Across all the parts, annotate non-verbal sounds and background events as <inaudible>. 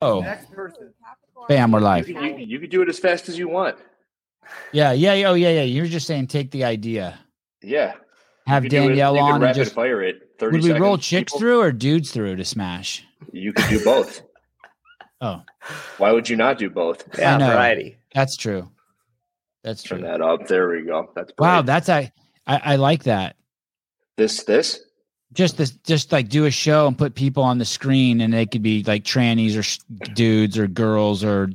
Oh, Next person. bam, we're live. You can, you can do it as fast as you want. Yeah, yeah, yeah, oh, yeah, yeah. You're just saying take the idea, Yeah. have you could do it- Danielle you could on, and rapid just fire it. Thirty would we seconds. roll chicks People- through or dudes through to smash? You could do <laughs> both. Oh. Why would you not do both? I Yeah, know. variety. That's true. That's Turn true. that up. There we go. That's Wow, brave. that's I, I I like that. this this. Just this, just like do a show and put people on the screen, and they could be like trannies or s- dudes or girls or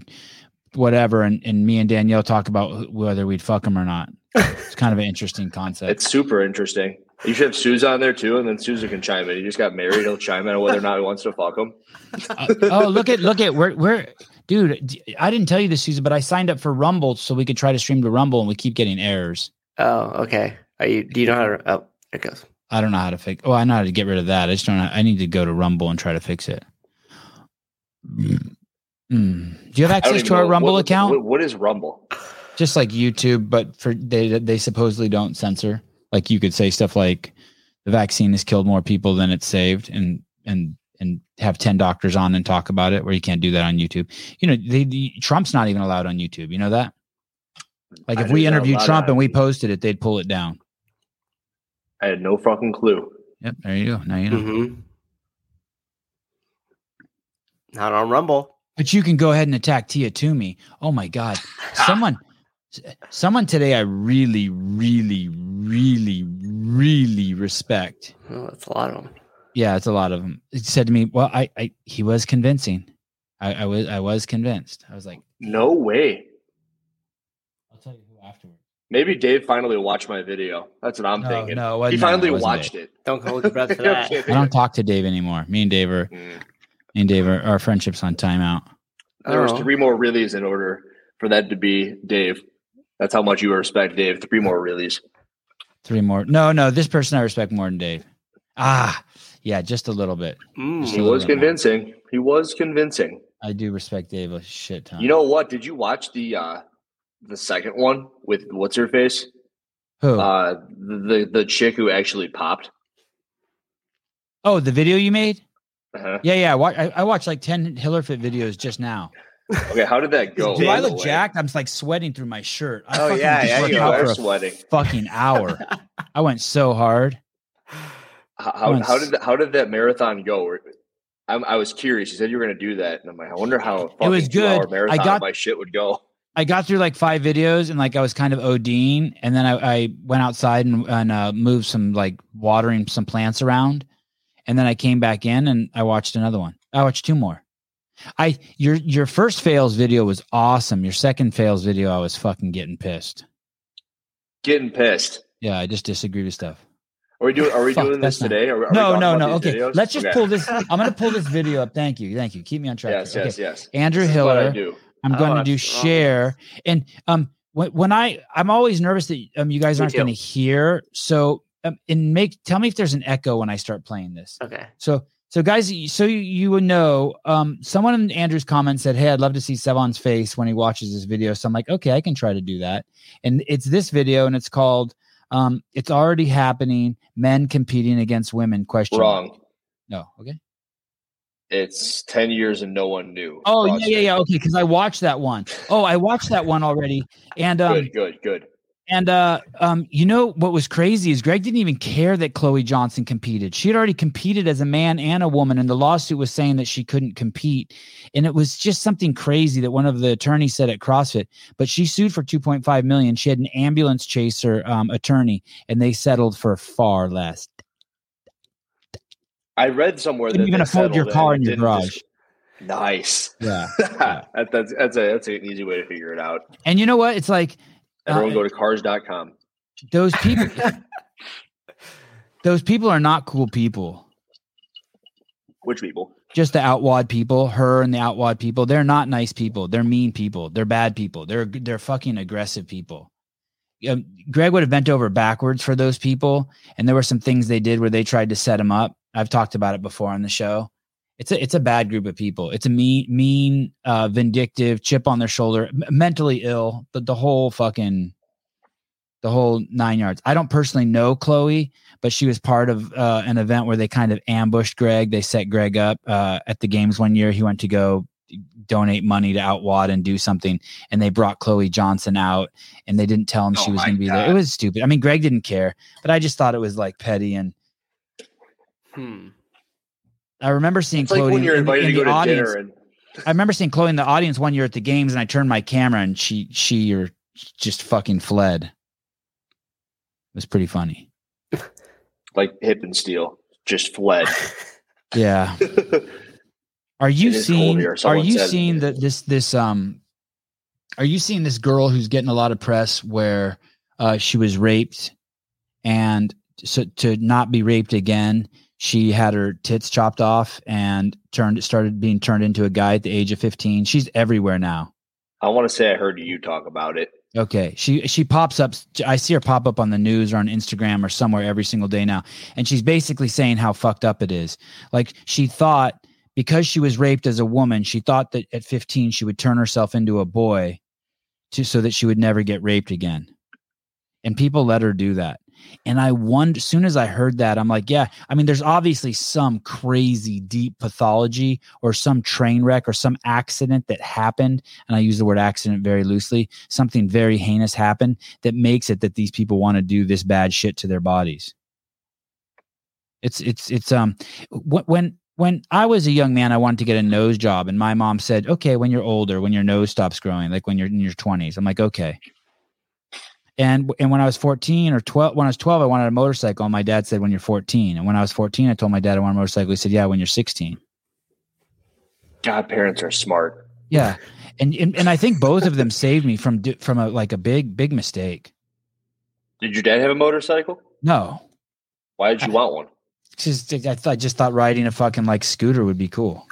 whatever. And and me and Danielle talk about wh- whether we'd fuck them or not. It's kind of an interesting concept. It's super interesting. You should have Suze on there too, and then Suze can chime in. He just got married. He'll chime in on whether or not he wants to fuck him. Uh, oh, look at look at where where dude, d- I didn't tell you this Susan, but I signed up for Rumble so we could try to stream to Rumble and we keep getting errors. Oh, okay. Are you? Do you know how to? Oh, there it goes. I don't know how to fix oh, I know how to get rid of that. I just don't know. I need to go to Rumble and try to fix it. Mm. Mm. Do you have Hmm. I don't access even to our know- Rumble what- account? what- what is Rumble? just like YouTube, but for they they supposedly don't censor. Like you could say stuff like the vaccine has killed more people than it's saved, and and and have ten doctors on and talk about it, where you can't do that on YouTube. You know, they, the Trump's not even allowed on YouTube. You know that? Like I if know we he's not interviewed allowed Trump on and we YouTube. posted it, they'd pull it down. I had no fucking clue. Yep, there you go. Now you know. Mm-hmm. Not on Rumble. But you can go ahead and attack Tia Toomey. Oh my God. Someone someone today I really, really, really, really respect. Oh, that's a lot of them. Yeah, it's a lot of them. It said to me, "Well, I, I he was convincing. I, I was, I was convinced. I was like, No way. I'll tell you who afterwards. Maybe Dave finally watched my video. That's what I'm No, thinking. no, it he wasn't- no, finally it wasn't watched it. Don't hold your breath for that. Okay. Dave. I don't talk to Dave anymore. Me and Dave are, Mm. me and Dave are, our friendship's on timeout. There was Oh. three more reallys in order for that to be Dave. That's how much you respect Dave. Three more reallys. Three more. No, no, this person I respect more than Dave. Ah, yeah, just a little bit. He Mm. Absolutely was not. convincing. He was convincing. I do respect Dave a shit ton. You know what? Did you watch the uh the second one with what's her face? who? Uh the the chick who actually popped. oh, the video you made? Uh-huh. Yeah, yeah. I, wa- I, I watched like ten Hillerfit videos just now. Okay, how did that go? Do Dave I by the look way? jacked? I'm like sweating through my shirt. I Oh, fucking yeah, just yeah, worked You you out are for a sweating. fucking hour. I went so hard. How, how, Nice. how did that, how did that marathon go? Or- I'm, I was curious. You said you were going to do that, and I'm like, I wonder how a fucking was good. two-hour I Marathon of got- my shit would go. I got through like five videos and like I was kind of ODing, and then I, I went outside and, and uh, moved some like watering some plants around, and then I came back in and I watched another one. I watched two more. I your your first fails video was awesome. Your second fails video, I was fucking getting pissed. Getting pissed. Yeah, I just disagree with stuff. Are we doing? Are we Fuck, doing this that's not- today? Are, we- are we No, talking no, about no. these Okay, videos? let's just Okay. pull this. I'm gonna pull this video up. Thank you, thank you. Keep me on track. Yes, here. Okay. yes, yes. Andrew This is what I Hiller. do. I'm Oh, going to that's do wrong. share and um when, when I I'm always nervous that um you guys Me aren't too. going to hear so um, and make tell me if there's an echo when I start playing this Okay. so so guys y- so you, you would know um someone in Andrew's comment said hey I'd love to see Sevon's face when he watches this video so I'm like okay I can try to do that and it's this video and it's called um it's already happening men competing against women question mark. Wrong. no okay It's ten years and no one knew. oh yeah CrossFit. yeah yeah okay because I watched that one. Oh, I watched that one already and um Good, good, good. And uh, um, you know what was crazy is Greg didn't even care that Chloe Johnson competed. She had already competed as a man and a woman, and the lawsuit was saying that she couldn't compete. And it was just something crazy that one of the attorneys said at CrossFit. But she sued for 2.5 million. She had an ambulance chaser um, attorney, and they settled for far less. I read somewhere Couldn't that even they afford your settled car in and your didn't garage. just- Nice. <laughs> Yeah. that, that's that's a that's an easy way to figure it out. And you know what? It's like Uh, Everyone go to cars.com. those people. those people are not cool people. Which people? just the outwad people, her and the outwad people. They're not nice people. They're mean people. They're bad people. They're they're fucking aggressive people. Um, Greg would have bent over backwards for those people, and there were some things they did where they tried to set him up. I've talked about it before on the show. It's a it's a bad group of people. It's a mean mean, uh, vindictive, chip on their shoulder, m- mentally ill. The the whole fucking the whole nine yards. I don't personally know Chloe, but she was part of uh, an event where they kind of ambushed Greg. They set Greg up uh, at the games one year. He went to go donate money to Outwad and do something. And they brought Chloe Johnson out and they didn't tell him Oh she was my going to be there. It God. was stupid. I mean, Greg didn't care, but I just thought it was like petty. And Hmm. I remember seeing It's like Chloe when you're in the- invited in to go the to audience. dinner and I remember seeing Chloe in the audience one year at the games, and I turned my camera, and she she or just fucking fled. It was pretty funny. like hip and steel <laughs> just fled. <laughs> Yeah. Are you It is cold seeing? here, Are someone you said. seeing that this this um? Are you seeing this girl who's getting a lot of press where uh, she was raped, and so to not be raped again, she had her tits chopped off and turned started being turned into a guy at the age of fifteen. She's everywhere now. I want to say I heard you talk about it. Okay. She she pops up I see her pop up on the news or on Instagram or somewhere every single day now. And she's basically saying how fucked up it is. Like she thought because she was raped as a woman, she thought that at 15 she would turn herself into a boy to so that she would never get raped again. And people let her do that. And I wonder as soon as I heard that, I'm like, yeah, I mean, there's obviously some crazy deep pathology or some train wreck or some accident that happened. And I use the word accident very loosely, something very heinous happened that makes it that these people want to do this bad shit to their bodies. It's it's it's um wh- when when I was a young man, I wanted to get a nose job, and my mom said, "Okay, when you're older, when your nose stops growing, like when you're in your 20s." I'm like, "Okay." And and when I was 14 or 12, when I was 12, I wanted a motorcycle. And my dad said, "When you're 14." And when I was 14, I told my dad I wanted a motorcycle. He said, "Yeah, when you're 16." God, parents are smart. Yeah, and and, and I think both of them saved me from do- from a like a big big mistake. Did your dad have a motorcycle? No, Why did you want one? just I, th- I just thought riding a fucking like scooter would be cool,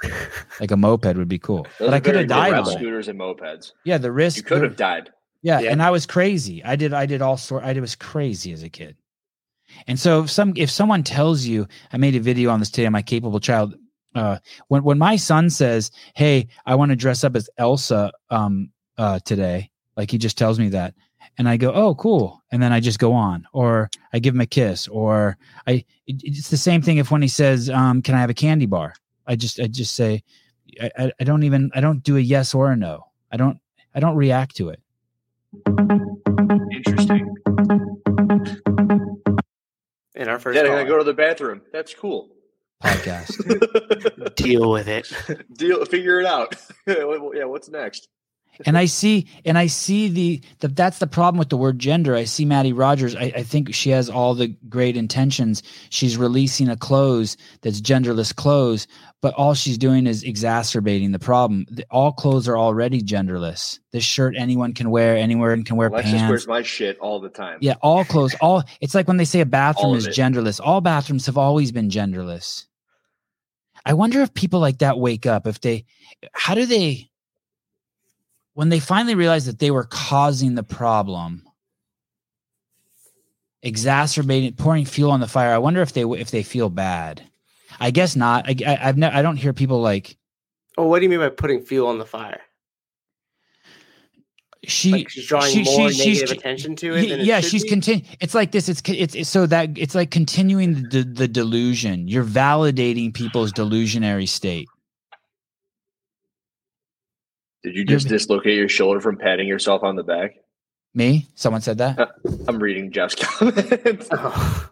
like a moped would be cool. but Those are I could very have good died route on it. scooters and mopeds. Yeah, the risk. You could the- have died. yeah, Yeah. and I was crazy. I did. I did all sort. I did, was crazy as a kid. And so if some if someone tells you, I made a video on this today. My capable child. Uh, when when my son says, "Hey, I want to dress up as Elsa um uh today," like he just tells me that, and I go, "Oh, cool," and then I just go on, or I give him a kiss, or I. it- it's the same thing if when he says, um, "Can I have a candy bar?" I just I just say, I, I, I don't even I don't do a yes or a no. I don't I don't react to it. Interesting. <laughs> In our first Dad, I gotta go call, to the bathroom. That's cool. <laughs> Podcast. <laughs> deal with it. Deal. Figure it out. <laughs> yeah. What's next? and I see, and I see the, the that's the problem with the word gender. I see Maddie Rogers. I, I think she has all the great intentions. She's releasing a clothes that's genderless clothes, but all she's doing is exacerbating the problem. The- all clothes are already genderless. This shirt anyone can wear, anywhere and can wear Alexis pants. wears my shit all the time. yeah, all clothes. All it's like when they say a bathroom All of is it. genderless. All bathrooms have always been genderless. I wonder if people like that wake up. If they, how do they, when they finally realize that they were causing the problem, exacerbating, pouring fuel on the fire. I wonder if they if they feel bad. I guess not. I, I I've never. I don't hear people like Oh, what do you mean by putting fuel on the fire? she. like she's drawing she- more she- she's- negative attention to it. Ye- than it yeah, should she's <laughs> be? continu- It's like this. It's co- it's, it's so that it's like continuing the, the the delusion. You're validating people's delusionary state. Did you just Yeah. dislocate your shoulder from patting yourself on the back? Me? Someone said that. Uh. I'm reading Jeff's <laughs> comments. Oh,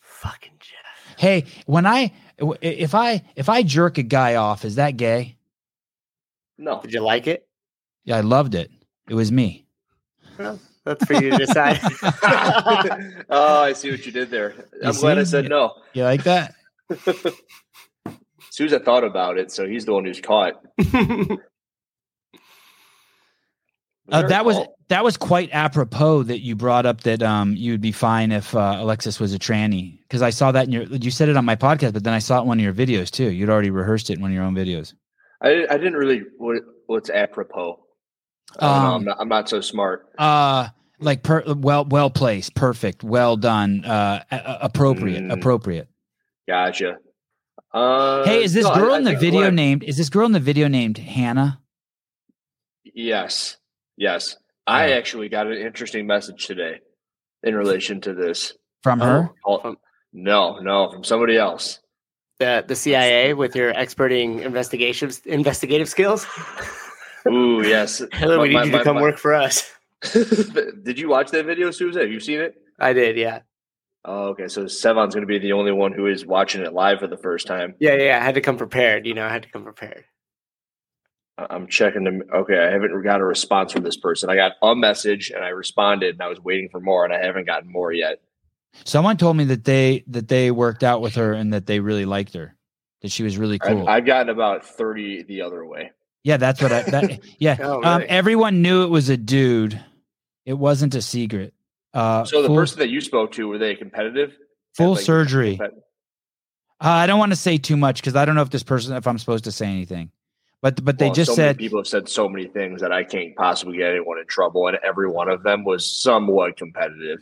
fucking Jeff. Hey, when I w- if I if I jerk a guy off, is that gay? no. <laughs> Did you like it? Yeah, I loved it. It was me. That's for you to <laughs> decide. oh, I see what you did there. I'm glad I see? said no. You like that? <laughs> Sousa thought about it, so he's the one who's caught. Uh, Very that was cool. that was quite apropos that you brought up that um you'd be fine if uh, Alexis was a tranny because I saw that in your you said it on my podcast, but then I saw it in one of your videos too. You'd already rehearsed it in one of your own videos. I, didn't- I didn't really what, what's apropos. I don't know, Um, I'm, not, I'm not so smart. uh like per well well placed perfect well done uh a- a- appropriate Mm. appropriate Gotcha. Uh, hey is this no, I- girl I in the think video what I- named is this girl in the video named hannah Yes, yes. I Yeah. actually got an interesting message today in relation to this. from her Oh, no, no, from somebody else. the the CIA with your experting investigations investigative <laughs> skills. Ooh, <laughs> yes. <laughs> Hello, we My- need you my- to my- come my- work for us. Did you watch that video, Souza? Have you seen it? I did, yeah, Oh, okay. So Sevon's going to be the only one who is watching it live for the first time. yeah, yeah. I had to come prepared. You know, I had to come prepared. I- I'm checking them. Okay, I haven't got a response from this person. I got a message and I responded, and I was waiting for more, and I haven't gotten more yet. Someone told me that they that they worked out with her and that they really liked her, that she was really cool. I've, I've gotten about thirty the other way. yeah, that's what I. <laughs> That, yeah, Oh, um, really? everyone knew it was a dude. It wasn't a secret. Uh, So the full, person that you spoke to were they competitive? full like, surgery. compet- Uh, I don't want to say too much because I don't know if this person if I'm supposed to say anything, but but they Well, just so said many people have said so many things that I can't possibly get anyone in trouble, and every one of them was somewhat competitive,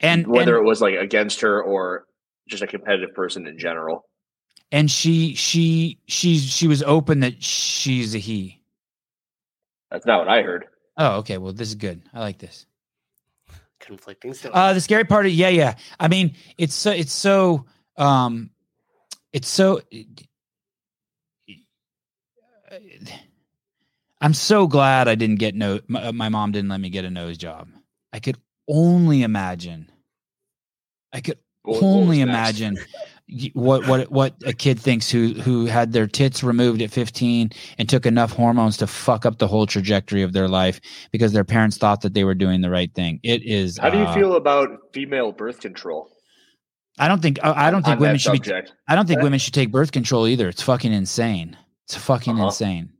and whether and, it was like against her or just a competitive person in general. and she she she she was open that she's a he. That's not what I heard. Oh, okay. Well, this is good. I like this. Conflicting stories. <laughs> Uh, the scary part of yeah, yeah. I mean, it's so it's so um, it's so. <sighs> I'm so glad I didn't get no. My, my mom didn't let me get a nose job. I could only imagine. I could What- what was only next? imagine y- what what what a kid thinks who who had their tits removed at 15 and took enough hormones to fuck up the whole trajectory of their life because their parents thought that they were doing the right thing. It is. How do you uh, feel about female birth control? I don't think I I don't think on that women should be. subject? I don't think women should take birth control either. It's fucking insane. It's fucking Uh-huh. insane.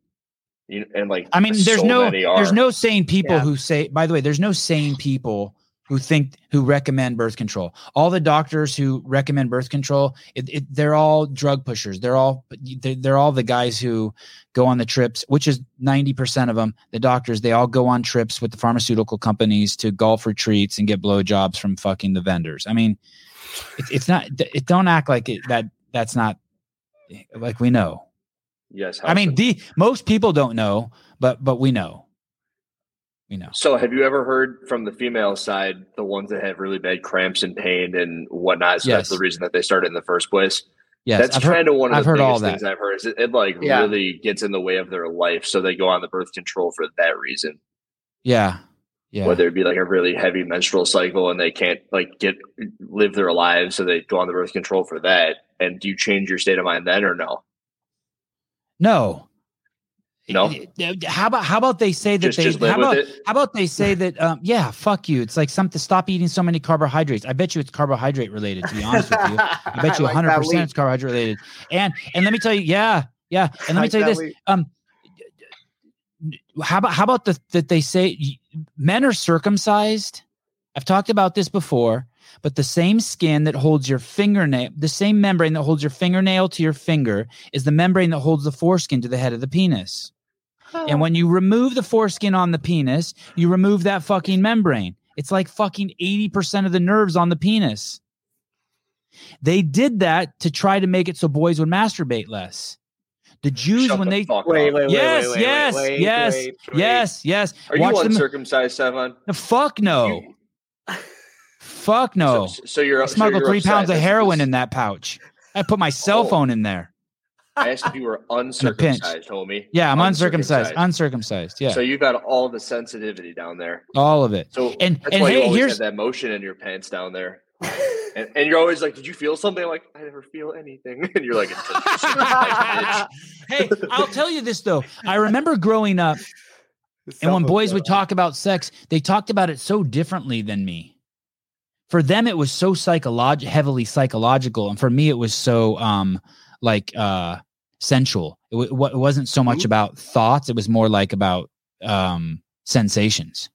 You, and like, I mean, there's so no many are. there's no sane people Yeah. who say. By the way, there's no sane people who think who recommend birth control. All the doctors who recommend birth control, it, it, they're all drug pushers. They're all they're, they're all the guys who go on the trips, which is ninety percent of them. The doctors they all go on trips with the pharmaceutical companies to golf retreats and get blowjobs from fucking the vendors. I mean, it, it's not. It don't act like it, that. That's not like we know. Yes, I mean, Hudson. D, most people don't know, but but we know. We know. so have you ever heard from the female side the ones that have really bad cramps and pain and whatnot? So that's Yes. the reason that they started in the first place. Yes, that's I've heard, kind of one of I've the heard all biggest things I've heard. Is it, it like Yeah. really gets in the way of their life, so they go on the birth control for that reason. yeah, yeah, Whether it be like a really heavy menstrual cycle and they can't like get live their lives, so they go on the birth control for that. And do you change your state of mind then or no? no, No? How about how about they say that Just they just live how about with it. how about they say that um yeah fuck you it's like something stop eating so many carbohydrates I bet you it's carbohydrate related to be honest with <laughs> you I bet you like that 100 percent leap. it's carbohydrate related and and let me tell you yeah yeah and let me Like tell you that this leap. um how about how about the that they say men are circumcised i've talked about this before but the same skin that holds your fingernail the same membrane that holds your fingernail to your finger is the membrane that holds the foreskin to the head of the penis Oh. and when you remove the foreskin on the penis you remove that fucking membrane it's like fucking 80% of the nerves on the penis they did that to try to make it so boys would masturbate less the jews Shut when the they fuck Wait, up. wait, wait, Yes, wait, wait, yes, wait, wait, yes, wait, wait. Yes, yes. Are Watch you them. uncircumcised, Sevon? the Uh, fuck no. fuck no. So, so you're I smuggled three pounds of heroin in that pouch. I put my cell Oh. phone in there. I asked if you were uncircumcised, homie. Yeah, I'm uncircumcised. Uncircumcised. Yeah, So you've got all the sensitivity down there. all of it. So And that's and why you hey, always here's have that motion in your pants down there. And, and you're always like, "Did you feel something?" I'm like, I never feel anything. <laughs> And you're like, "It's <laughs> uncircumcised, <laughs> bitch." hey, I'll tell you this though. I remember growing up, and when boys would talk about sex, they talked about it so differently than me. For them, it was so psycholog- heavily psychological, and for me, it was so um like uh sensual. It, w- wa- it wasn't so much Mm-hmm. Mhm. about thoughts; it was more like about um sensations.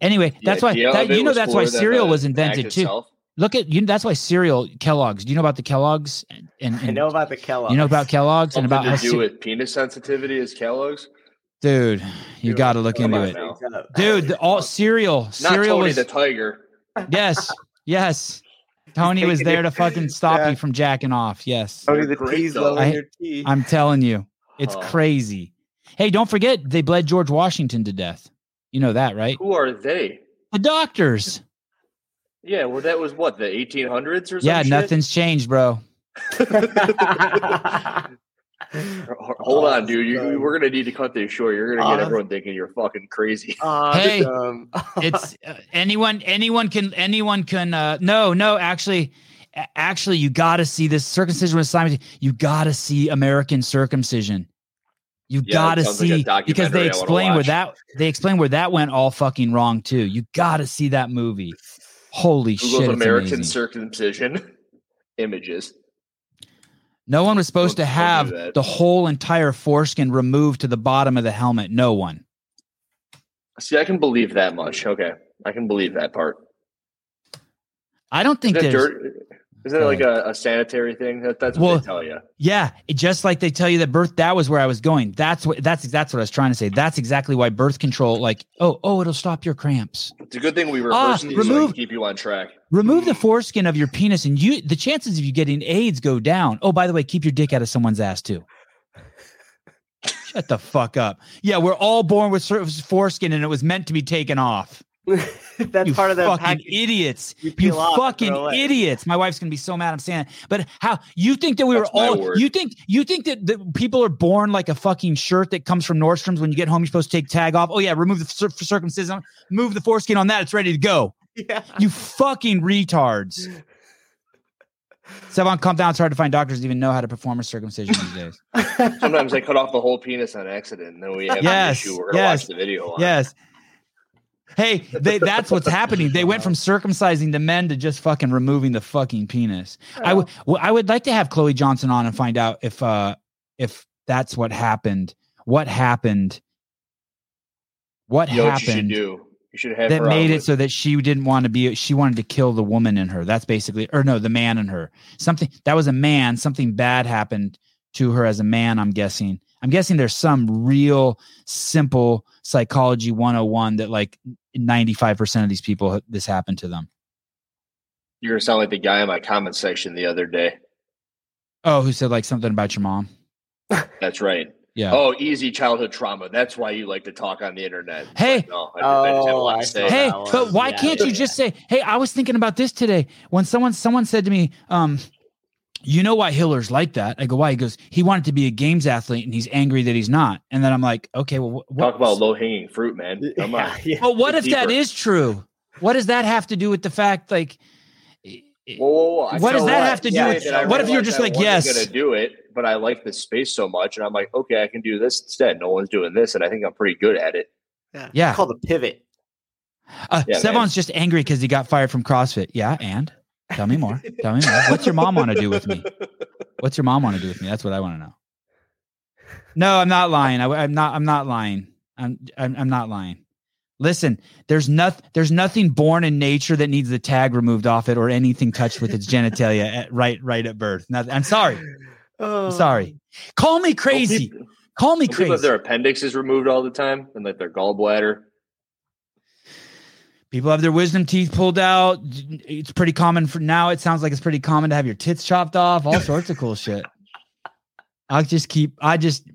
Anyway, The that's why idea that, of it you know was that's why cooler than cereal the was act invented too. itself. Look at you. know, That's why cereal Kellogg's. Do you know about the Kellogg's? And, and, I know about the Kellogg. you know about Kellogg's and Something about to how do ce- with penis sensitivity is Kellogg's. dude. You Dude, got to look come into on it. now. Dude, the, all cereal, Not cereal Tony was the Tiger. <laughs> yes, yes. Tony was there to fucking stop Yeah. you from jacking off. Yes, Tony the Great, T's though. low I- <laughs> in your tea. <laughs> I'm telling you, it's Oh. crazy. Hey, don't forget they bled George Washington to death. You know that, right? Who are they? The doctors. Yeah, well, that was what the 1800s or some yeah, oh, shit? nothing's changed, bro. Hold on, dude. You, we're gonna need to cut this short. You're gonna get Uh-huh. Awesome. everyone thinking you're fucking crazy. <laughs> Hey. um, It's uh, anyone, anyone can, anyone can. Uh, no, no, actually, a- actually, you got to see this circumcision with Simon. You got to see American circumcision. You Yeah, got to that sounds like a see because documentary I they wanna explain where watch. that they explain where that went all fucking wrong too. You got to see that movie. Holy Google's shit! it's American amazing. circumcision images. No one was supposed Don't- to don't do have that. the whole entire foreskin removed to the bottom of the helmet. No one. See, I can believe that much. Okay, I can believe that part. I don't think Isn't that there's. dirt? Isn't it Go like a, a sanitary thing? That, that's what Well- they tell you. Yeah, it- just like they tell you that birth that was where I was going. That's what that's that's what I was trying to say. That's exactly why birth control like oh oh it'll stop your cramps. It's a good thing we Ah, rehearsed these so we remove- can keep you on track. Remove the foreskin of your penis and you the chances of you getting AIDS go down. Oh, by the way, keep your dick out of someone's ass too. Shut the fuck up. Yeah, we're all born with sort of foreskin and it was meant to be taken off. that's you part of the fucking package idiots. You, You peel off and fucking throw away. idiots. My wife's gonna be so mad I'm saying that. But how you think that we That's were my all word. you think you think that, that people are born like a fucking shirt that comes from Nordstrom's when you get home, you're supposed to take tag off. Oh yeah, remove the cir- circumcision, move the foreskin on that, it's ready to go. <laughs> Yeah. You fucking retards. <laughs> Sevon, calm down. It's hard to find doctors that even know how to perform a circumcision these days. <laughs> Sometimes they cut off the whole penis on accident, and then we have Yes, an issue. We're gonna yes, watch the video. On. Yes. Hey, they, that's what's happening. They went <laughs> from circumcising the men to just fucking removing the fucking penis. I <laughs> would Oh. well, I would like to have Chloe Johnson on and find out if uh if that's what happened. What happened? What You know what you should happened do? You should have that her on made it with- so that she didn't want to be she wanted to kill the woman in her. That's basically or no, the man in her. Something that was a man, something bad happened to her as a man, I'm guessing. I'm guessing there's some real simple psychology 101 that like 95% of these people this happened to them. You're gonna sound like the guy in my comment section the other day. Oh, who said like something about your mom? That's right. Yeah. Oh, easy childhood trauma. That's why you like to talk on the internet. It's Hey. like, no, I, I just have a Oh, lot I to see. say. hey, that but one. why Yeah, can't yeah, you <laughs> just say, "Hey, I was thinking about this today." When someone someone said to me, um, "You know why Hiller's like that?" I go, "Why?" He goes, "He wanted to be a games athlete, and he's angry that he's not." And then I'm like, "Okay, well, wh- Talk what, about low hanging fruit, man. <laughs> Come on. Yeah, yeah. But what if that deeper. is true? What does that have to do with the fact, like, i- i- Whoa, whoa, whoa. I What does saw that one have to do today with- that I what if you're realized just I like, wasn't yes. gonna do it, but I like the space so much, and I'm like, okay, I can do this instead. No one's doing this, and I think I'm pretty good at it. Yeah. It's called a pivot. uh, Yeah, Sevon's man. just angry because he got fired from CrossFit? Yeah, and tell me more. tell me more. What's your mom want to do with me? What's your mom want to do with me? That's what I want to know. No, I'm not lying. I, am not. I'm not lying. I'm, I'm. I'm not lying. Listen, there's nothing. There's nothing born in nature that needs the tag removed off it or anything touched with its genitalia at, right. Right at birth. Nothing. I'm sorry. Oh. I'm sorry. Call me crazy. Don't peop- Call me don't People, crazy. have their appendix is removed all the time, and like their gallbladder. People have their wisdom teeth pulled out. It's pretty common for now. It sounds like it's pretty common to have your tits chopped off. All sorts of cool shit. I'll just keep. I just.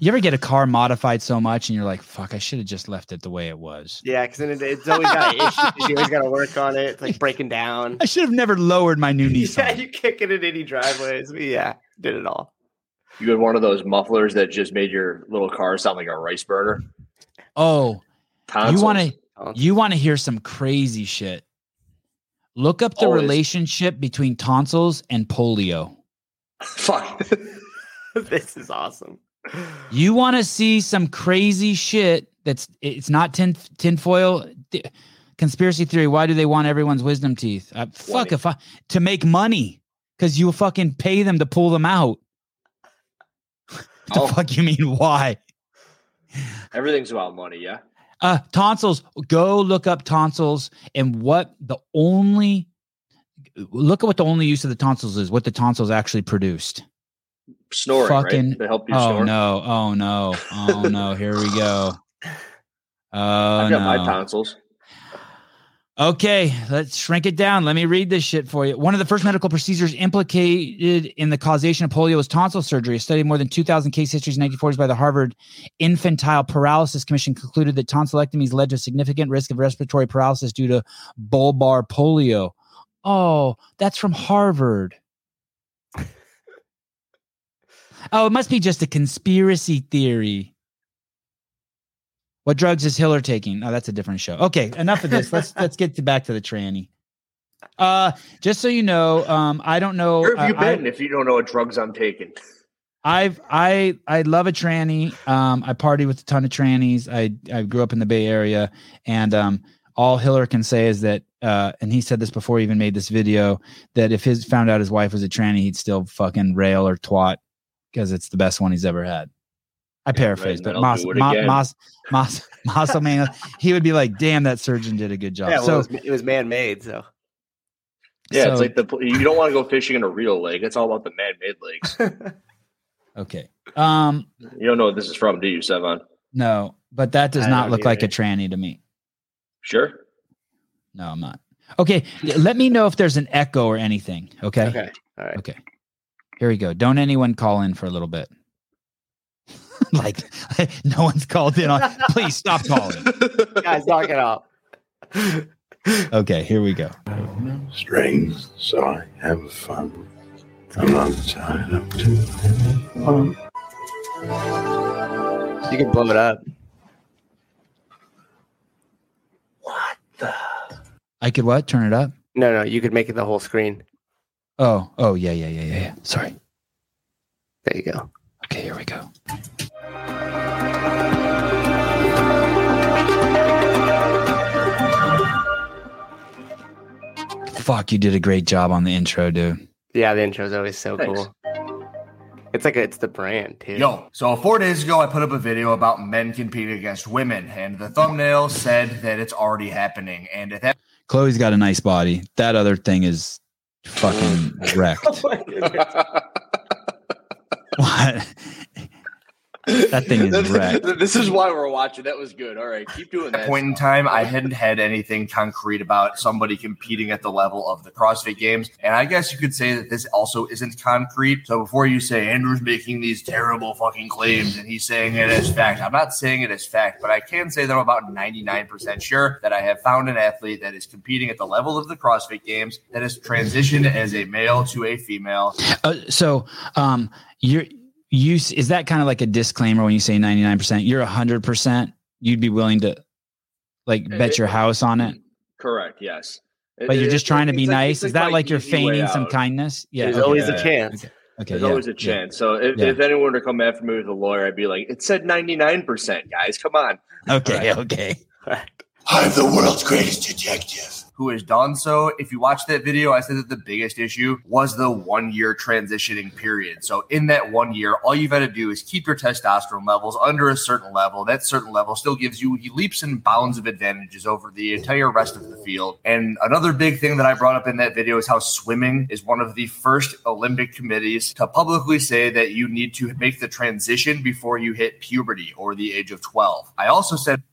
You ever get a car modified so much and you're like, "Fuck, I should have just left it the way it was." Yeah, because then it- it's always got issues. You always got to work on it. It's like <laughs> breaking down. I should have never lowered my new <laughs> Yeah, Nissan. you kick it in any driveways. But yeah, did it all. <laughs> You had one of those mufflers that just made your little car sound like a rice burner. Oh, you Tonsils. want to Tonsils. you want to hear some crazy shit? Look up the Always. relationship between tonsils and polio. <laughs> fuck? this is awesome. You want to see some crazy shit that's it's not tin tinfoil th- conspiracy theory. Why do they want everyone's wisdom teeth? Uh, fuck Money. if I to make money because you fucking pay them to pull them out. the Oh. fuck you mean why? <laughs> Everything's about money, yeah. Uh, tonsils. Go look up tonsils and what the only look at what the only use of the tonsils is. What the tonsils actually produced. Snoring, Fucking- right? To help you Oh snore. no! Oh no! Oh <laughs> no! Here we go. Oh I got no! my tonsils. Okay, let's shrink it down. Let me read this shit for you. One of the first medical procedures implicated in the causation of polio was tonsil surgery. A study of more than 2,000 case histories in the 1940s by the Harvard Infantile Paralysis Commission concluded that tonsillectomies led to a significant risk of respiratory paralysis due to bulbar polio. Oh, that's from <laughs> Harvard. Oh, it must be just a conspiracy theory. What drugs is Hiller taking? Oh, that's a different show. Okay, enough of this. Let's let's get to back to the tranny. Uh, just so you know, um, I don't know. Where have you uh, I- been if you don't know what drugs I'm taking? I've I I love a tranny. Um, I party with a ton of trannies. I I grew up in the Bay Area, and um, all Hiller can say is that, uh, and he said this before he even made this video, that if his found out his wife was a tranny, he'd still fucking rail or twat because it's the best one he's ever had. I paraphrase, right, but and I'll Moss do it Mo- again. Moss <laughs> Moss Moss man, he would be like, "Damn, that surgeon did a good job." Yeah, well, so it was, it was man-made, so Yeah, it's So- like the pl- you don't want to go fishing in a real lake. It's all about the man-made lakes. okay, um, You don't know what this is from, do you, Sevan? no, but that does I not don't look like a either. tranny to me. Sure. No, I'm not. Okay, let me know if there's an echo or anything. Okay, okay, all right. okay. Here we go. Don't anyone call in for a little bit. <laughs> like <laughs> no one's called in on. Please stop calling. Guys, knock it off. Okay, here we go. strings, so I have fun. I'm not tied up to fun. You can blow it up. I could what? Turn it up. No, no, you could make it the whole screen. Oh, oh yeah, yeah, yeah, yeah. yeah. Sorry. There you go. Okay, here we go. Fuck, you did a great job on the intro, dude. Yeah, the intro is always so Thanks. cool. It's like a, it's the brand too. Yo, so four days ago, I put up a video about men competing against women, and the thumbnail said that it's already happening. And at that Chloe's got a nice body. That other thing is fucking wrecked. <laughs> what? That thing is <laughs> wrecked. <laughs> This is why we're watching. That was good. All right, keep doing that. point in time, I hadn't had anything concrete about somebody competing at the level of the CrossFit Games. And I guess you could say that this also isn't concrete. So before you say Andrew's making these terrible fucking claims and he's saying it as fact, I'm not saying it as fact, but I can say that I'm about 99% sure that I have found an athlete that is competing at the level of the CrossFit Games that has transitioned as a male to a female. Uh, so, um, you're you s- is that kind of like a disclaimer when you say 99%? You're 100%. You'd be willing to like bet your house on it. Correct. Yes. but you're It- just it- trying to be it's nice. it's Is that my like you're easy way feigning some out. kindness? Yeah. There's okay. always Yeah. a chance. Okay, There's yeah, always a yeah. chance. So if, Yeah. if anyone were to come after me with a lawyer, I'd be like, "It said 99 percent, guys. Come on." Okay. Okay. I'm the world's greatest detective. who has done so. If you watch that video, I said that the biggest issue was the one year transitioning period. So, in that one year, all you've got to do is keep your testosterone levels under a certain level. That certain level still gives you leaps and bounds of advantages over the entire rest of the field. And another big thing that I brought up in that video is how swimming is one of the first Olympic committees to publicly say that you need to make the transition before you hit puberty or the age of 12. I also said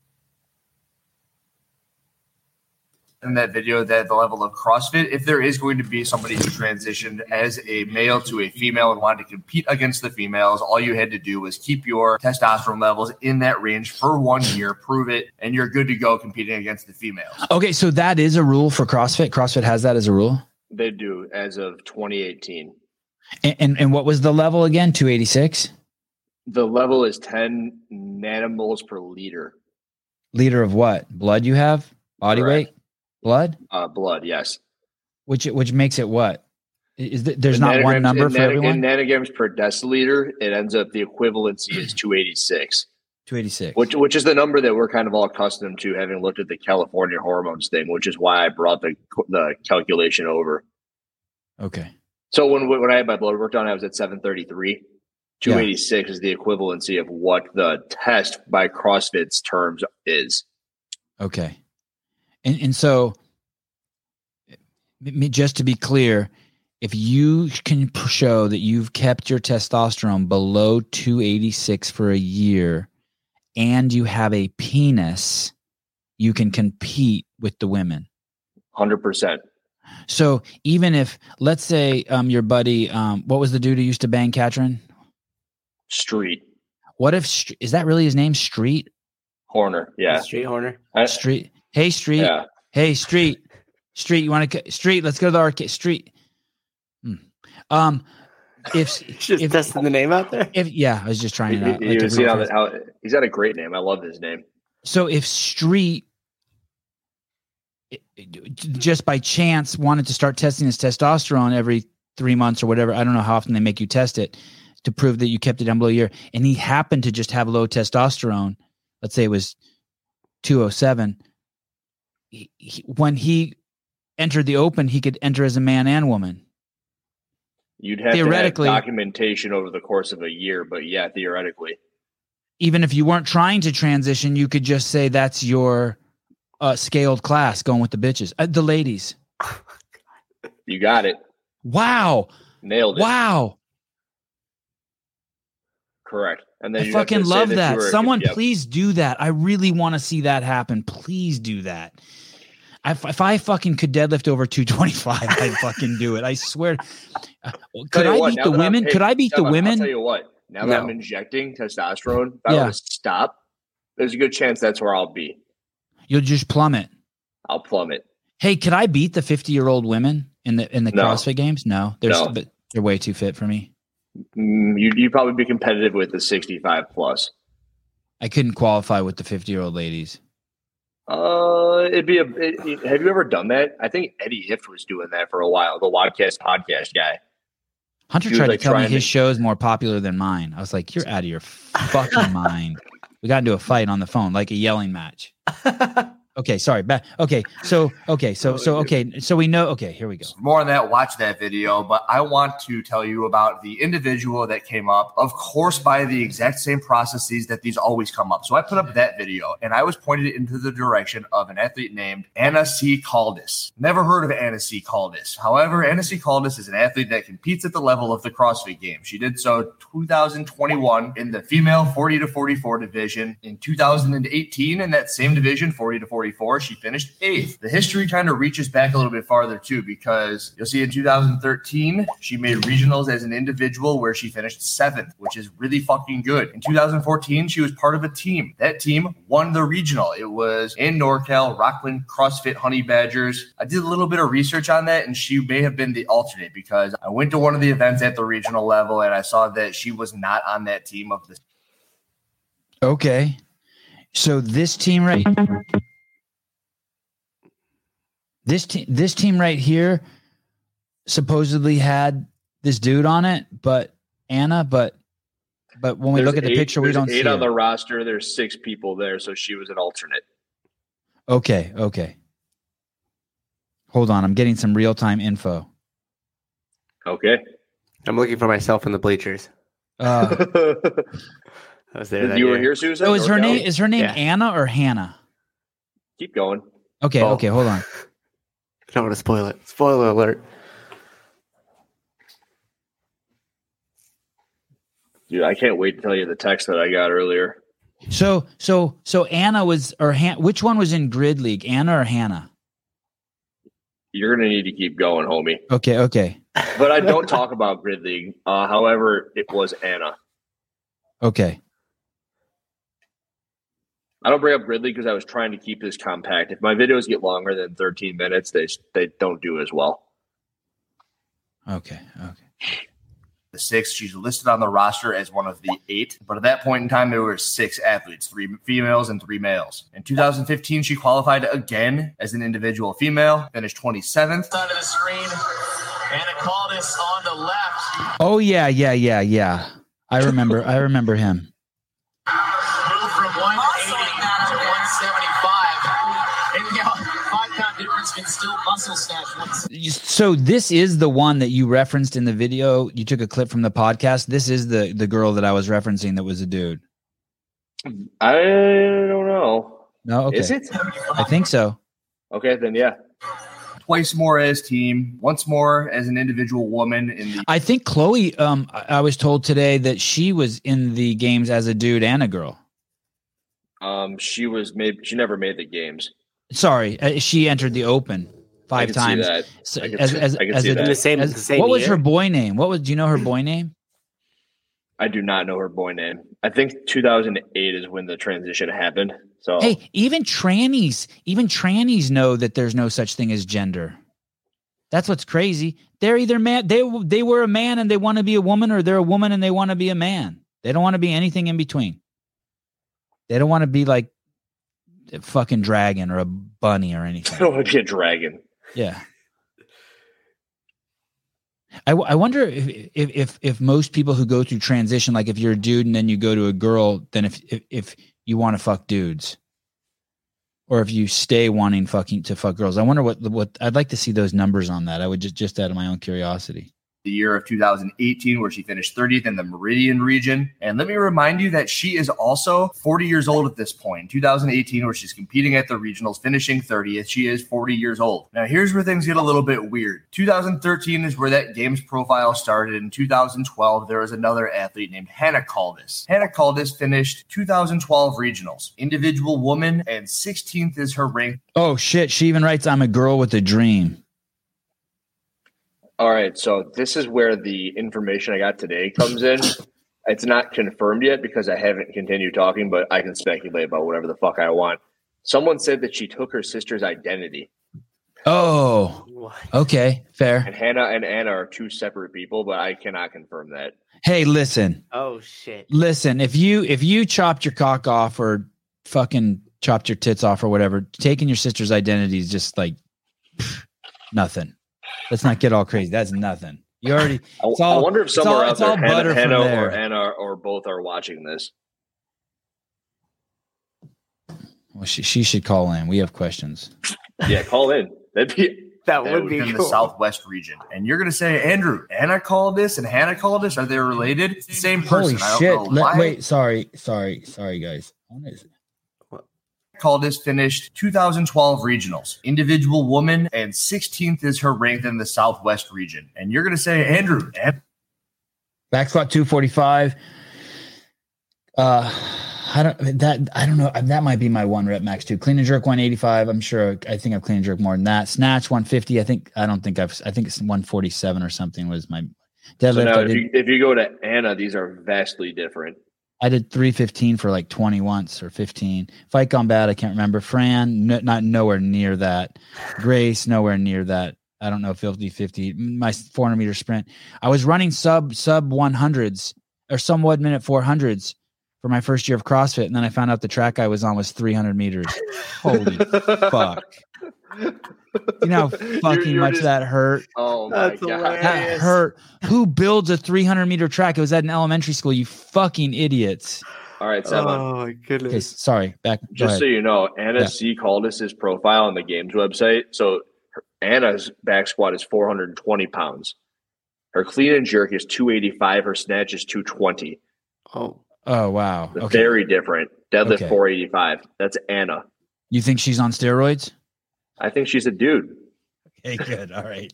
in that video that the level of CrossFit, if there is going to be somebody who transitioned as a male to a female and wanted to compete against the females, all you had to do was keep your testosterone levels in that range for one year, prove it, and you're good to go competing against the females. Okay. So that is a rule for CrossFit. CrossFit has that as a rule. They do as of 2018. And and, and what was the level again? 286 The level is 10 nanomoles per liter liter of what? Blood you have? Body Correct. weight? Blood? uh, blood. Yes. Which which makes it what? Is th- there's In not one nanograms- number in for nano- everyone? In nanograms per deciliter, it ends up the equivalency is 286, 286. which which is the number that we're kind of all accustomed to, having looked at the California hormones thing, which is why I brought the the calculation over. okay. So when when I had my blood work done, I was at 733. 286 is the equivalency of what the test by CrossFit's terms is. Okay. And and so m- m- just to be clear, if you can p- show that you've kept your testosterone below 286 for a year and you have a penis, you can compete with the women. hundred percent. So even if let's say um your buddy um what was the dude who used to bang Katrin? Street What if Str- is that really his name? Street Horner. Yeah. Street Horner. I- Street. Hey Street. yeah. Hey Street. Street. You want to Street? Let's go to the arcade. Street. Hmm. Um, if <laughs> Just If- testing the name out there. if yeah, I was just trying it You- out. you- like you to see how rephrase. the- how- he's got a great name. I love his name. So if Street it- it- just by chance wanted to start testing his testosterone every three months or whatever, I don't know how often they make you test it to prove that you kept it down below a year, and he happened to just have low testosterone, let's say it was 207, he- he- when he entered the open, he could enter as a man and woman. You'd have Theoretically- to have documentation over the course of a year, but yeah, theoretically, Even if you weren't trying to transition, you could just say that's your uh, scaled class going with the bitches, uh, the ladies. you got it, Wow. nailed it, Wow. correct. And then I you'd have to fucking say love you that. were- Someone yep. please do that. I really want to see that happen. Please do that. If, if I fucking could deadlift over 225, <laughs> I'd fucking do it. I swear. Uh, Could Tell you I what, beat now the that I'm- women? hey, Could I beat the Kevin, I'll tell women? you what. Now No. that I'm injecting testosterone, if I Yeah. were to stop, there's a good chance that's where I'll be. You'll just plummet. I'll plummet. Hey, could I beat the 50 year old women in the in the No. CrossFit games? No, they're No. s- but they're way too fit for me. Mm, you you probably be competitive with the 65 plus. I couldn't qualify with the 50 year old ladies. Uh, it'd be a. it- it- have you ever done that? I think Eddie Hift was doing that for a while. The Wadcast podcast guy. Hunter Dude, tried like, to tell me trying to- his show is more popular than mine. I was like, "You're out of your <laughs> fucking mind." We got into a fight on the phone, like a yelling <laughs> match. Okay, sorry. Back. Okay, so okay, so so okay, so we know. Okay, here we go. More on that, watch that video. But I want to tell you about the individual that came up, of course, by the exact same processes that these always come up. So I put up that video and I was pointed into the direction of an athlete named Anna C. Caldas. Never heard of Anna C. Caldas. However, Anna C. Caldas is an athlete that competes at the level of the CrossFit Games. She did so 2021 in the female 40 to 44 division. In 2018, in that same division, 40 to 44, she finished eighth. The history kind of reaches back a little bit farther too, because you'll see in 2013 she made regionals as an individual where she finished seventh, which is really fucking good. In 2014, she was part of a team. That team won the regional. It was in NorCal, Rockland CrossFit Honey Badgers. I did a little bit of research on that, and she may have been the alternate because I went to one of the events at the regional level and I saw that she was not on that team of the Okay, so this team right, this team, this team right here, supposedly had this dude on it, but Anna, but but when we There's look at the eight- picture, we there's don't eight see on her. the roster. There's six people there, so she was an alternate. Okay, okay. Hold on, I'm getting some real time <laughs> info. Okay, I'm looking for myself in the bleachers. Uh, I was there. That you were year. here, Susan. so is or her no? name is her name Yeah. Anna or Hannah? Keep going. Okay, Both. okay, hold on. I don't want to spoil it. Spoiler alert. Dude, I can't wait to tell you the text that I got earlier. So so so Anna was or Han- which one was in grid league, Anna or Hannah? You're gonna need to keep going, homie. Okay, okay, But I don't talk about Grid League. Uh, however, it was Anna. okay. I don't bring up Grid League because I was trying to keep this compact. If my videos get longer than 13 minutes, they they don't do as well. Okay, okay. the six. She's listed on the roster as one of the eight, but at that point in time, there were six athletes, three females and three males. In 2015, she qualified again as an individual female, finished 27th. side of the screen. Anna Caldas on the left, Oh yeah, yeah, yeah, yeah. I remember I remember him. moved from 180 to 175. And you know, five pound difference can still muscle snatch once. So this is the one that you referenced in the video. You took a clip from the podcast. This is the the girl that I was referencing that was a dude. I don't know. No, okay. Is it? I think so. Okay, then yeah. Twice more as team, once more as an individual woman in the I think Chloe. Um, I I was told today that she was in the games as a dude and a girl. Um, she was maybe she never made the games. Sorry, uh, she entered the open. If five I can see times. that. So I can- as, as, I can as see a- in that. the same, as- the same what was year. her boy name? What was? Do you know her boy name? I do not know her boy name. I think 2008 is when the transition happened. So <laughs> Hey, even trannies, even trannies know that there's no such thing as gender. That's what's crazy. They're either man, they they were a man and they want to be a woman, or they're a woman and they want to be a man. They don't want to be anything in between. They don't want to be like a fucking dragon or a bunny or I anything. don't want to be a dragon. Yeah. I, w- I wonder if, if if if most people who go through transition, like if you're a dude and then you go to a girl, then if if, if you want to fuck dudes, or if you stay wanting fucking to fuck girls, I wonder what what I'd like to see those numbers on that. I would just just out of my own curiosity. the year of 2018, where she finished 30th in the Meridian region. And let me remind you that she is also 40 years old at this point. In 2018, where she's competing at the regionals, finishing 30th, she is 40 years old. Now, here's where things get a little bit weird. 2013 is where that games profile started. In 2012, there was another athlete named Hannah Caldas. Hannah Caldas finished 2012 regionals, individual woman, and 16th is her rank Oh shit! She even writes, "I'm a girl with a dream." All right, so this is where the information I got today comes in. It's not confirmed yet because I haven't continued talking, but I can speculate about whatever the fuck I want. Someone said that she took her sister's identity, Oh, What? okay, fair. and Hannah and Anna are two separate people, but I cannot confirm that. Hey, listen. Oh shit! listen if you if you chopped your cock off or fucking chopped your tits off or whatever taking your sister's identity is just like pfft, nothing let's not get all crazy that's nothing you already I, It's all- I wonder if it's somewhere all- out it's all there, butter Hannah, from Hannah there. or Anna or both are watching this. well she, she should call in we have questions Yeah, call in. That'd be That, That would would be in cool. Oh, the Southwest region. And you're going to say, Andrew, Anna called this and Hannah called this. Are they related? It's the same person. holy I don't shit know Let- why. wait sorry sorry sorry guys What is it? Called this finished 2012 regionals, individual woman, and 16th is her rank in the Southwest region. And you're going to say, Andrew, Anna back squat 245 uh i don't that i don't know that might be my one rep max too clean and jerk 185 i'm sure i think i've clean and jerk more than that snatch 150 i think i don't think i've i think it's 147 or something was my deadlift so now. I, If did, you, if you go to Anna, these are vastly different. I did 315 for like 20 once or 15 fight gone bad i can't remember fran no, not nowhere near that grace nowhere near that i don't know 50 50 my 400 meter sprint I was running sub sub 100s or somewhat minute 400s for my first year of CrossFit, and then I found out the track I was on was 300 meters. <laughs> Holy <laughs> fuck! You know how You're- fucking you're much just- that hurt. Oh my That's god. hilarious. That hurt. Who builds a 300 meter track? It was at an elementary school. You fucking idiots. All right, Seven. Oh my Okay, goodness! sorry. Back. go Just Uh, ahead. so you know, Anna Yeah. C. Caldis's profile on the game's website. So her, Anna's back squat is 420 pounds. Her clean and jerk is 285. Her snatch is 220. Oh, oh wow. They're Okay. Very different. Deadlift Okay. 485. That's Anna. You think she's on steroids? I think she's a dude. Okay, good. All right.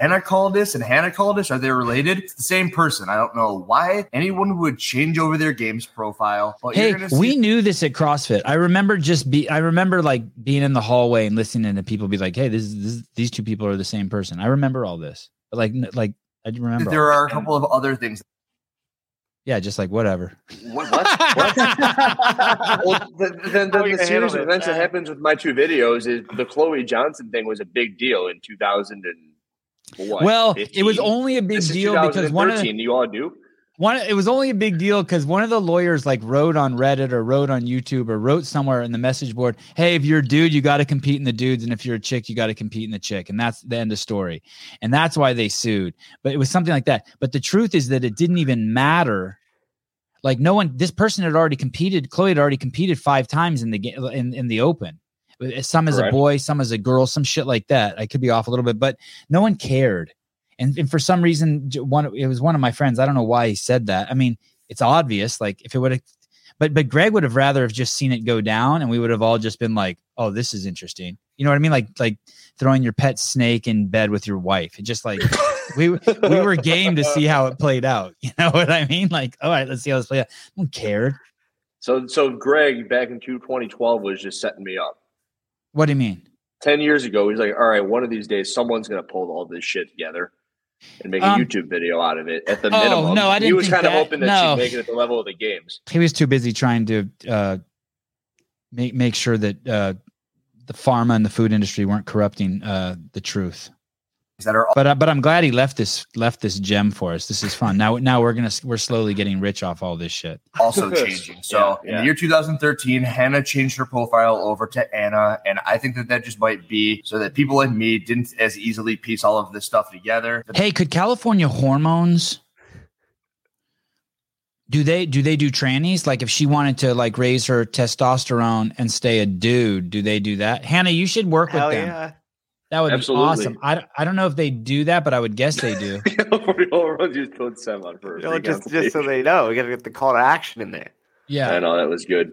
Anna called this and Hannah called this. Are they related? It's the same person. I don't know why anyone would change over their games profile. But hey you're gonna we see- knew this at crossfit i remember just be i remember like being in the hallway and listening to people be like hey this is this, these two people are the same person i remember all this but like n- like i do remember that all- there are a couple of other things. yeah just like whatever What? <laughs> What? <laughs> well, the, the, the, How are you the gonna handle series of it? events that Uh, happens with my two videos is the Chloe Johnson thing was a big deal in 2000 and what? well it was 15? only a big This is deal because one of 2013. the, you all do. one it was only a big deal because one of the lawyers like wrote on reddit or wrote on youtube or wrote somewhere in the message board hey if you're a dude you got to compete in the dudes and if you're a chick you got to compete in the chick and that's the end of story and that's why they sued but it was something like that but the truth is that it didn't even matter like no one this person had already competed chloe had already competed five times in the game in, in the open some as a Correct. boy some as a girl some shit like that i could be off a little bit but no one cared and, and for some reason j- one it was one of my friends i don't know why he said that i mean it's obvious like if it would have but but greg would have rather have just seen it go down and we would have all just been like oh this is interesting you know what i mean like like throwing your pet snake in bed with your wife it just like we we were game to see how it played out <laughs> you know what i mean like all right let's see how this played out no one cared So, so Greg back in 2012 was just setting me up. what do you mean 10 years ago, he's like, all right, one of these days, someone's going to pull all this shit together and make a Um, YouTube video out of it at the oh, minimum. no, I He didn't was think kind of that. hoping that No. she'd make it at the level of the <laughs> games. <laughs> he was too busy trying to uh, make make sure that uh, the pharma and the food industry weren't corrupting uh, the truth. that are But uh, but I'm glad he left this left this gem for us. This is fun. Now now we're gonna we're slowly getting rich off all this shit. <laughs> also changing. So Yeah, in yeah. the year 2013, Hannah changed her profile over to Anna, and I think that that just might be so that people like me didn't as easily piece all of this stuff together. Hey, could California hormones? Do they do they do trannies? Like if she wanted to like raise her testosterone and stay a dude, do they do that? Hannah, you should work Hell with them. yeah. That would Absolutely. be awesome. I, don't- I don't know if they do that, but I would guess they <laughs> do. California home runs just put Sam on for a You know, free just, just so consultation. they know, we got to get the call to action in there. I Yeah. know that was good.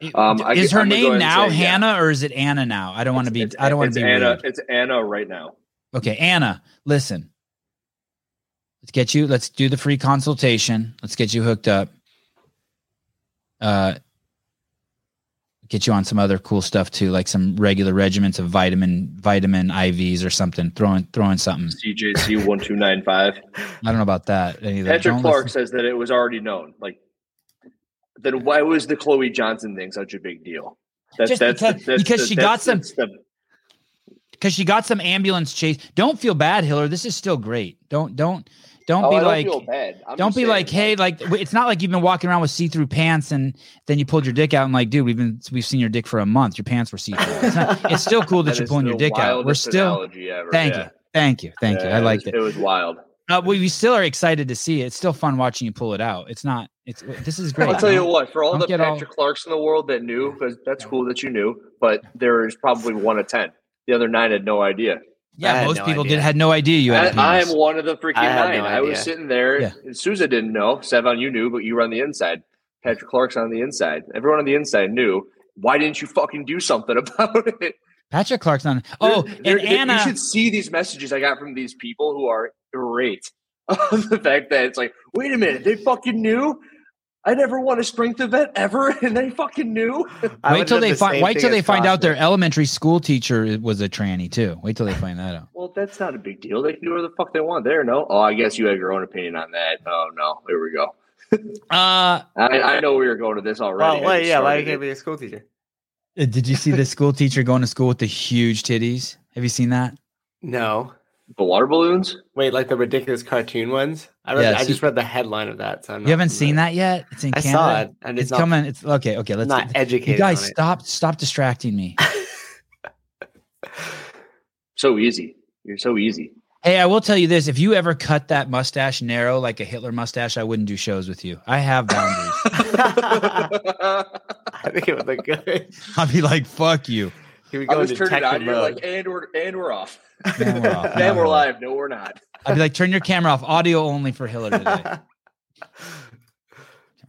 It- Um, I is gu- her I'm gonna go name ahead and now say, yeah. Hannah or is it Anna now? I don't want to be. It's- I don't want it's to be. Anna. rude. It's Anna right now. Okay, Anna, listen. Let's get you. Let's do the free consultation. Let's get you hooked up. Uh, get you on some other cool stuff too, like some regular regiments of vitamin vitamin IVs or something. Throwing throwing something. CJC one two nine <laughs> five. I don't know about that. Any of that. Patrick Don't Clark listen- says that it was already known. Like, then why was the Chloe Johnson thing such a big deal? That's Just that's, because- that's because she got some- that's the- because she got some ambulance chase. Don't feel bad, Hiller. This is still great. Don't don't don't Oh, be I like feel bad. I'm don't just be saying, like, hey, like w- it's not like you've been walking around with see-through pants and then you pulled your dick out and like, dude, we've been we've seen your dick for a month. Your pants were see-through. It's, not, it's still cool that, you're is pulling your the dick out. We're wildest still analogy ever. thank Yeah. you, thank you, thank you. Yeah, I it liked it. was- It was wild. Uh, we, we still are excited to see it. It's still fun watching you pull it out. It's not. It's this is great. I'll tell you what, for all don't the get all- Patrick Clarks in the world that knew, because that's cool that you knew, but there is probably one of 10. The other nine had no idea. I yeah, had most no people idea. did had no idea you had. a I, I am penis. one of the freaking I had nine. no I was idea. sitting there. Yeah. and Sousa didn't know. Sevon, you knew, but you were on the inside. Patrick Clark's on the inside. Everyone on the inside knew. Why didn't you fucking do something <laughs> about it? Patrick Clark's on. Oh, There- there- and there- Anna. You should see these messages I got from these people who are irate <laughs> of the fact that it's like, wait a minute, they fucking knew. I never won a strength event ever, <laughs> and they fucking knew. I wait would till have they the find. same Wait till thing they as find out CrossFit. their elementary school teacher was a tranny too. Wait till they find that out. <laughs> Well, that's not a big deal. They can do whatever the fuck they want there. No, oh, I guess you have your own opinion on that. Oh no, here we go. Uh, I, I know we were going to this already. Oh, Well, well, I just yeah, why started can't it. be a school teacher? Uh, Did you see the school teacher going to school with the huge titties? Have you seen that? No. the water balloons? Wait, like the ridiculous cartoon ones? I, read, Yes, I you- just read the headline of that. So I'm You haven't seen that yet. It's in I Canada. saw it. And It's, it's, not, coming. It's okay. Okay, let's. not educated. you guys, <laughs> <laughs> on it. stop! Stop distracting me. So easy. You're so easy. hey, I will tell you this: if you ever cut that mustache narrow like a Hitler mustache, I wouldn't do shows with you. I have boundaries. <laughs> I <laughs> I think it would look good. I'd be like, "Fuck you." He would go was into turning it on. detective You're like, mode. and we're and we're off. Now we're off. Now And we're off. live. No, we're not. I'd be like, "Turn your camera off. Audio only for Hitler <laughs> today."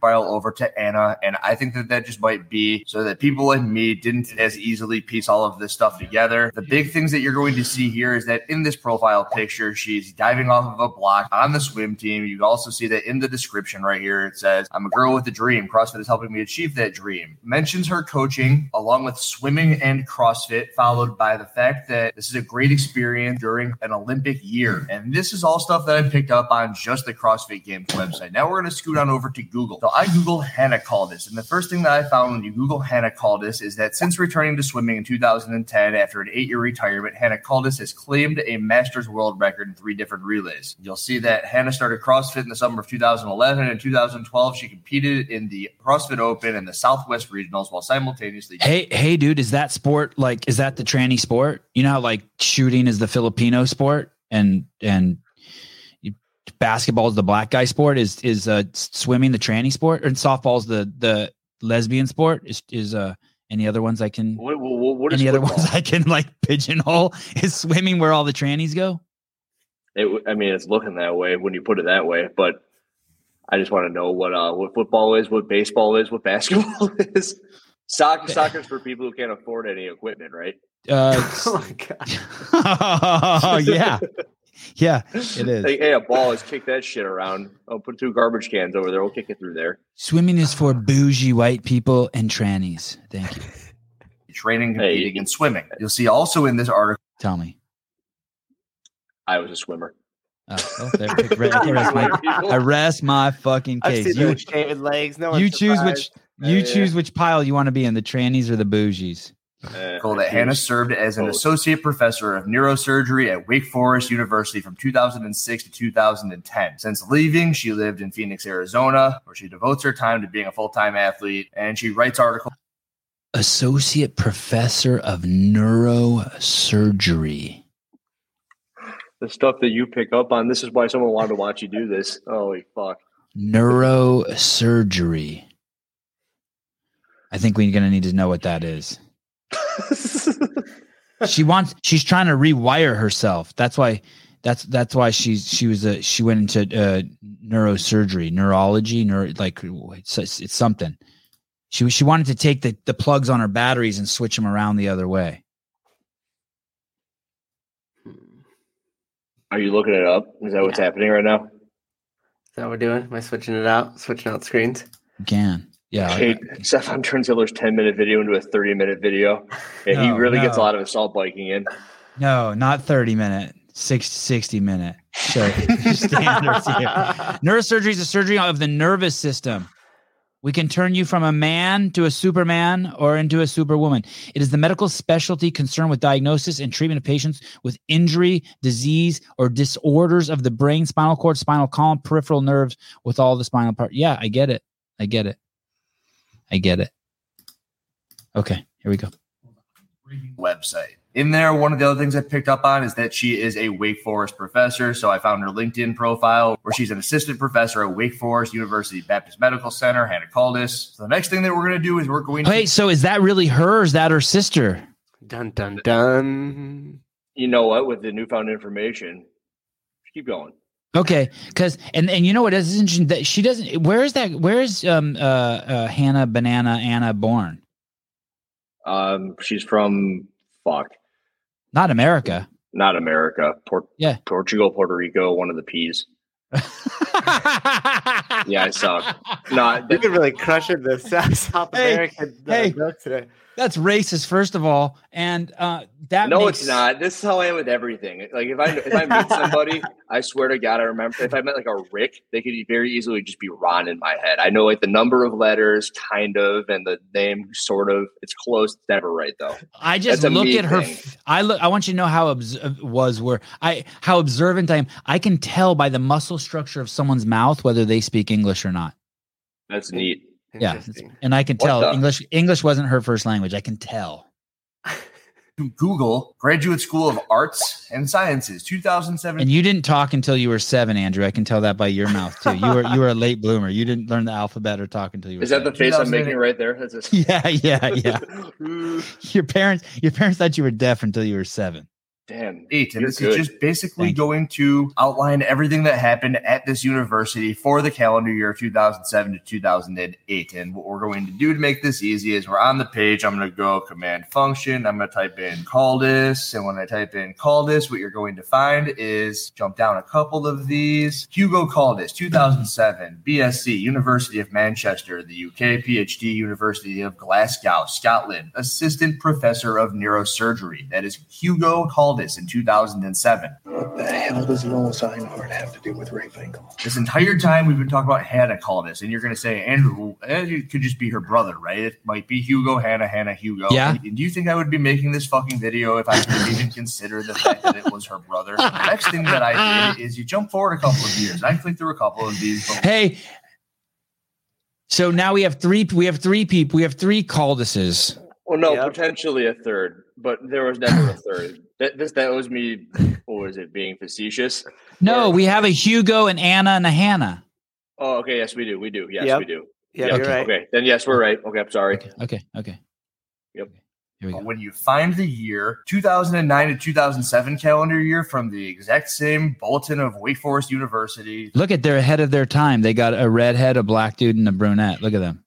File over to Anna, and I think that that just might be so that people like me didn't as easily piece all of this stuff together. The big things that you're going to see here is that in this profile picture, she's diving off of a block on the swim team. You also see that in the description right here, it says, "I'm a girl with a dream. CrossFit is helping me achieve that dream." Mentions her coaching along with swimming and CrossFit, followed by the fact that this is a great experience during an Olympic year. And this is all stuff that I picked up on just the CrossFit Games website. Now we're going to scoot on over to Google. So I Googled Hannah Caldis. And the first thing that I found when you Google Hannah Caldis is that since returning to swimming in 2010 after an eight year retirement, Hannah Caldis has claimed a master's world record in three different relays. You'll see that Hannah started CrossFit in the summer of 2011. And in 2012, she competed in the CrossFit Open and the Southwest Regionals while simultaneously. Hey, hey, dude, is that sport like is that the tranny sport? You know how like shooting is the Filipino sport and and you- basketball is the black guy sport. Is is uh, s- swimming the tranny sport and softball is the the lesbian sport? Is is uh any other ones I can What, what, what is any other football? ones I can like pigeonhole? Is swimming where all the trannies go? It, w- I mean, it's looking that way when you put it that way, but I just want to know what uh, what football is, what baseball is, what <laughs> basketball is. Soccer, soccer's for people who can't afford any equipment, right? Uh, <laughs> <laughs> oh my god. oh <laughs> yeah, yeah, it is. Like, hey, a ball is kick that shit around. I'll put two garbage cans over there. We'll kick it through there. Swimming is for bougie white people and trannies. Thank you. training, Hey. competing, and swimming. You'll see also in this article Tell me. I was <laughs> a swimmer. Oh, well, there, I <laughs> rest my, I rest my fucking I've case. seen You, those shaven legs. No you one's choose surprised. which you Yeah. choose which pile you want to be in, the trannies or the bougies. that Hannah served as an Oh. associate professor of neurosurgery at Wake Forest University from 2006 to 2010. Since leaving, she lived in Phoenix, Arizona, where she devotes her time to being a full-time athlete, and she writes articles Associate professor of neurosurgery. The stuff that you pick up on. This is why someone wanted to watch you do this. Holy fuck! Neurosurgery. I think we're gonna need to know what that is. she wants she's trying to rewire herself that's why that's that's why she's she was a she went into uh neurosurgery neurology neuro like it's, it's something she she wanted to take the the plugs on her batteries and switch them around the other way Are you looking it up? Is that what's happening right now? Is that what we're doing? Am I switching it out? Switching out screens? again yeah Hey, Stefan turns Hiller's 10 minute video into a 30 minute video. And he No, really gets a no. lot of assault biking in. no not 30 minute six, 60 minute so standards here neurosurgery is a surgery of the nervous system. We can turn you from a man to a superman or into a superwoman. It is the medical specialty concerned with diagnosis and treatment of patients with injury, disease, or disorders of the brain, spinal cord, spinal column, peripheral nerves, with all the spinal part. Yeah, I get it. I get it. I get it. Okay, here we go. website. In there, one of the other things I picked up on is that she is a Wake Forest professor. So I found her LinkedIn profile where she's an assistant professor at Wake Forest University Baptist Medical Center, Hannah Caldas. So the next thing that we're going to do is we're going to Hey, so is that really her? Or is that her sister? <laughs> Dun dun dun. You know what? With the newfound information, keep going. Okay, because and and you know what is interesting that she doesn't. Where is that? Where is um uh, uh Hannah Banana Anna born? Um, she's from, fuck, Not <laughs> America. <laughs> not America, Port- Yeah. Portugal, Puerto Rico, one of the P's. yeah, I <laughs> suck. Not You've been really crushing the <laughs> South, South Hey, American uh, hey. joke today. That's racist, first of all, and uh that no, makes- it's not. This is how I am with everything. Like if I if I <laughs> meet somebody, I swear to God, I remember. If I met like a Rick, they could very easily just be Ron in my head. I know like the number of letters, kind of, and the name, sort of. It's close. It's never right though. I just That's a look me at her. thing. f- I look. I want you to know how obs- uh, was where I how observant I am. I can tell by the muscle structure of someone's mouth whether they speak English or not. That's neat. Yeah, Interesting. and I can What tell the- English English wasn't her first language. I can tell. Google Graduate School of Arts and Sciences 2017. And you didn't talk until you were seven, Andrew. I can tell that by your mouth too. You were you were a late bloomer. You didn't learn the alphabet or talk until you were. Is that the seven. face I'm 2008. making right there? That's just Yeah, yeah, <laughs> yeah. Your parents, your parents thought you were deaf until you were seven. Damn. eight. And You're this good. is just basically Thank you. going to outline everything that happened at this university for the calendar year 2007 to 2008. And what we're going to do to make this easy is we're on the page. I'm going to go command function. I'm going to type in Caldas. And when I type in Caldas, what you're going to find is jump down a couple of these. Hugo Caldas, 2007, BSc, University of Manchester, the UK, PhD, University of Glasgow, Scotland, Assistant Professor of Neurosurgery. That is Hugo Caldas in 2007. What the hell does Lowell Einhorn have to do with Ray Finkel? This entire time we've been talking about Hannah Caldas, and you're going to say, Andrew, eh, it could just be her brother, right? It might be Hugo, Hannah, Hannah, Hugo. Yeah. And do you think I would be making this fucking video if I could even consider the fact that it was her brother? The next thing that I did is you jump forward a couple of years. I clicked through a couple of these. But Hey, so now we have three. We have three people. We have three Calduses. Well, no, Yep. potentially a third, but there was never a third. That this that was me. What was it? Being facetious. No, we have a Hugo and Anna and a Hannah. Oh, okay. Yes, we do. We do. Yes, Yep. we do. Yeah, Yeah, you're right. Okay. Then yes, we're right. Okay. I'm sorry. Okay, okay, okay. Yep. Here we But go. when you find the year 2009 to 2007 calendar year from the exact same bulletin of Wake Forest University, Look at they're ahead of their time. They got a redhead, a black dude, and a brunette. Look at them.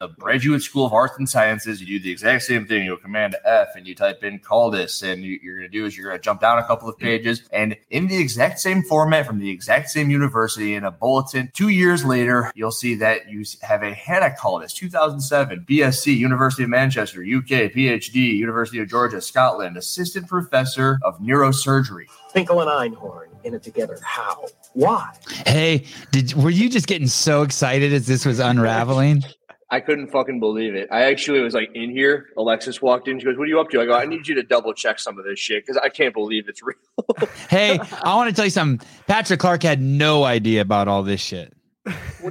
the Graduate School of Arts and Sciences. You do the exact same thing. You command F and you type in Caldis, and you, you're going to do is you're going to jump down a couple of pages, and in the exact same format from the exact same university in a bulletin. Two years later, you'll see that you have a Hannah Caldis, 2007, BSc, University of Manchester, UK, PhD, University of Georgia, Scotland, Assistant Professor of Neurosurgery. Finkel and Einhorn in it together. How? Why? Hey, did were you just getting so excited as this <laughs> was unraveling? I couldn't fucking believe it. I actually was like in here. Alexis walked in. She goes, "What are you up to?" I go, "I need you to double check some of this shit because I can't believe it's real." <laughs> Hey, I want to tell you something. Patrick Clark had no idea about all this shit. What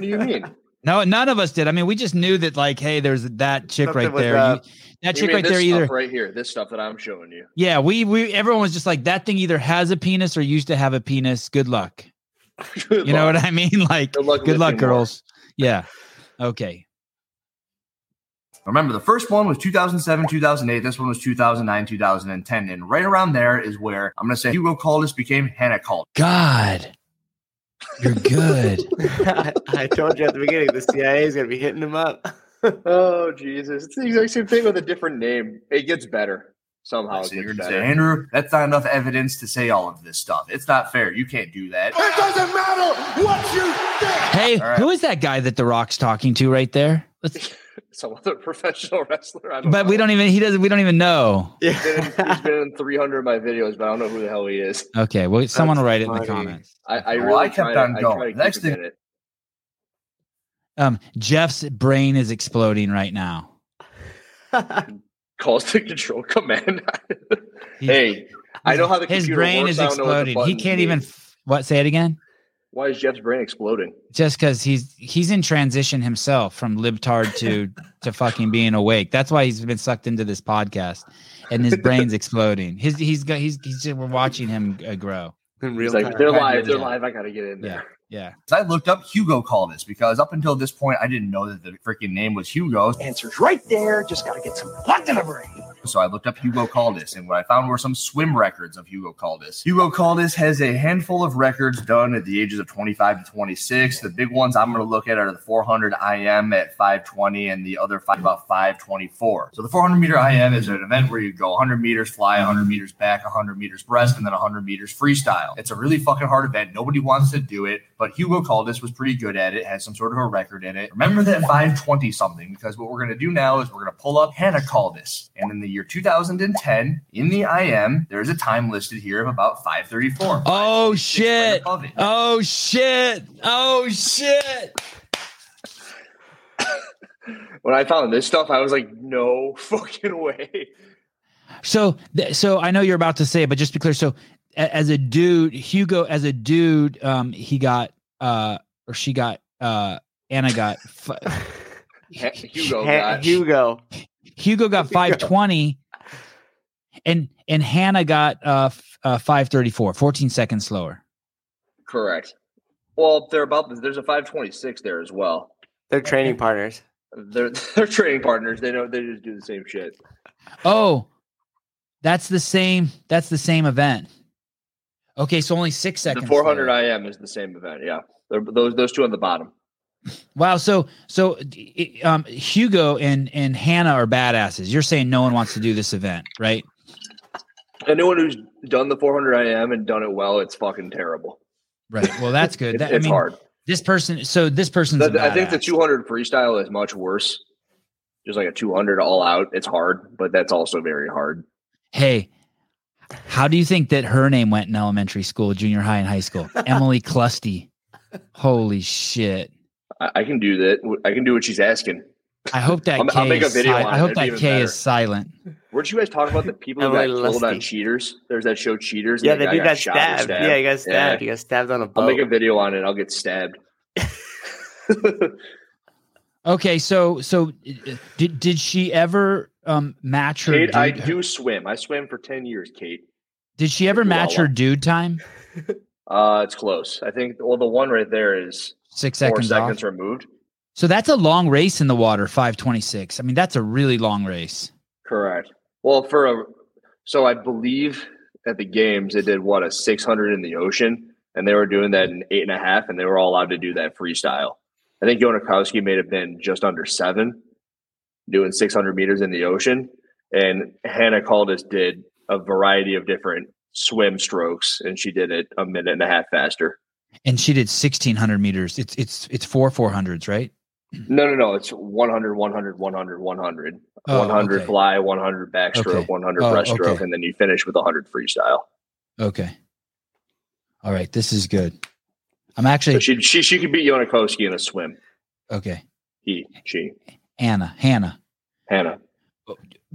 <laughs> do you mean? No, none of us did. I mean, we just knew that, like, hey, there's that chick Something right with there. that. You- that You chick mean right this there, stuff either. right here, this stuff that I'm showing you. Yeah, we we everyone was just like that thing either has a penis or used to have a penis. Good luck. You know what I mean? <laughs> Like, Good luck good luck, lifting more. girls. Yeah. Okay. Remember, the first one was 2007, 2008. This one was 2009, 2010. And right around there is where I'm going to say Hugo Caldus became Hannah Caldus. God, you're good. <laughs> I told you at the beginning, the CIA is going to be hitting him up. <laughs> Oh Jesus! It's the exact same thing with a different name. It gets better somehow. It So you're going gets to say, better. Andrew, that's not enough evidence to say all of this stuff. It's not fair. You can't do that. It doesn't matter what you think. hey, All right. who is that guy that The Rock's talking to right there? Let's, Some <laughs> other professional wrestler. I don't but know. we don't even. He doesn't. We don't even know. He's been, <laughs> <laughs> in, he's been in 300 of my videos, but I don't know who the hell he is. Okay. Well, someone will write it in the funny. comments. I, I Well, really I kept try to- on I going. try to keep Next him thing- in it. Um, Jeff's brain is exploding right now. calls the <laughs> control command. <laughs> He- hey, I know how the His computer brain works. is I don't know what the exploding. He buttons can't even. mean. f- What? Say it again. Why is Jeff's brain exploding? just because he's he's in transition himself from libtard <laughs> to to fucking being awake. That's why he's been sucked into this podcast, and his brain's exploding. His he's got he's he's just, we're watching him uh, grow. In He's real like, time. they're Right, live. They're yeah. live. I gotta get in there. Yeah, So I looked up Hugo Caldus because up until this point, I didn't know that the freaking name was Hugo. Answer's right there. Just got to get some blood to the brain. So I looked up Hugo Caldas, and what I found were some swim records of Hugo Caldas. Hugo Caldas has a handful of records done at the ages of 25 to 26. The big ones I'm going to look at are the 400 IM at 520 and the other five about 524. So the 400 meter IM is an event where you go 100 meters fly, 100 meters back, 100 meters breast, and then 100 meters freestyle. It's a really fucking hard event. Nobody wants to do it, but Hugo Caldas was pretty good at it, has some sort of a record in it. Remember that 520 something, because what we're going to do now is we're going to pull up Hannah Caldas. And in the year 2010, in the IM, there's a time listed here of about 534. Oh 526 right shit! above it. Oh shit! Oh shit! When I found this stuff, I was like, no <laughs> fucking way. So th- so I know you're about to say, it, but just to be clear. So a- as a dude, Hugo, as a dude, um, he got uh or she got uh Anna got f- Ha- Hugo Ha- got Hugo. Hugo got Hugo. 520 and and Hannah got uh, f- uh 534, 14 seconds slower. correct. Well, they're about. There's a 526 there as well. They're training partners. They're <laughs> they're training partners. They know they just do the same shit. Oh. That's the same that's the same event. Okay, so only 6 seconds. The 400 slower. IM is the same event. Yeah, They're- those those two on the bottom. Wow, so so i- um Hugo and and Hannah are badasses. You're saying no one wants to do this event, right? Anyone who's done the 400 IM and done it well, it's fucking terrible. Right. Well, that's good. It's, That, I it's mean, hard. this person so this person's The- I think the badass. 200 freestyle is much worse. Just like a 200 all out, it's hard, but that's also very hard. Hey, how do you think that her name went in elementary school, junior high, and high <laughs> school? Emily Clusty. Holy shit! I, I can do that. I can do what she's asking. I hope that I'll- K I'll make a is video si- on I it. hope It'd be that even K better. is silent. Weren't you guys talk about the people who got Emily killed on Lustig. cheaters? There's that show Cheaters. Yeah, and that they guy do got shot or stabbed. Yeah, you got stabbed. Yeah. You got stabbed on a I'll boat. make a video on it. I'll get stabbed. Okay, so so uh, did did she ever um match her? Kate, I dude- do swim. I swam for 10 years, Kate. did she ever do match well. her dude time? Uh, it's close. I think, well, the one right there is Six four seconds, seconds off. removed. So that's a long race in the water. Five twenty six. I mean, that's a really long race. Correct. Well, for a so I believe at the games it did what a six hundred in the ocean, and they were doing that in eight and a half, and they were all allowed to do that freestyle. I think Jonikowski may have been just under seven, doing 600 meters in the ocean. And Hannah Caldas did a variety of different swim strokes, and she did it a minute and a half faster. And she did sixteen hundred meters. It's it's it's four four hundreds, right? No, no, no. It's 100, 100, 100, 100. Oh, 100 okay. fly, 100 backstroke, Okay. 100 Oh, breaststroke, okay. and then you finish with 100 freestyle. Okay. All right, this is good. I'm actually So she, she, she could beat Yonakoski in a swim. okay. He, she, Anna, Hannah, Hannah.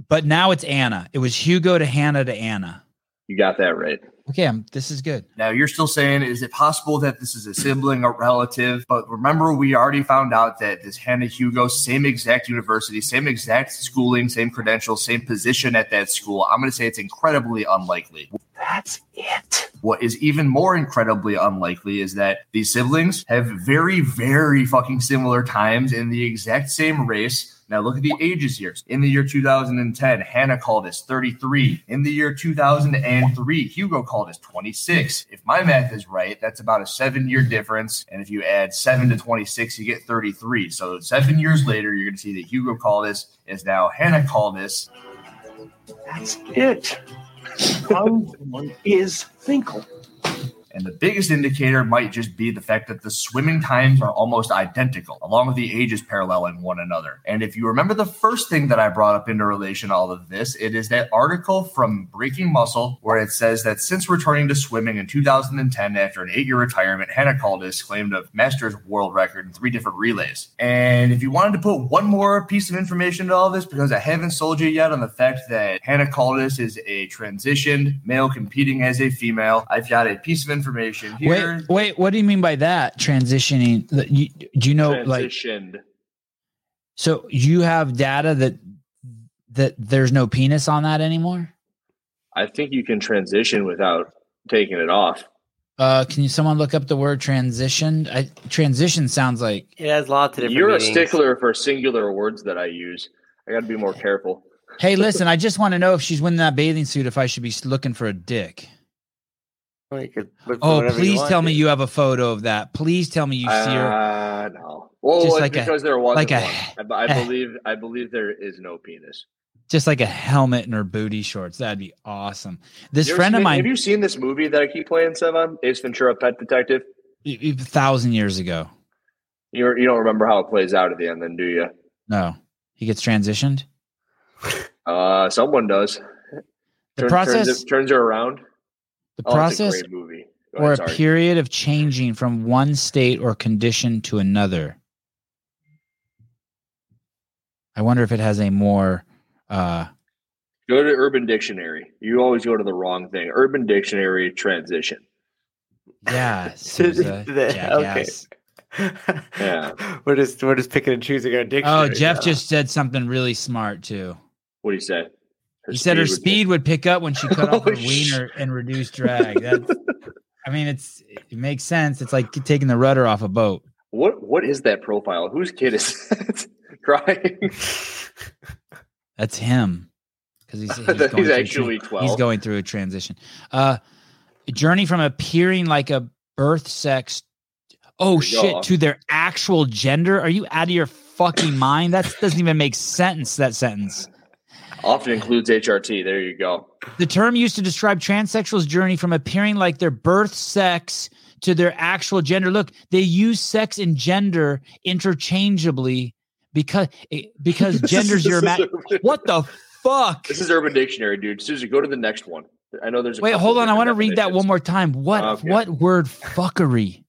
but now it's Anna. It was Hugo to Hannah to Anna. You got that right. Okay, I'm, this is good. Now you're still saying, is it possible that this is a sibling or relative? But remember, we already found out that this Hannah Hugo, same exact university, same exact schooling, same credentials, same position at that school. I'm going to say it's incredibly unlikely. That's it. What is even more incredibly unlikely is that these siblings have very, very fucking similar times in the exact same race. Now look at the ages here. In the year 2010, Hannah called us 33. In the year 2003, Hugo called us 26. If my math is right, that's about a seven-year difference. And if you add seven to 26, you get 33. So seven years later, you're going to see that Hugo Caldas is now Hannah Caldas. That's it. How is Finkel? And the biggest indicator might just be the fact that the swimming times are almost identical, along with the ages paralleling one another. And if you remember the first thing that I brought up into relation to all of this, it is that article from Breaking Muscle where it says that since returning to swimming in 2010 after an eight year retirement, Hannah Caldas claimed a Masters world record in three different relays. And if you wanted to put one more piece of information to all this, because I haven't sold you yet on the fact that Hannah Caldas is a transitioned male competing as a female, I've got a piece of information here. Wait, wait. What do you mean by that? Transitioning? That you- Do you know like Transitioned. so you have data that that there's no penis on that anymore? I think you can transition without taking it off. Uh, can you someone look up the word transition? I, transition sounds like It has lots of different. You're meanings. a stickler for singular words that I use. I got to be more careful. <laughs> hey, listen, I just want to know if she's winning that bathing suit. If I should be s- looking for a dick. Well, you could look for Oh, whatever you please want. tell me you have a photo of that. Please tell me you see her. Uh, no. Well, Just it's like a- because there was like a- one. I, I believe I believe there is no penis. just like a helmet and her booty shorts. That'd be awesome. This You ever friend of seen- Have mine, you seen this movie that I keep playing, Sevan? Ace Ventura, Pet Detective. a thousand years ago. You you don't remember how it plays out at the end, then do you? No, he gets transitioned. Uh, someone does. The Turn- process, turns, it- turns her around. the Oh, it's a process, great movie. Go or ahead, a sorry. period of changing from one state or condition to another. I wonder if it has a more. Uh, Go to Urban Dictionary. You always go to the wrong thing. Urban Dictionary transition. yeah, Sousa, The- jackass. Yeah. <laughs> We're just we're just picking and choosing our Oh, dictionary. Jeff now. just said something really smart too. What do you say? He said her would- speed would pick up when she cut off her Oh, sh- wiener and reduced drag. That's, I mean, it's it makes sense. It's like taking the rudder off a boat. What what is that profile? Whose kid is that? <laughs> crying? That's him because he's, he's, <laughs> He's, going through a actually tran- he's twelve. going through a transition. Uh, journey from appearing like a birth sex. Oh There you shit! go. To their actual gender? Are you out of your fucking mind? That doesn't even make sense. That sentence. Often includes HRT. There you go. The term used to describe transsexuals' journey from appearing like their birth sex to their actual gender. Look, they use sex and gender interchangeably because eh, because gender's your ima- what the fuck? This is Urban Dictionary, dude. Susie, go to the next one. I know there's. A Wait, couple hold on. I different want to read that one definitions. Oh, more time. What Okay. what word fuckery?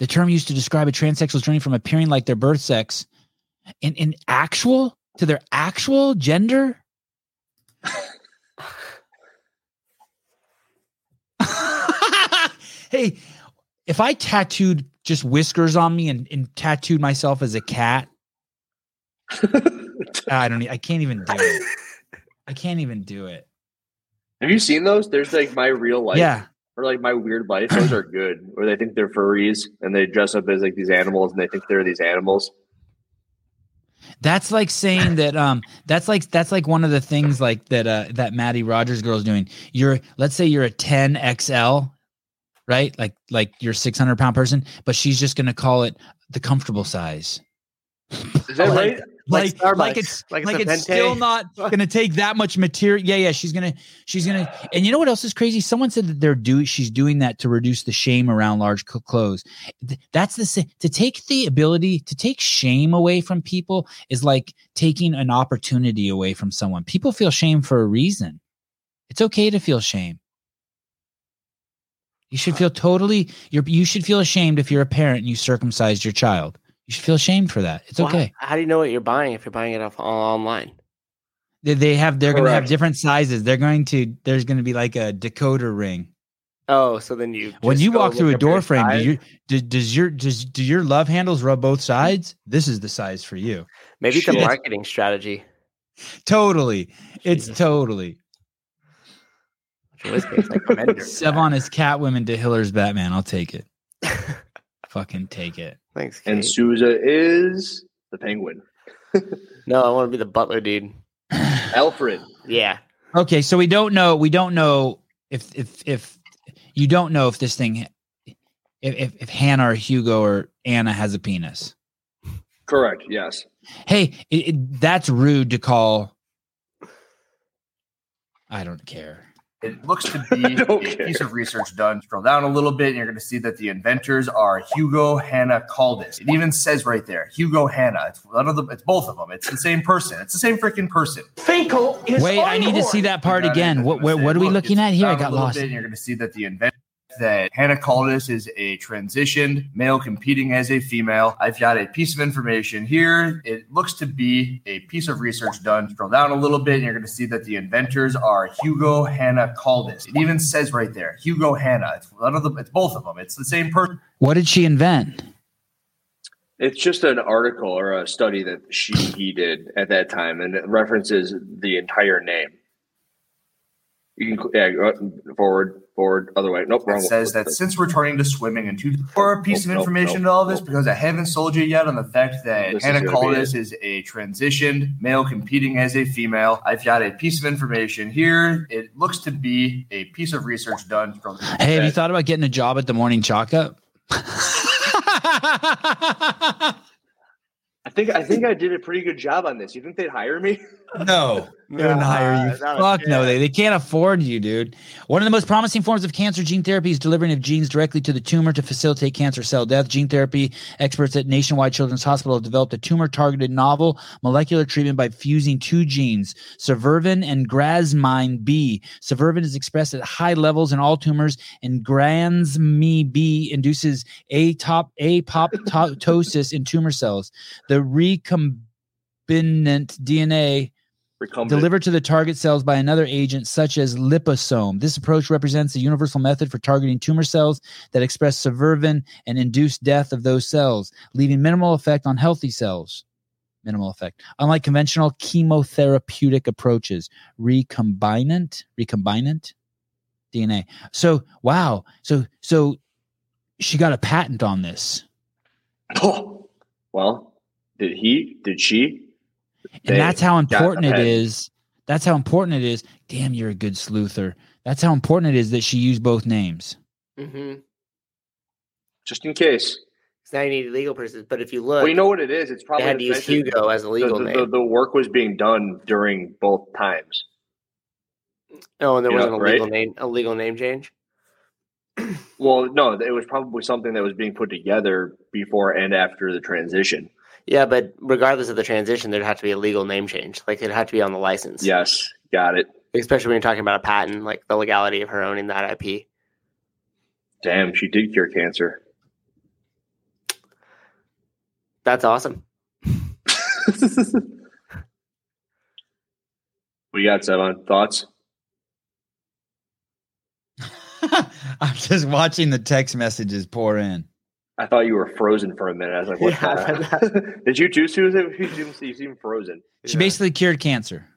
The term used to describe a transsexual's journey from appearing like their birth sex in, in actual to their actual gender. <laughs> hey, if I tattooed just whiskers on me and, and tattooed myself as a <laughs> cat, I don't. e- I can't even do it. I can't even do it. Have you seen those? There's like my real life. yeah. Or like my weird life. Those are good. Where they think they're furries and they dress up as like these animals and they think they're these animals. That's like saying that um that's like that's like one of the things like that uh that Maddie Rogers girl's doing. You're let's say you're a 10 XL, right? Like like you're a 600 pound person, but she's just gonna call it the comfortable size. Is that Like- right? like Starbucks, like it's like, like the it's Pente. still not <laughs> gonna take that much material. Yeah, yeah, she's gonna she's gonna. And you know what else is crazy? Someone said that they're do she's doing that to reduce the shame around large cl- clothes. Th- That's the sa- to take the ability to take shame away from people is like taking an opportunity away from someone. People feel shame for a reason. It's okay to feel shame. You should feel totally. You're, you should feel ashamed if you're a parent and you circumcised your child. You should feel ashamed for that. It's Well, okay. How, how do you know what you're buying if you're buying it off online? They, they have they're going to have Correct. different sizes. They're going to there's going to be like a decoder ring. Oh, so then you When just you go walk through look a up your door frame, do size. you, do, does your does do your love handles rub both sides? This is the size for you. maybe it's a Shit. marketing strategy. Totally, it's Jesus. totally. Which in this case, I commend her <laughs> for that. Sevon is Catwoman to Hiller's Batman. I'll take <laughs> it. Fucking take it. Thanks. Kate. And Souza is the penguin. no, I want to be the butler dude. Alfred. Yeah. Okay, so we don't know. We don't know if if if you don't know if this thing, if if, if Hannah or Hugo or Anna has a penis. Correct. Yes. hey it, it- that's rude to call i don't care It looks to <laughs> be a don't care. piece of research done. Scroll down a little bit, and you're going to see that the inventors are Hugo Hanna Caldas. It even says right there, Hugo Hanna. It's one of the. It's both of them. It's the same person. It's the same freaking person. Finkel is wait i need to see that. that part You got it. again That's what I what, said. what are we Look, looking it's at here i down a got little lost bit, and you're going to see that the invent that Hannah Caldas is a transitioned male competing as a female. I've got a piece of information here. It looks to be a piece of research done. Scroll down a little bit, and you're going to see that the inventors are Hugo Hanna Caldas. It even says right there, Hugo Hanna. It's one of the. It's both of them. It's the same person. what did she invent It's just an article or a study that she he did at that time, and it references the entire name. You can yeah, go up- forward, forward, other way. Nope. that wrong. says that since returning to swimming in two or a piece of Nope, nope, information to nope, all this nope. because I haven't sold you yet on the fact that This is Hannah gonna be Caldas is a transitioned male competing as a female. I've got a piece of information here. It looks to be a piece of research done from hey have you that- thought about getting a job at the morning chalk <laughs> up I think I think I did a pretty good job on this. You think they'd hire me? no they wouldn't hire you fuck no they, they can't afford you dude one of the most promising forms of cancer gene therapy is delivering of genes directly to the tumor to facilitate cancer cell death gene therapy Experts at Nationwide Children's Hospital have developed a tumor targeted novel molecular treatment by fusing two genes, suvervin and grasmine B. Suvervin is expressed at high levels in all tumors, and grasmine B induces atop, apoptosis in tumor cells. The recombinant DNA Recumbent. delivered to the target cells by another agent such as liposome. This approach represents a universal method for targeting tumor cells that express suburban and induce death of those cells, leaving minimal effect on healthy cells. Minimal effect. Unlike conventional chemotherapeutic approaches, recombinant, recombinant DNA. So, wow. So, so she got a patent on this. Oh. Well, did he? Did she? And They that's how got important it ahead. is. That's how important it is. Damn, you're a good sleuther. That's how important it is that she used both names. Mm-hmm. Just in case. So now you need legal persons. But if you look, Well, you know what it is. It's they probably had to use invented- Hugo as a the, legal the- name. the- the work was being done during both times. oh, and there yeah, wasn't a right? legal name, a legal name change. Well, no, it was probably something that was being put together before and after the transition. Yeah, but regardless of the transition, there'd have to be a legal name change. Like it'd have to be on the license. Yes, got it. Especially when you're talking about a patent, like the legality of her owning that IP. Damn, she did cure cancer. That's awesome. we got Sevon thoughts. <laughs> I'm just watching the text messages pour in. I thought you were frozen for a minute. I was like, "What?" Yeah, the hell? <laughs> did you too, Susan? You seem, you seem frozen. She basically cured cancer. Scroll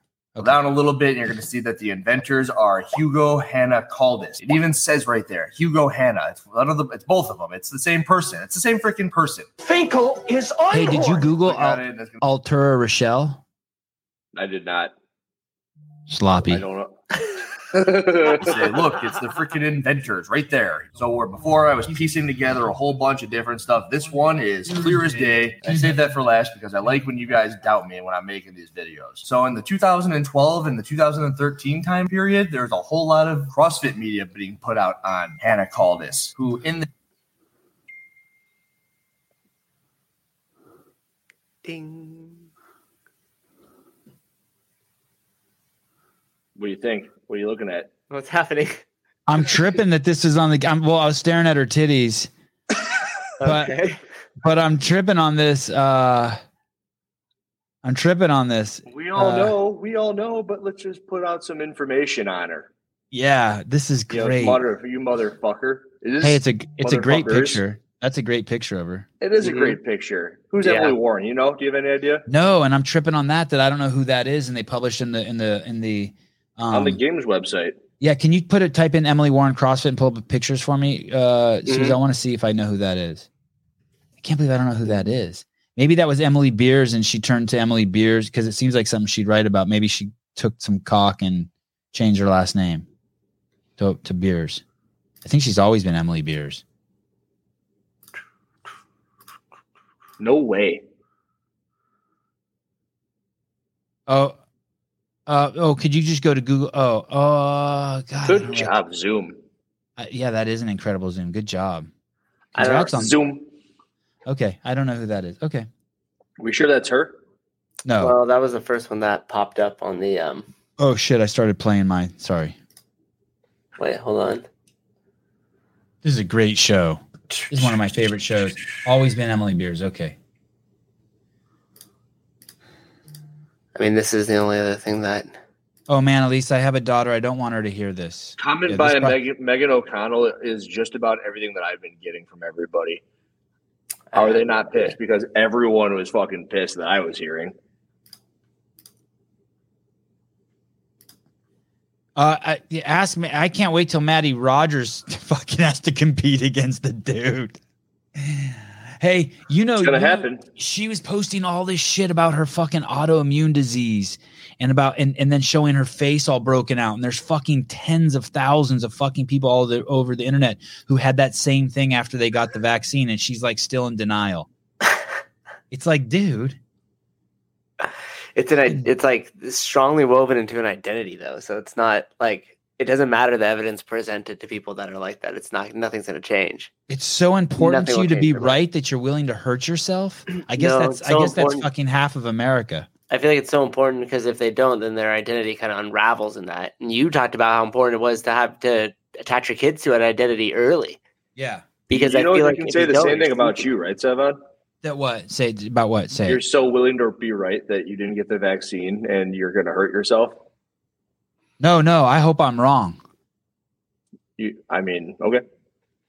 Okay. down a little bit, and you're going to see that the inventors are Hugo Hanna Caldas. It even says right there, Hugo Hanna. It's one of the. It's both of them. It's the same person. It's the same freaking person. Finkel is on. Hey, did you Google Click on Al- it, and it's gonna- Altura Rochelle? I did not. Sloppy. I don't know. <laughs> say, look, it's the freaking inventors right there. So where before I was piecing together a whole bunch of different stuff, this one is clear as day. I saved that for last because I like when you guys doubt me when I'm making these videos. So in the 2012 and the 2013 time period, there's a whole lot of CrossFit media being put out on Hannah Caldas, who in the Ding. What do you think? What are you looking at? What's happening? I'm tripping that this is on the. I'm, well, I was staring at her titties, But- Okay. but I'm tripping on this. Uh, I'm tripping on this. We all Uh, know, we all know, but let's just put out some information on her. Yeah, this is You know, great. mother, you motherfucker. It is, hey, it's a it's a great motherfuckers. picture. That's a great picture of her. it is a Mhm. great picture. Who's Yeah. Emily Warren? You know? Do you have any idea? No, and I'm tripping on that. That I don't know who that is, and they published in the in the in the. Um, on the games website. yeah, can you put it? Type in Emily Warren CrossFit and pull up pictures for me, uh, Mm-hmm. Suze? I want to see if I know who that is. I can't believe I don't know who that is. Maybe that was Emily Beers, and she turned to Emily Beers because it seems like something she'd write about. Maybe she took some cock and changed her last name to to Beers. I think she's always been Emily Beers. No way. Oh, uh, oh, could you just go to Google? Oh, oh, God. I don't Good know. job, Zoom. Uh, yeah, that is an incredible Zoom. Good job. I don't know. Congrats on Zoom. Okay, I don't know who that is. Okay, We sure that's her? no. Well, that was the first one that popped up on the um. oh shit! I started playing my. Sorry. Wait, hold on. This is a great show. This is one of my favorite shows. Always been Emily Beers. Okay. I mean, this is the only other thing that. Oh man, Elise, I have a daughter. I don't want her to hear this. Comment Yeah, by this Meg pro- Megan, O'Connell is just about everything that I've been getting from everybody. How are they not pissed? Because everyone was fucking pissed that I was hearing. Uh, I, yeah, ask me. I can't wait till Maddie Rogers <laughs> fucking has to compete against the dude. <sighs> Hey, you know It's gonna you know- happen. she was posting all this shit about her fucking autoimmune disease and about and, and then showing her face all broken out and there's fucking tens of thousands of fucking people all the, over the internet who had that same thing after they got the vaccine and she's like still in <laughs> denial it's like dude It's an. i- It's like strongly woven into an identity, though. So it's not like it doesn't matter the evidence presented to people that are like that. It's not. Nothing's going to change. it's so important Nothing to you will to be change your life. right that you're willing to hurt <clears throat> yourself i guess No, that's i it's so guess that's important. fucking half of america I feel like it's so important because if they don't, then their identity kind of unravels in that. And you talked about how important it was to have to attach your kids to an identity early yeah because you I know feel you like can if say you the don't, same you're thing about stupid. you, right, Sevan? that what say about what say You're it. so willing to be right that you didn't get the vaccine and you're gonna hurt yourself. no no i hope i'm wrong You, I mean, okay,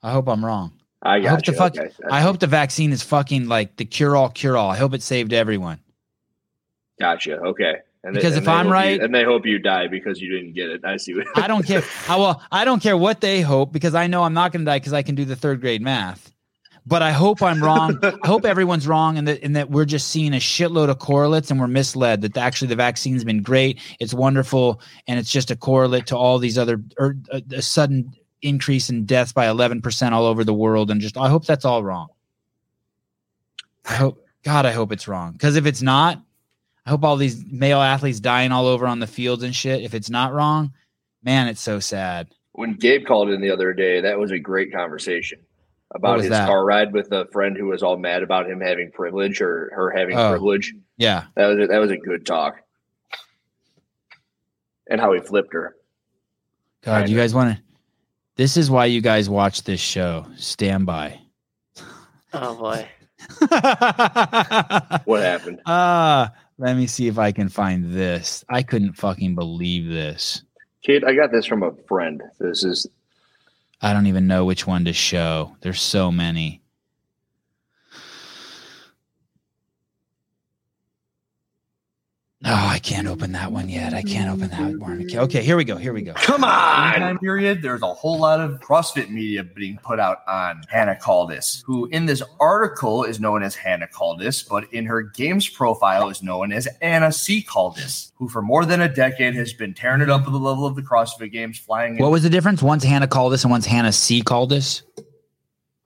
i hope i'm wrong I got hope the you. fuck- okay. I hope the vaccine is fucking like the cure all cure all. I hope it saved everyone. Gotcha. Okay. And Because if they I'm hope you- right- and they hope you die because you didn't get it. I see. What, <laughs> I don't care. I well, I don't care what they hope because I know I'm not going to die because I can do the third grade math. But I hope I'm wrong. I hope everyone's wrong, and that and that we're just seeing a shitload of correlates, and we're misled. That actually the vaccine's been great, it's wonderful, and it's just a correlate to all these other or a, a sudden increase in deaths by 11 percent all over the world, and just I hope that's all wrong. I hope God, I hope it's wrong because if it's not, I hope all these male athletes dying all over on the fields and shit. If it's not wrong, man, it's so sad. when Gabe called in the other day, that was a great conversation What about was his that? car ride with a friend who was all mad about him having privilege or her having Oh. privilege. Yeah. That was a, that was a good talk. And how he flipped her. God, Kinda. you guys want to. This is why you guys watch this show. Stand <laughs> by. <laughs> Oh boy, What happened? Ah, let me see if I can find this. I couldn't fucking believe this. Kate, I got this from a friend. This is I don't even know which one to show. There's so many. Oh, I can't open that one yet. I can't open that one. Okay, okay, here we go. Here we go. Come on. Time period, there's a whole lot of CrossFit media being put out on Hannah Caldas, who in this article is known as Hannah Caldas, but in her games profile is known as Anna C. Caldas, who for more than a decade has been tearing it up at the level of the CrossFit games, flying in What was the difference? One's Hannah called this and one's Hannah C called this.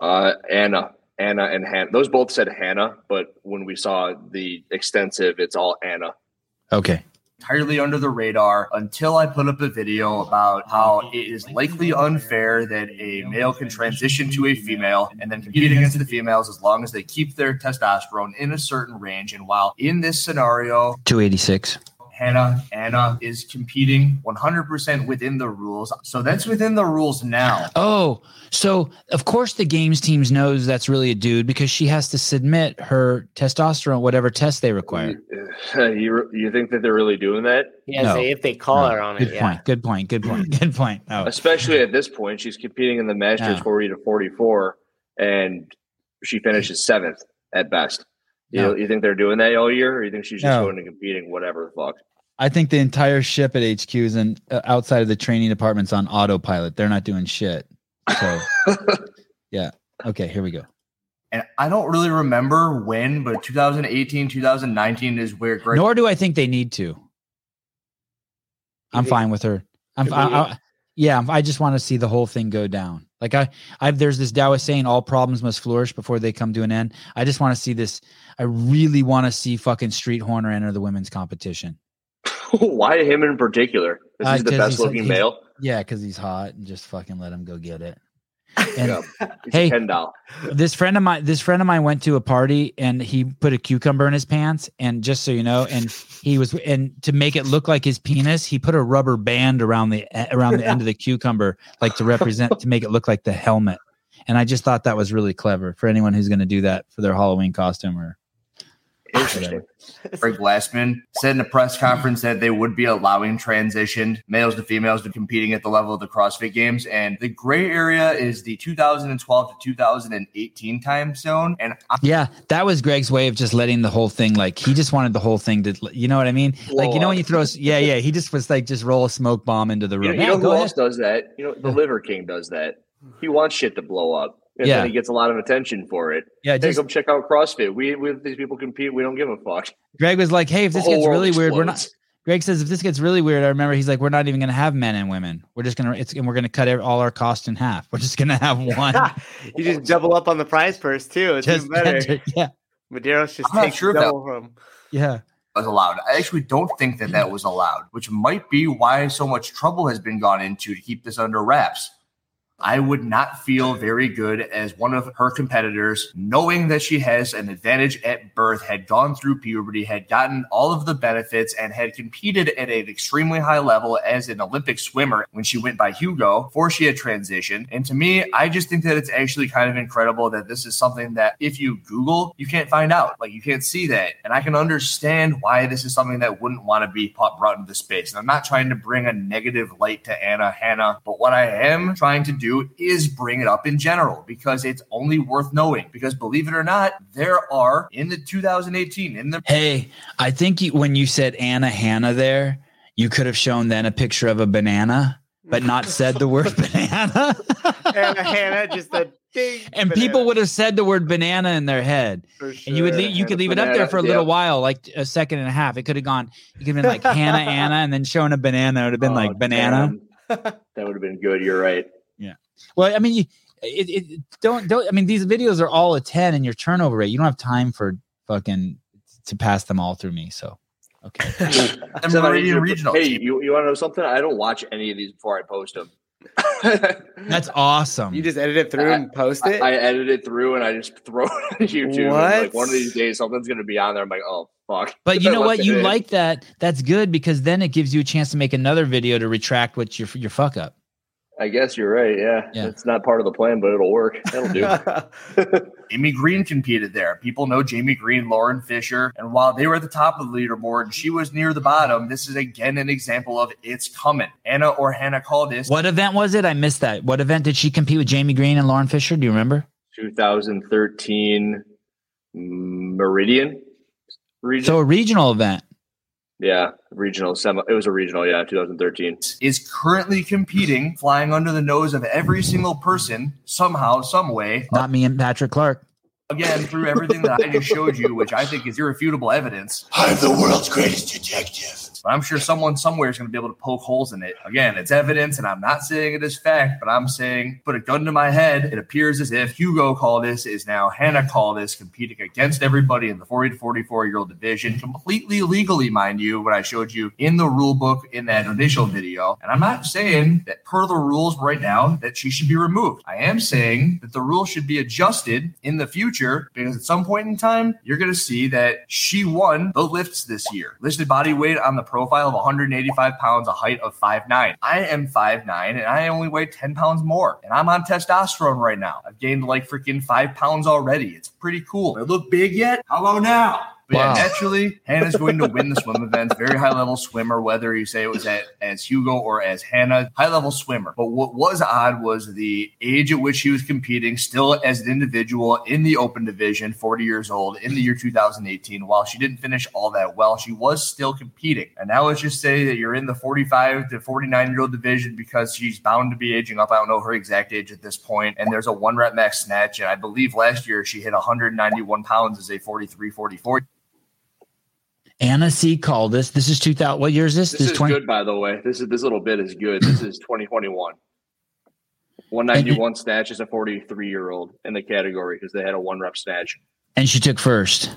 Uh, Anna, Anna, and Hannah. Those both said Hannah, but when we saw the extensive, it's all Anna. Okay. entirely under the radar until I put up a video about how it is likely unfair that a male can transition to a female and then compete against the females as long as they keep their testosterone in a certain range. And while in this scenario, 286. Hannah Anna is competing 100% within the rules. So that's within the rules now. Oh, so of course the games teams knows that's really a dude because she has to submit her testosterone, whatever test they require. <sighs> you you think that they're really doing that? Yeah, No. say if they call No, her on good it, yeah. point. Good point. Good point. Good point. Oh, Especially at this point, she's competing in the Masters No. 40 to 44, and she finishes seventh at best. You, No. you think they're doing that all year, or you think she's just No. going and competing, whatever the fuck? I think the entire ship at HQ is in, uh, outside of the training department's on autopilot. They're not doing shit. <laughs> So, yeah. Okay, here we go. And I don't really remember when, but 2018, 2019 is where Greg Nor do I think they need to. I'm think- fine with her. I'm, Could I, we- I, yeah, I'm- I just want to see the whole thing go down. Like I, I've there's this Taoist saying, "All problems must flourish before they come to an end." I just want to see this. I really want to see fucking Street Horner enter the women's competition. <laughs> Why him in particular? This Uh, is the 'cause best he's- looking he's- male. Yeah, because he's hot, and just fucking let him go get it. And Yeah. He's Hey. a Ken doll. this friend of mine this friend of mine went to a party and he put a cucumber in his pants and just so you know and he was and to make it look like his penis he put a rubber band around the around the end of the cucumber like to represent to make it look like the helmet and i just thought that was really clever for anyone who's going to do that for their halloween costume or Interesting. Greg Glassman said in a press conference that they would be allowing transitioned males to females to competing at the level of the CrossFit Games. And the gray area is the 2012 to 2018 time zone. And I- yeah that was greg's way of just letting the whole thing like he just wanted the whole thing to you know what i mean like you know when you throw s- yeah yeah he just was like just roll a smoke bomb into the You know, room you Yeah, know go who ahead. else does that? Uh, You know, the Yeah. Liver King does that. He wants shit to blow up. And Yeah. then he gets a lot of attention for it. yeah Hey, just come check out CrossFit. We we these people compete. We don't give a fuck. greg was like hey if The this whole gets world really weird we're not explodes. Greg says if this gets really weird, I remember he's like, we're not even going to have men and women. We're just going to it's and we're going to cut ev- all our cost in half. We're just going to <laughs> have one. you just double up on the prize purse too. It's just even better. yeah, Medeiros just I'm not takes sure if that- double from. <laughs> yeah. was allowed. I actually don't think that that was allowed, which might be why so much trouble has been gone into to keep this under wraps. I would not feel very good as one of her competitors, knowing that she has an advantage at birth, had gone through puberty, had gotten all of the benefits, and had competed at an extremely high level as an Olympic swimmer when she went by Hugo before she had transitioned. And to me, I just think that it's actually kind of incredible that this is something that if you Google, you can't find out. Like you can't see that. And I can understand why this is something that wouldn't want to be pop- brought into the space. And I'm not trying to bring a negative light to Anna Hannah, but what I am trying to do is bring it up in general because it's only worth knowing. Because believe it or not, there are in the 2018 in the Hey, I think you, when you said Anna Hannah there, you could have shown then a picture of a banana, but not said the word <laughs> <laughs> banana. Hannah, Hannah, just a big. <laughs> and people would have said the word banana in their head. And you would leave, you could leave it up there for a little Yep. while, like a second and a half. It could have gone. You could have been like Hannah Anna, and then showing a banana. It would have been Oh, like banana. damn. that would have been good. You're right. Well, I mean, you, it, it don't don't. I mean, these videos are all a ten in your turnover rate. You don't have time for fucking to pass them all through me. So okay, Somebody Meridian should- Regional. Hey, you, you want to know something? I don't watch any of these before I post them. that's awesome. You just edit it through and post I, it. I edit it through and I just throw it on <laughs> YouTube. and, What? Like one of these days, something's gonna be on there. I'm like, oh fuck. but you I know left what? it You in. like that. That's good because then it gives you a chance to make another video to retract what your your fuck up. I guess you're right. Yeah. Yeah. it's not part of the plan, but it'll work. That'll <laughs> do. Jamie Green competed there. People know Jamie Green, Lauren Fisher, and while they were at the top of the leaderboard and she was near the bottom, this is again an example of it's coming. Anna or Hannah Caldas What event was it? I missed that. What event did she compete with Jamie Green and Lauren Fisher? Do you remember? 2013 Meridian region. So a regional event. Yeah, regional semi. It was a regional, yeah, 2013. is currently competing, flying under the nose of every single person somehow, some way. Not me and Patrick Clark. Again, through everything that I just showed you, which I think is irrefutable evidence. I'm the world's greatest detective. But I'm sure someone somewhere is going to be able to poke holes in it. Again, it's evidence, and I'm not saying it is fact, but I'm saying put a gun to my head. It appears as if Hugo Caldas is now Hannah Caldas competing against everybody in the 40 to 44 year old division, completely legally, mind you, when I showed you in the rule book in that initial video. And I'm not saying that per the rules right now that she should be removed. I am saying that the rule should be adjusted in the future because at some point in time, you're going to see that she won the lifts this year. Listed body weight on the profile of 185 pounds, a height of 5'9. I am 5'9 and I only weigh 10 pounds more. And I'm on testosterone right now. I've gained like freaking five pounds already. It's pretty cool. Do I look big yet? How about now? But Wow. yeah, naturally, Hannah's going to win the swim events. Very high level swimmer, whether you say it was at, as Hugo or as Hannah, high level swimmer. But what was odd was the age at which she was competing, still as an individual in the open division, 40 years old, in the year 2018. While she didn't finish all that well, she was still competing. And now let's just say that you're in the 45 to 49 year old division because she's bound to be aging up. I don't know her exact age at this point. And there's a one rep max snatch. And I believe last year she hit 191 pounds as a 43 44 Anna C. Caldas. This is 2000. What year is this? This, is good, by the way. This is this little bit is good. This is 2021. 191 snatch is a 43 year old in the category because they had a one rep snatch. And she took first.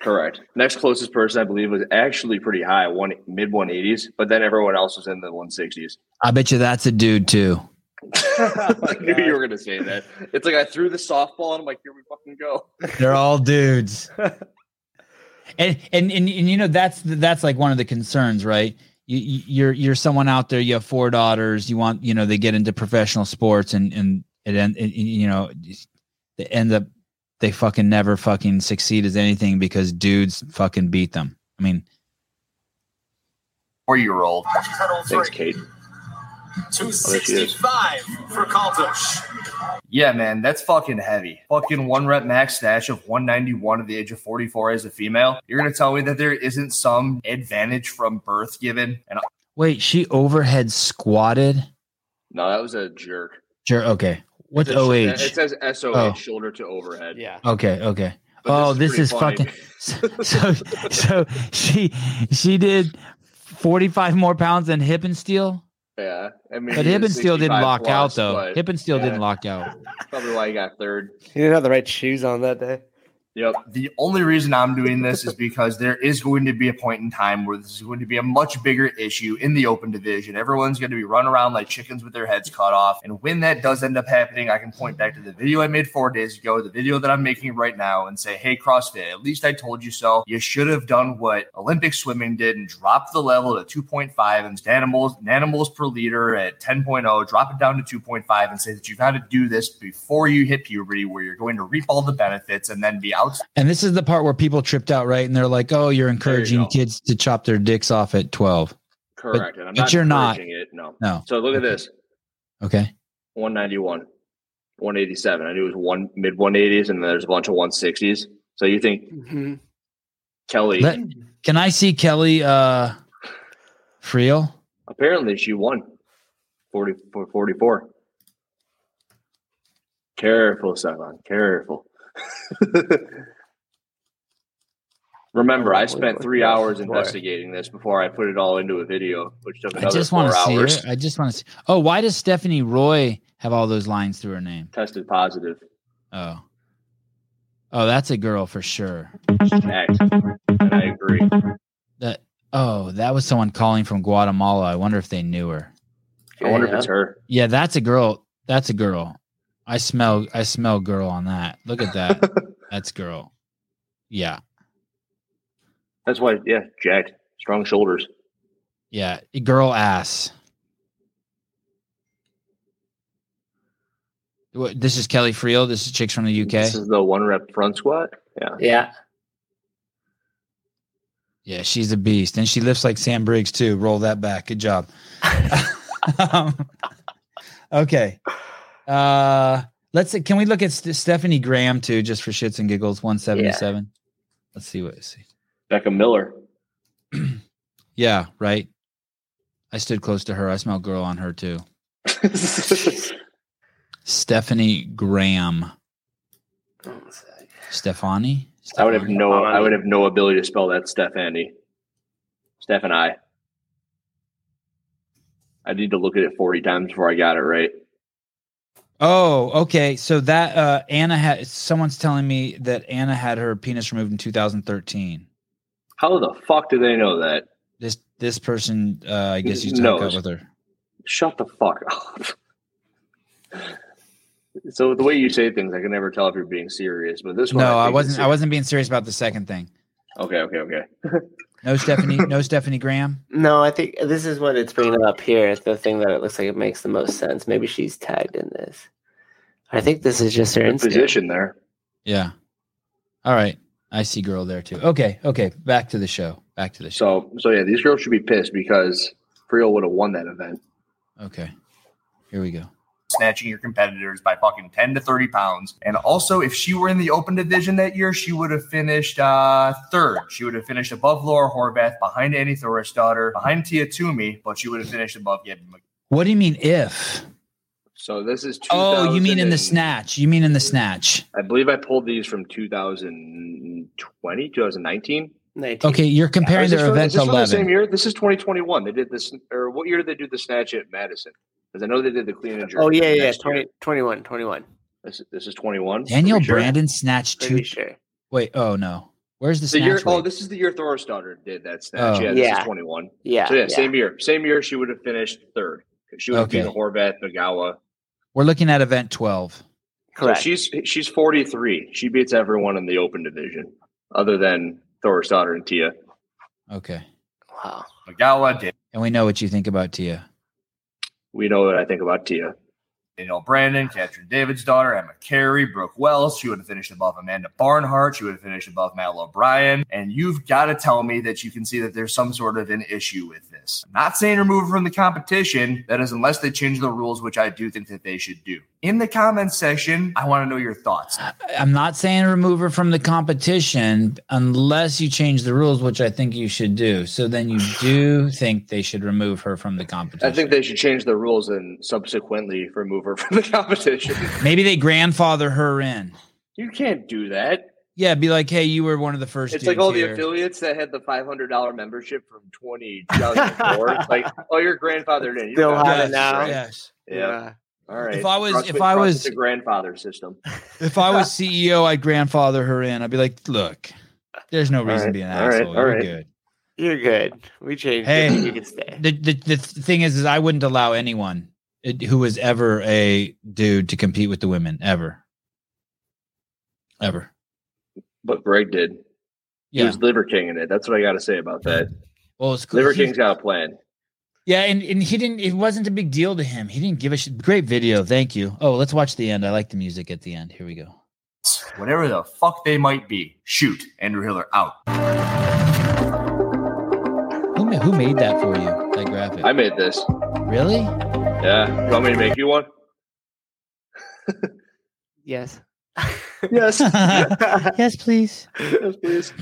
Correct. Next closest person, I believe, was actually pretty high, one mid 180s, but then everyone else was in the 160s. I bet you that's a dude too. <laughs> I knew you were going to say that. It's like I threw the softball and I'm like, here we fucking go. They're all <laughs> dudes. and, and and and you know that's that's like one of the concerns, right? You, you- you're you're someone out there. You have four daughters. You want you know they get into professional sports and and it end and, you know they end up they fucking never fucking succeed as anything because dudes fucking beat them. I mean, year old. She's had all Thanks, three. Kate. is. 265 for Kaltosh. Yeah, man, that's fucking heavy. Fucking one rep max stash of 191 at the age of 44 as a female. You're gonna tell me that there isn't some advantage from birth given? And wait, she overhead squatted. No, that was a jerk. Sure. Okay. What's It's a- OH? It says SOH, Oh. shoulder to overhead. Yeah. Okay. Okay. But oh, this pretty is funny. fucking. <laughs> <laughs> So, so she she did forty five more pounds than Hip and Steel, Yeah. I mean, but he Hip was and Steel didn't 65 lock out plus, though. but Hip and Steel yeah. didn't lock out. Probably why he got third. He didn't have the right shoes on that day. Yep. the only reason I'm doing this is because there is going to be a point in time where this is going to be a much bigger issue in the open division. Everyone's going to be run around like chickens with their heads cut off. And when that does end up happening, I can point back to the video I made four days ago, the video that I'm making right now, and say, hey, CrossFit, at least I told you so. You should have done what Olympic swimming did and dropped the level to 2.5 and animals, animals per liter at 10.0, drop it down to 2.5 and say that you've got to do this before you hit puberty, where you're going to reap all the benefits and then be out And this is the part where people tripped out, right? And they're like, "Oh, you're encouraging go. kids to chop their dicks off at 12. Correct. and I'm but not you're not. encouraging it. No. No. So look at this Okay. 191, 187. I knew it was one mid 180s, and then there's a bunch of 160s. So you think Kelly, Let, can I see Kelly uh Friel? apparently she won 40, 44. Careful, Simon. Careful. <laughs> Remember, I spent three hours investigating this before I put it all into a video, which took I another just want four to see hours. her. I just want to see. Oh, why does Stephanie Roy have all those lines through her name? Tested positive. Oh. Oh, that's a girl for sure. Act. And I agree. That oh, that was someone calling from Guatemala. I wonder if they knew her. I wonder if Yeah. it's her. Yeah, that's a girl. That's a girl. I smell I smell girl on that. Look at that. that's girl. Yeah. That's why, yeah, jacked, strong shoulders. Yeah. Girl ass. What- This is Kelly Friel. This is Chicks from the UK. This is the one rep front squat. Yeah. Yeah. Yeah, she's a beast. And she lifts like Sam Briggs too. Roll that back. Good <laughs> job. <laughs> um, okay. Uh let's can we look at Ste- Stephanie Graham too just for shits and giggles 177. Let's see what see. <laughs> Becca Miller. Yeah, right. I stood close to her. I smelled girl on her too. Stephanie Graham. Hold on a sec. Stefani? I would have Stefani? no. I would have no ability to spell that Steph Andy. Steph and I. I need to look at it forty times before I got it right. Oh, okay. So that uh Anna had someone's telling me that Anna had her penis removed in 2013. How the fuck do they know that? This this person uh I guess used to No. hook up with her. Shut the fuck up. <laughs> so the way you say things, I can never tell if you're being serious. But this one, No, I think is wasn't I serious. wasn't being serious about the second thing. Okay, okay, okay. No Stephanie, no Stephanie Graham. No, I think this is what it's bringing up here. It's the thing that it looks like it makes the most sense. Maybe she's tagged in this. I think this is just her Good Instagram. position there. Yeah. All right. I see girl there too. Okay, okay. Back to the show. Back to the show. So, so yeah, these girls should be pissed because Friel would have won that event. Okay. Here we go. snatching your competitors by fucking 10 to 30 pounds. And also, if she were in the open division that year, she would have finished uh, third. She would have finished above Laura Horvath, behind Annie Thoris daughter, behind Tia Toomey, but she would have finished above Gabby Mc- What do you mean if? So this is. Oh, you mean in the 2000 snatch. You mean in the snatch. I believe I pulled these from 2020, 2019. 19. Okay, you're comparing Is this their from- event is this to from the same 11. year? This is 2021. They did this, or what year did they do the snatch at Madison? Because I know they did the clean and jerk. Oh yeah, yeah, next year. 20, 21, 21. This, this is 21. Daniel Pretty sure. Brandon snatched Pretty two. sure. Wait, oh no. Where's the The year, snatch? oh, weight? this is the year Thoris daughter did that snatch. Oh. Yeah, this Yeah. is 21. Yeah. So yeah, yeah. same year. Same year she would have finished third. She would have Okay. beaten Horvath, Nagawa. We're looking at event 12. Correct. So she's she's 43. She beats everyone in the open division, other than Thoris daughter and Tia. Okay. wow. McGowan, Dan- And we know what you think about Tia. We know what I think about Tia. Danielle Brandon, Catherine David's daughter, Emma Carey, Brooke Wells. She would have finished above Amanda Barnhart. She would have finished above Matt O'Brien. And you've got to tell me that you can see that there's some sort of an issue with this. I'm not saying remove her from the competition. That is unless they change the rules, which I do think that they should do. In the comments section, I want to know your thoughts. I- I'm not saying remove her from the competition unless you change the rules, which I think you should do. So then <sighs> you do think they should remove her from the competition. I think they should change the rules and subsequently remove her <laughs> from the <laughs> competition. Maybe they grandfather her in. you can't do that. Yeah, be like, hey, you were one of the first. It's like all the dudes here. affiliates that had the five hundred dollar membership from twenty thousand <laughs> four. it's <laughs> like, oh, your grandfather did. Still have Yes, it now. yes. Yeah. All right. If I was- Trust if me- I trust was- it's a grandfather system. If I was CEO, I'd grandfather her in. I'd be like, look, there's no reason to right, be an all right, asshole. all You're right. good. You're good. We changed Hey. it. You can stay. the, the the thing is, is I wouldn't allow anyone it- who was ever a dude to compete with the women ever, ever. But Greg did. He Yeah. was Liver King in it. That's what I got to say <laughs> about that. Well, it's cool. Liver He- King's got a plan. Yeah, and, and he didn't. It wasn't a big deal to him. He didn't give a shit. Great video. Thank you. Oh, let's watch the end. I like the music at the end. Here we go. Whatever the fuck they might be. Shoot. Andrew Hiller out. Who ma- who made that for you? That graphic. I made this. <laughs> really? <laughs> Yeah. You want me to make you one? Yes. Yes. yes, please. yes, please.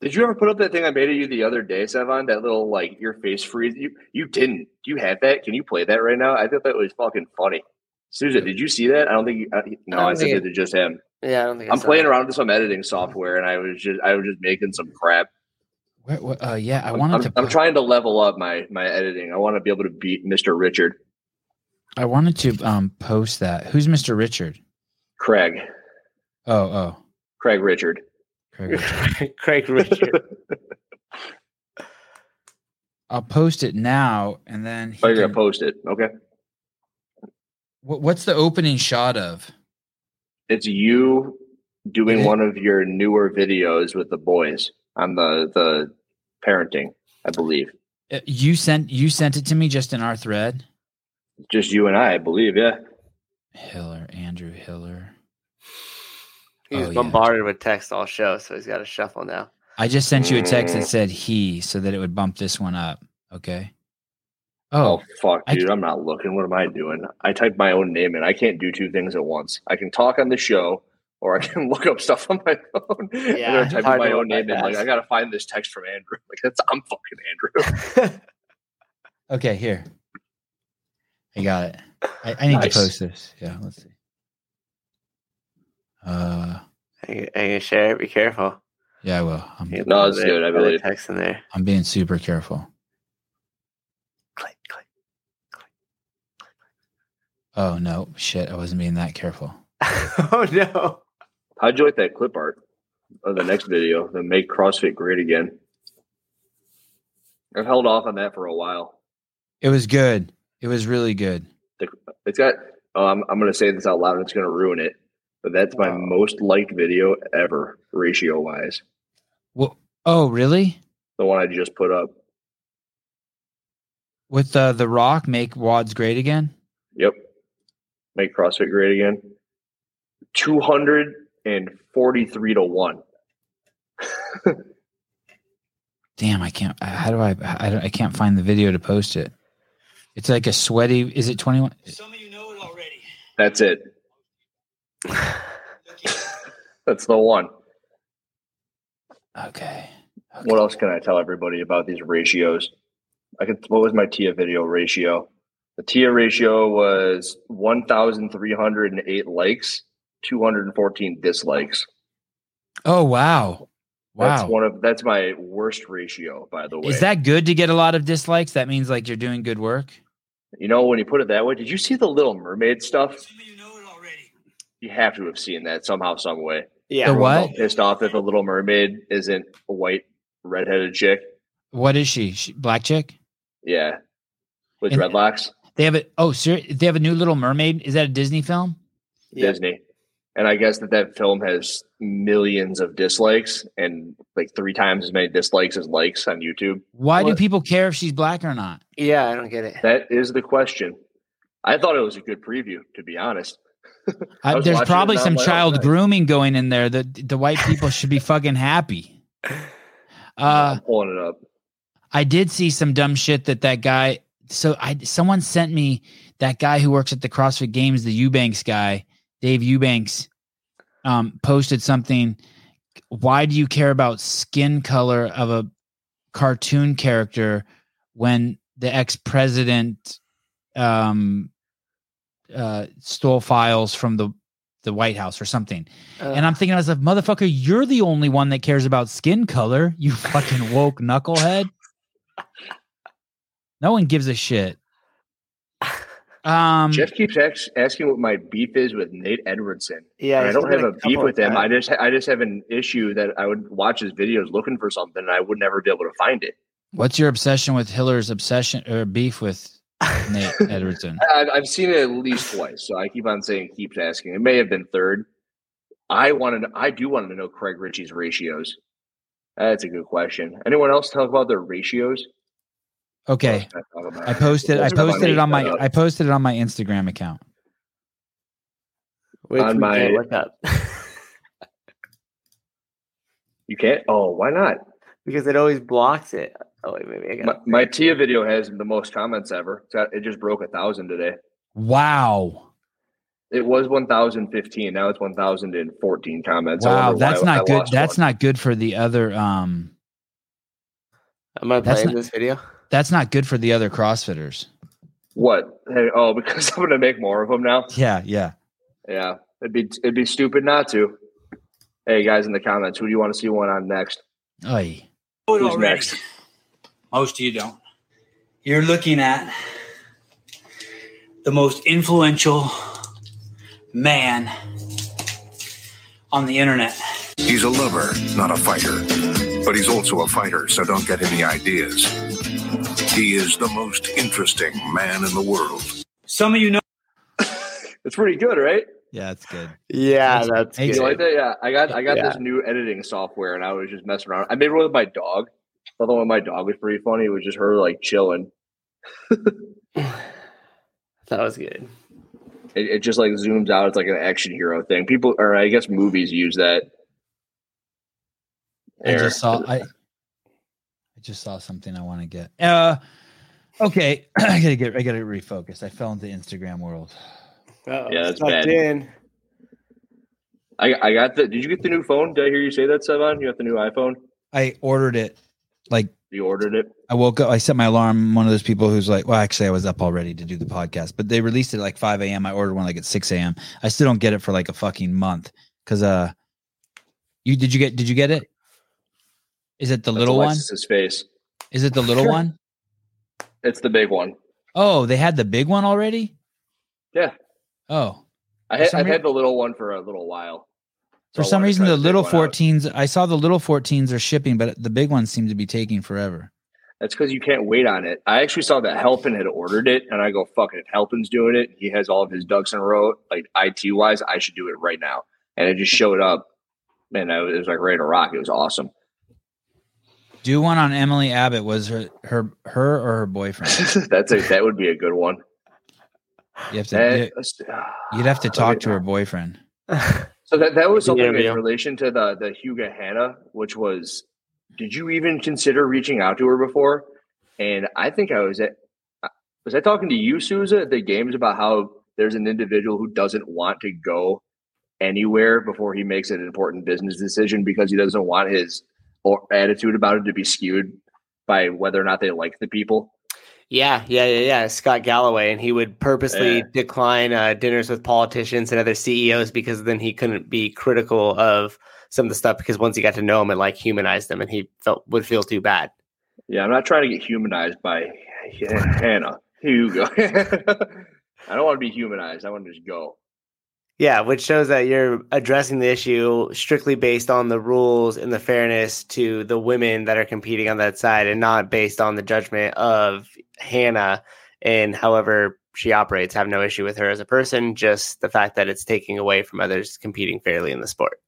Did you ever put up that thing I made of you the other day, Savon? That little like your face freeze. You you didn't. Do you have that? Can you play that right now? I thought that was fucking funny. Susan, did you see that? I don't think. You, uh, no, I I, don't sent think it to just him. Yeah, I don't think I I'm saw playing that. around with some editing software, and I was just I was just making some crap. Where, where, uh, yeah, I I'm- wanted I'm, to. I'm put- trying to level up my my editing. I want to be able to beat Mr. Richard I wanted to um post that. Who's Mr. Richard? Craig. Oh, oh, Craig Richard. Craig. <laughs> Craig Richard. I'll post it now, and then he Oh, you're can- gonna post it, okay? What, what's the opening shot of? It's you doing Mhm. one of your newer videos with the boys on the the parenting, I believe. Uh, You sent you sent it to me just in our thread. Just you and I, I believe. Yeah, Hiller, Andrew Hiller. He's Oh, yeah. bombarded with text all show, so he's got to shuffle now. I just sent you a text that said he, so that it would bump this one up. Okay. Oh, Oh, fuck, I- dude. I'm not looking. What am I doing? I typed my own name in. I can't do two things at once. I can talk on the show or I can <laughs> look up stuff on my phone. Yeah, and it's then I type hard in my to own name and like multitask. I gotta find this text from Andrew. <laughs> Like that's I'm fucking Andrew. Okay, here. I got it. I, I need Nice. to post this. Yeah, let's see. Uh, Are you, are you gonna share it? Be careful. yeah, I will. I'm, You No, put it's the- good, I put the believe. Text in there. I'm being super careful. Click, click. Oh no, shit! I wasn't being that careful. <laughs> oh no. How'd you like that clip art of the next video, the make CrossFit great again? I've held off on that for a while. It was good. It was really good. It's got um, I'm gonna say this out loud and it's gonna ruin it. But that's my most liked video ever, ratio wise. Well, oh really? The one I just put up. With uh, the Rock, make wads great again. Yep. Make CrossFit great again. 243 to 1. Damn, I can't. I- How do I? I, don't- I can't find the video to post it. It's like a sweaty. Is it twenty one? Some of you know it already. That's it. That's the one. Okay. What else can I tell everybody about these ratios? I could what was my TIA video ratio? The TIA ratio was 1,308 likes, 214 dislikes. Oh wow, wow. That's one of that's my worst ratio, by the way. Is that good to get a lot of dislikes? That means like you're doing good work. you know when you put it that way? Did you see the Little Mermaid stuff? Some of you know it already. You have to have seen that somehow, some way. Yeah. the what? pissed off that the Little Mermaid isn't a white redheaded chick. What is she? she? Black chick? Yeah, with And- dreadlocks, They have a oh, ser- they have a new Little Mermaid. Is that a Disney film? Yeah. Disney. And I guess that that film has millions of dislikes and like three times as many dislikes as likes on YouTube. Why do What? people care if she's black or not? Yeah, I don't get it. That is the question. I thought it was a good preview, to be honest. I I, was there's watching it probably and some I'm like, oh, child nice. grooming going in there. The the white people should <laughs> be fucking happy. Uh, I'm pulling it up. I did see some dumb shit that that guy. So I someone sent me that guy who works at the CrossFit Games, the Eubanks guy, Dave Eubanks, um, posted something. Why do you care about skin color of a cartoon character when the ex president um, uh, stole files from the the White House or something? And I'm thinking to myself, motherfucker, you're the only one that cares about skin color. You fucking woke knucklehead. No one gives a shit. Hmm. Um, Jeff keeps ax- asking what my beef is with Nate Edwardson. yeah. And I he's don't done have it a beef couple with him. I times. just I just have an issue that I would watch his videos looking for something and I would never be able to find it. what's your obsession with Hiller's obsession or beef with <laughs> Nate Edwardson? I've, I've seen it at least twice, so I keep on saying keeps asking. It may have been third. I wanted, I do want to know Craig Ritchie's ratios. That's a good question. Anyone else talk about their ratios? Um, Okay, I posted I posted it on my I posted it on my Instagram account. Which on we my- can't look up <laughs> you can't. Oh, why not? because it always blocks it. Oh wait, maybe I got. My, my Tia video has the most comments ever. It's got, it just broke a thousand today. Wow, It was one thousand fifteen. Now it's one thousand and fourteen comments. I wow, wonder why that's I not good. lost That's one. not good for the other. Um, Am I That's not- playing this video? that's not good for the other CrossFitters. what. Hey, oh, <laughs> because I'm going to make more of them now. Yeah, yeah. Yeah, it'd be it'd be stupid not to. Hey guys, in the comments, who do you want to see one on next? Oy. Know it Who's already. next? Most of you don't. You're looking at the most influential man on the internet. He's a lover, not a fighter. But he's also a fighter, so don't get any ideas. He is the most interesting man in the world. Some of you know It's pretty good, right? Yeah, that's good. Yeah, Makes- that's makes You like good. that? Yeah, I got I got Yeah. this new editing software, and I was just messing around. I made one with my dog. The other one with my dog was pretty funny. It was just her like chilling. That was good. It, it just like zooms out. It's like an action hero thing. People, or I guess movies use that. I There. just saw I I just saw something I want to get. Uh okay. <clears throat> I gotta get I gotta refocus. I fell into Instagram world. Uh-oh, Yeah, it's that's bad. tucked In. I, I got the. Did you get the new phone? Did I hear you say that, Sevan? You got the new iPhone? I ordered it. Like You ordered it? I woke up, I set my alarm. I'm One of those people who's like, well, actually, I was up already to do the podcast, but they released it at like 5 a.m. I ordered one like at 6 a.m. I still don't get it for like a fucking month because uh, you did you get did you get it? Is it the That's little one? Alexis's face. Is it the little <laughs> one? It's the big one. Oh, they had the big one already. Yeah. Oh, I For had, some I've rea- had the little one for a little while. for So I some wanted to reason, try the to take little one out. 14s. I saw the little 14s are shipping, but the big ones seem to be taking forever. That's because you can't wait on it. I actually saw that Helpin had ordered it, and I go, "Fuck it, Helpin's doing it. He has all of his ducks in a row, like IT wise. I should do it right now." And it just showed up, and I was, it was like ready to rock. It was awesome. Do one on Emily Abbott was her her her or her boyfriend. That's a that would be a good one. Eh, You have And- to you, would have <sighs> to talk to her boyfriend. So that that was Yeah, something yeah. in relation to the the Huga Hannah, which was, did you even consider reaching out to her before? And I think I was at, I- was I talking to you, Souza, at the games about how there's an individual who doesn't want to go anywhere before he makes an important business decision because he doesn't want his or attitude about it to be skewed by whether or not they like the people. Yeah, yeah, yeah, yeah. Scott Galloway, and he would purposely Yeah. decline uh, dinners with politicians and other CEOs because then he couldn't be critical of some of the stuff because once he got to know him, it like humanized them, and he felt would feel too bad. Yeah, I'm not trying to get humanized by Hannah Hugo. <laughs> I don't want to be humanized. I want to just go. Yeah, which shows that you're addressing the issue strictly based on the rules and the fairness to the women that are competing on that side, and not based on the judgment of Hannah and however she operates. I have no issue with her as a person, just the fact that it's taking away from others competing fairly in the sport.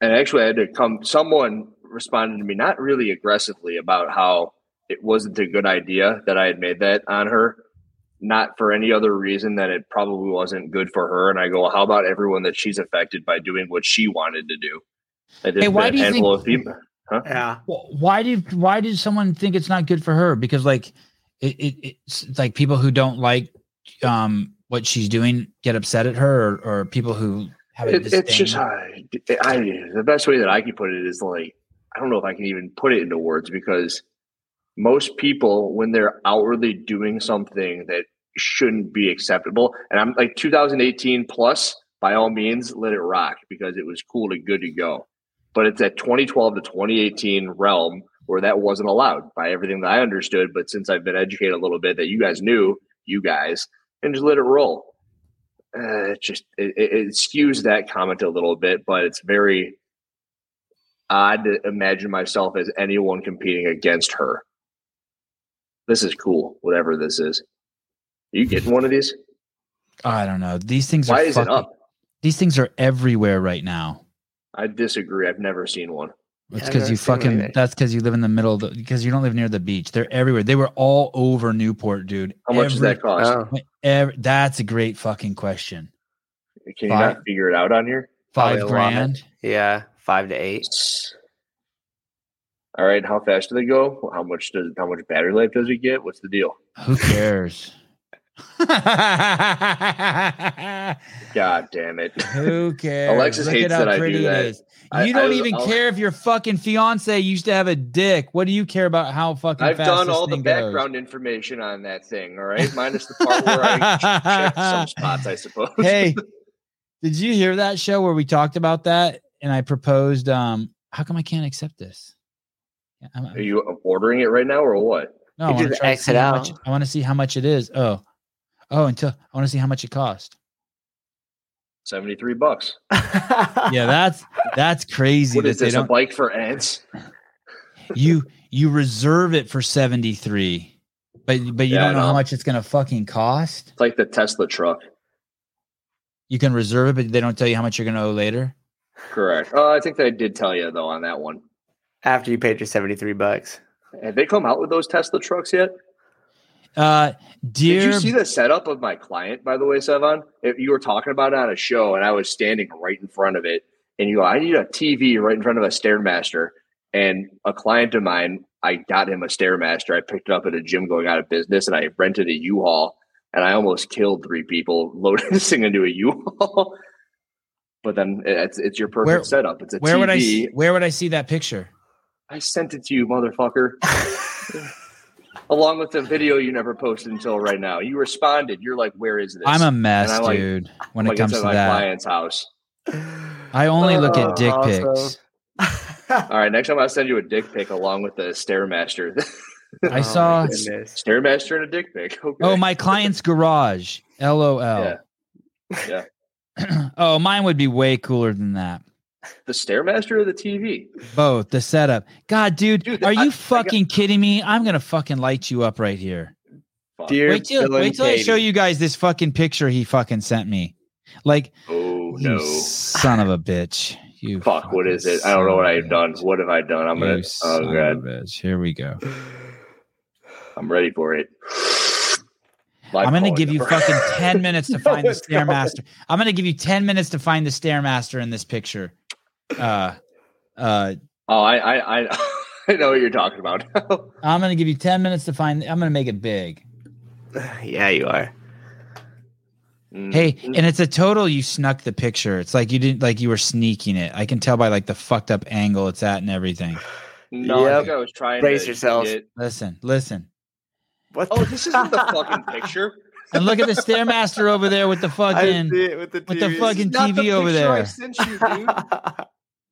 and actually I had to come someone responded to me not really aggressively about how it wasn't a good idea that I had made that on her not for any other reason than it probably wasn't good for her and I go how about everyone that she's affected by doing what she wanted to do like, there's Hey, why been a do you handful of people Yeah. Well, why did why did someone think it's not good for her? Because like it, it it's like people who don't like um what she's doing get upset at her, or, or people who have a it, it's disdain. just I, I the best way that I can put it is like I don't know if I can even put it into words because most people when they're outwardly doing something that shouldn't be acceptable and I'm like 2018 plus by all means let it rock because it was cool to good to go but it's that 2012 to 2018 realm where that wasn't allowed by everything that I understood but since I've been educated a little bit that you guys knew you guys and just let it roll uh, it just it, it it skews that comment a little bit, but it's very odd to imagine myself as anyone competing against her. This is cool, whatever this is. you getting one of these? I don't know. These things Why are is it fucking- up? These things are everywhere right now. I disagree. I've never seen one. It's Yeah, I've because never you seen one fucking. either. That's because you live in the middle. of the- Because you don't live near the beach. They're everywhere. They were all over Newport, dude. How much does Every- that cost? Oh. ev- that's a great fucking question. Can you five- not figure it out on here? Five Probably a lot. grand. Yeah, five to eight. All right, how fast do they go? How much does how much battery life does it get? What's the deal? Who cares? God <laughs> damn it! Who cares? Alexis hates that I do that. is. I- you don't I was- even I'll- care if your fucking fiance used to have a dick. What do you care about how fucking I've fast done this all the thing goes? background information on that thing. All right, minus the part where <laughs> I <laughs> checked some spots, I suppose. hey, did you hear that show where we talked about that? And I proposed, um, how come I can't accept this? Yeah, I'm, Are you ordering it right now or what? no, I You want to just try to X see it how much, out. I want to see how much it is. Oh, oh, until I want to see how much it cost. Seventy three bucks. <laughs> Yeah, that's that's crazy What that is they this? A don't. bike for ants? you you reserve it for seventy three, but but you Yeah, don't I know how know. much it's gonna fucking cost. It's like the Tesla truck. You can reserve it, but they don't tell you how much you're gonna owe later. Correct. Oh, I think they did tell you though on that one. After you paid your seventy-three bucks. Have they come out with those Tesla trucks yet? Uh, dear, Did you see the setup of my client, by the way, Sevan? If you were talking about it on a show and I was standing right in front of it, and you go, I need a TV right in front of a Stairmaster. And a client of mine, I got him a Stairmaster. I picked it up at a gym going out of business and I rented a U <laughs> Haul <laughs> and I almost killed three people loading this thing into a U Haul. But then it's it's your perfect Where- setup. It's a Where TV. would I see, where would I see that picture? I sent it to you, <laughs> motherfucker. Along with the video you never posted until right now. You responded. You're like, where is this? I'm a mess, And I like- dude. When like, it comes it's at to my that, client's house. I only look at dick Oh, <laughs> pics. awesome. All right, next time I'll send you a dick pic along with the stairmaster. Oh my I saw. goodness. stairmaster and a dick pic. <laughs> Okay. Oh, my client's garage. LOL. Yeah. Yeah. <clears throat> oh, mine would be way cooler than that. The stairmaster or the TV? Both the setup. God, dude, Dude, are I- I you got- fucking kidding me? I'm gonna fucking light you up right here. Fuck. Dear Wait till Bill and wait till I show Katie. you guys this fucking picture he fucking sent me. Like, Oh you no. son of a bitch. You Fuck, what fucking is it? I don't know son what of a I've done. bitch. What have I done? I'm You gonna son Oh of a god. bitch. Here we go. I'm ready for it. <sighs> Live I'm gonna calling give you number. fucking ten minutes to find the it's not. stairmaster. I'm gonna give you ten minutes to find the stairmaster in this picture. Uh, uh, <laughs> Oh, I I I, <laughs> I know what you're talking about. <laughs> I'm gonna give you ten minutes to find. I'm gonna make it big. Yeah, you are. Mm. Hey, and it's a total. You snuck the picture. It's like you didn't like you were sneaking it. I can tell by like the fucked up angle it's at and everything. no, I Yep. think I was trying Brace to yourselves. get- Listen, listen, What? Oh, this isn't the fucking <laughs> picture. and look at the stairmaster over there <laughs> with the I fucking see it with the, with the TV. <laughs> fucking Not the TV over picture I there. sent you, dude.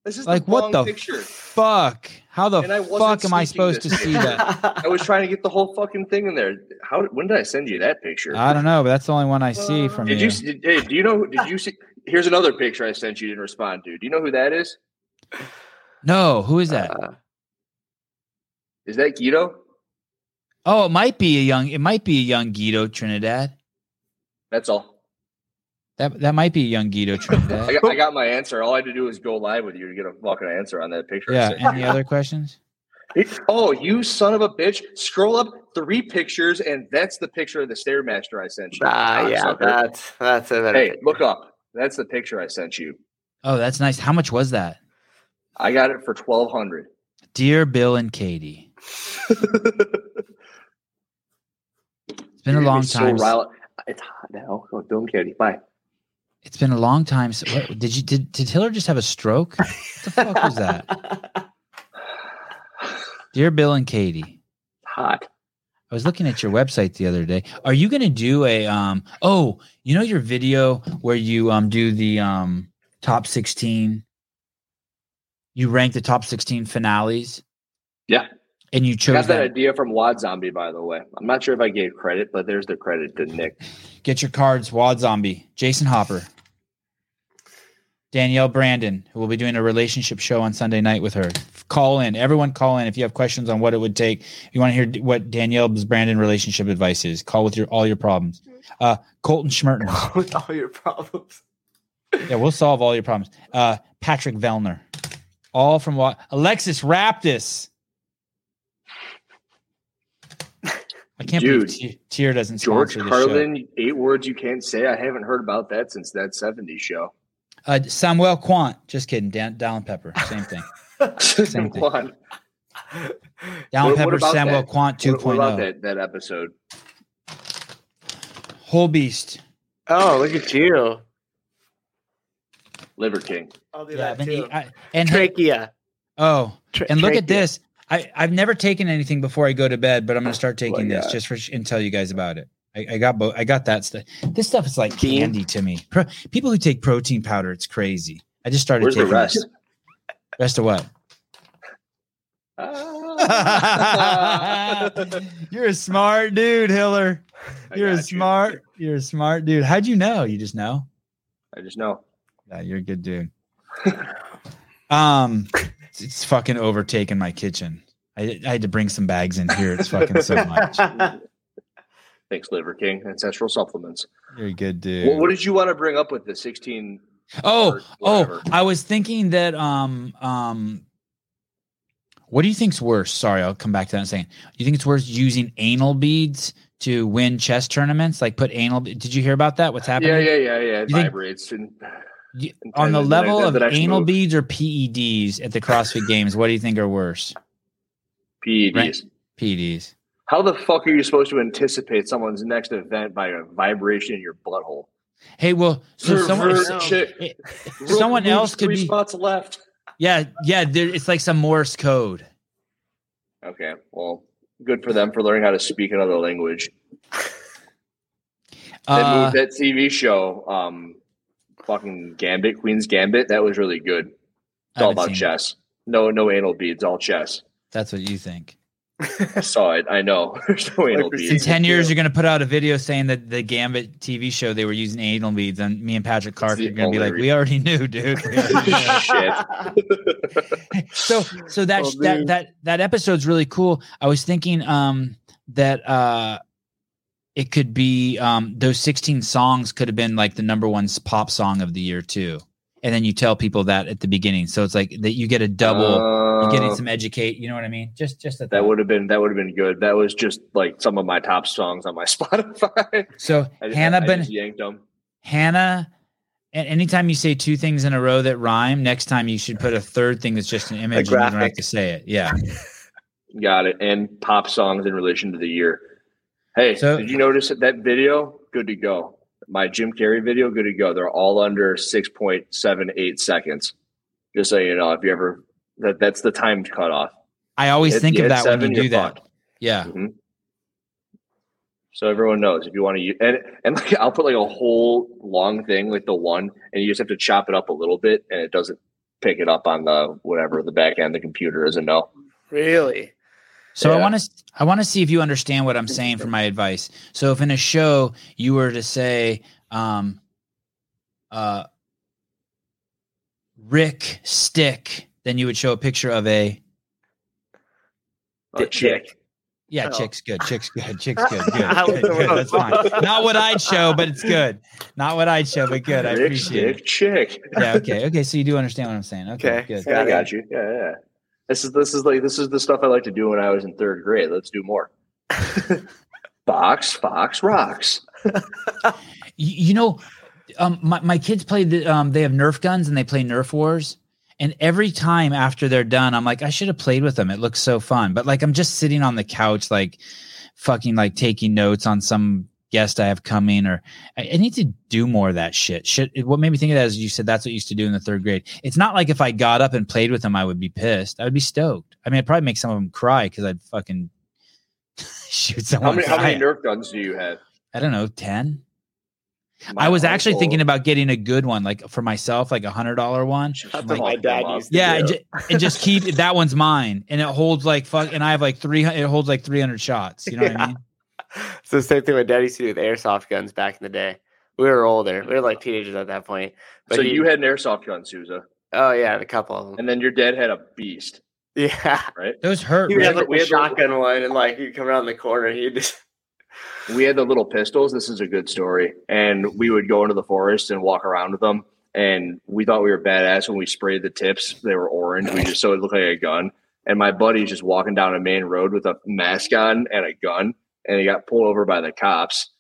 This is Like the what wrong the picture. fuck? How the And I wasn't fuck am I sneaking supposed to this see that? I was trying to get the whole fucking thing in there. How? When did I send you that picture? Uh, I don't know, but that's the only one I see from did you. you? Did, hey, do you know? Did you see? Here's another picture I sent you. you Didn't respond to. Do you know who that is? no, who is <laughs> that? Uh, Is that Guido? Oh, it might be a young. It might be a young Guido Trinidad. That's all. That that might be a young <laughs> Guido I Trinidad. got, I got my answer. All I had to do was go live with you to get a fucking answer on that picture. I yeah. sent Any other questions? you. Oh, you son of a bitch! Scroll up three pictures, and that's the picture of the stairmaster I sent you. ah, yeah, cocksucker. that's that's a better. hey, look up. That's the picture I sent you. Oh, that's nice. How much was that? I got it for twelve hundred. Dear Bill and Katie, it's been a long time. s- It's hot now. Oh, don't Katie. Bye. It's been a long time. s- what, did you did did Hiller just have a stroke? What the fuck was that? <laughs> Dear Bill and Katie, Hot. I was looking at your website the other day. Are you going to do a um? Oh, you know your video where you um do the um top sixteen. You rank the top sixteen finales. Yeah. and you I chose got that that. idea from Wad Zombie, by the way. I'm not sure if I gave credit, but there's the credit to Nick. Get your cards, Wad Zombie, Jason Hopper, Danielle Brandon, who will be doing a relationship show on Sunday night with her. Call in, everyone, call in if you have questions on what it would take. You want to hear d- what Danielle's Brandon relationship advice is. Call with your all your problems. Uh, Colton <laughs> Schmertner, With all your problems. yeah, we'll solve all your problems. Uh, Patrick Vellner, all from Wad. Alexis Raptis. I can't Dude. believe T- Tier doesn't George sponsor this show. Carlin, eight words you can't say. I haven't heard about that since that <laughs> 70s show. Uh, Samuel Quant. Just kidding. Dan, Dallin Pepper. Same <laughs> thing. Same thing. What- Dallin what Pepper, about Samuel that? Quant oh. what, oh. about 2.0. that, that episode? Whole beast. Oh, look at you. Liver King. <laughs> I'll do Yeah, I've that been too. eat- I- and hey, Trachea. oh, Tra- and look trachea. at this. I, I've never taken anything before I go to bed, but I'm gonna start taking this just for sh- and tell you guys about it. I, I got both. I got that stuff. This stuff is like Bean? candy to me. Pro- people who take protein powder, it's crazy. I just started Where's the taking rest? this. Rest of <laughs> what? <laughs> <laughs> Ah. You're a smart dude, Hiller. I You're a got you. smart. You're a smart dude. How'd you know? You just know. I just know. Yeah, you're a good <laughs> dude. um, it's, it's fucking overtaken my kitchen. I, I had to bring some bags in here. It's fucking so <laughs> much. Thanks, Liver King. Ancestral supplements. You're a good dude. What, what did you want to bring up with the 16? oh, or oh, whatever? I was thinking that um um what do you think's worse? Sorry, I'll come back to that in a second. Do you think it's worse using anal beads to win chess tournaments? Like put anal be- did you hear about that? What's happening? Yeah, yeah, yeah, yeah. It You think- vibrates. And, You- and On the then level of the next anal move. beads or PEDs at the CrossFit games, what do you think are worse? E PEDs. Right. PEDs. How the fuck are you supposed to anticipate someone's next event by a vibration in your butthole? Hey, well, so someone, Pervert so- chick. eh, someone Moves else could three be. spots left. Yeah, yeah. There, it's like some Morse code. Okay, well, good for them for learning how to speak another language. That, Uh, movie, that TV show, um, fucking Gambit, Queen's Gambit, that was really good. It's I all haven't about seen it. chess. No, no anal beads, all chess. That's what you think. <laughs> I saw it. I know. <laughs> There's no Like anal the In beads. season- ten Yeah. years, you're gonna put out a video saying that the Gambit TV show they were using anal beads, and me and Patrick Clark the are gonna be only like, reason. "We already knew, dude." <laughs> We already <laughs> knew." Shit. so so that Oh, that dude. that that episode's really cool. I was thinking um that uh it could be um those 16 songs could have been like the number one s- pop song of the year too. And then you tell people that at the beginning. So it's like that you get a double you're getting Uh, some educate, you know what I mean? Just just at that would have been that would have been good. That was just like some of my top songs on my <laughs> Spotify. So I, Hannah I, I ben- just yanked them. Hannah and anytime you say two things in a row that rhyme, next time you should put a third thing that's just an image and you don't have graphic. to say it. Yeah. Got it. And pop songs in relation to the year. Hey, So- did you notice that, that video? Good to go. My Jim Carrey video, good to go. They're all under six point seven eight seconds. Just so you know, if you ever that that's the time cutoff. I always Hit- think you of hit that when seven, you do you're that. fucked. Yeah. So everyone knows if you want to use and and like I'll put like a whole long thing like the one and you just have to chop it up a little bit and it doesn't pick it up on the whatever the back end of the computer isn't no. really? So I Yeah. want to I want to see if you understand what I'm saying for my advice. So if in a show you were to say, um, uh, Rick Stick, then you would show a picture of a A chick. yeah, Oh. chick's good, chick's good, chick's <laughs> good, good, I was good, the good, wrong That's fine. Not what I'd show, but it's good. Not what I'd show, but good. I Rick appreciate it. Stick chick. Yeah. Okay. Okay. So you do understand what I'm saying. Okay. Okay. Good. Yeah, I got you. Yeah, yeah. This is this is like this is the stuff I like to do when I was in third grade. Let's do more. Fox, Fox rocks. Y- you know um my, my kids play the um they have nerf guns and they play nerf wars and every time after they're done i'm like i should have played with them it looks so fun but like i'm just sitting on the couch like fucking like taking notes on some guest i have coming or i, I need to do more of that shit shit it- what made me think of that is you said that's what you used to do in the third grade it's not like if i got up and played with them i would be pissed i would be stoked i mean i'd probably make some of them cry because i'd fucking <laughs> shoot someone How many how many in the eye. Nerf guns do you have? i don't know 10 I was actually thinking about getting a good one, like for myself, like a hundred dollar one. That's Like- what my dad used to Yeah, do. and, ju- and just keep that one's mine, and it holds like fuck, and I have like three. It holds like three hundred shots. You know what I Yeah. mean? So same thing my dad used to do with airsoft guns back in the day. We were older. We were like teenagers at that point. But So he- you had an airsoft gun, Souza, oh yeah, a couple of them. and then your dad had a beast, <laughs> Yeah. right? Those hurt. He would We right? have had like the- we a had the- shotgun one and like he'd come around the corner, he'd just We had the little pistols. This is a good story. And we would go into the forest and walk around with them. And we thought we were badass when we sprayed the tips. They were orange. We just so it looked like a gun. And my buddy's just walking down a main road with a mask on and a gun, and he got pulled over by the cops.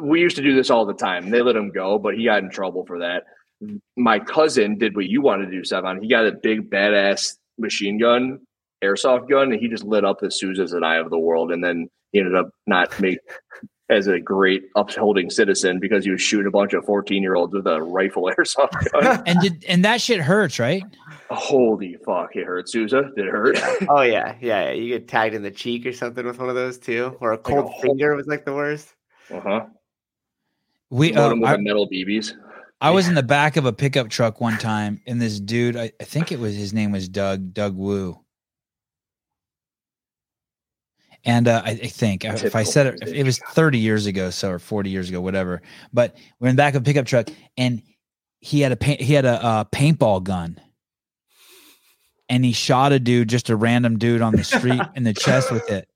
we used to do this all the time. They let him go, but he got in trouble for that. My cousin did what you wanted to do, Savon. He got a big badass machine gun, airsoft gun, and he just lit up the Sousa's and I of the world. And then he ended up not make as a great upholding citizen because he was shooting a bunch of 14 year olds with a rifle <laughs> airsoft gun. And did, and that shit hurts, right? Holy fuck, it hurt, Sousa. Did it hurt? Oh yeah, yeah, yeah. You get tagged in the cheek or something with one of those too. Or a cold whole- finger was like the <laughs> worst. Uh huh. We. Load Uh, him with I, the metal BBs. I was in the back of a pickup truck one time, and this dude, I, I think it was his name was Doug Doug Wu. And uh, I, I think if I said it, if it was 30 years ago, so or 40 years ago, whatever. But we're in the back of a pickup truck, and he had a paint, he had a uh, paintball gun, and he shot a dude, just a random dude on the street in the chest with it.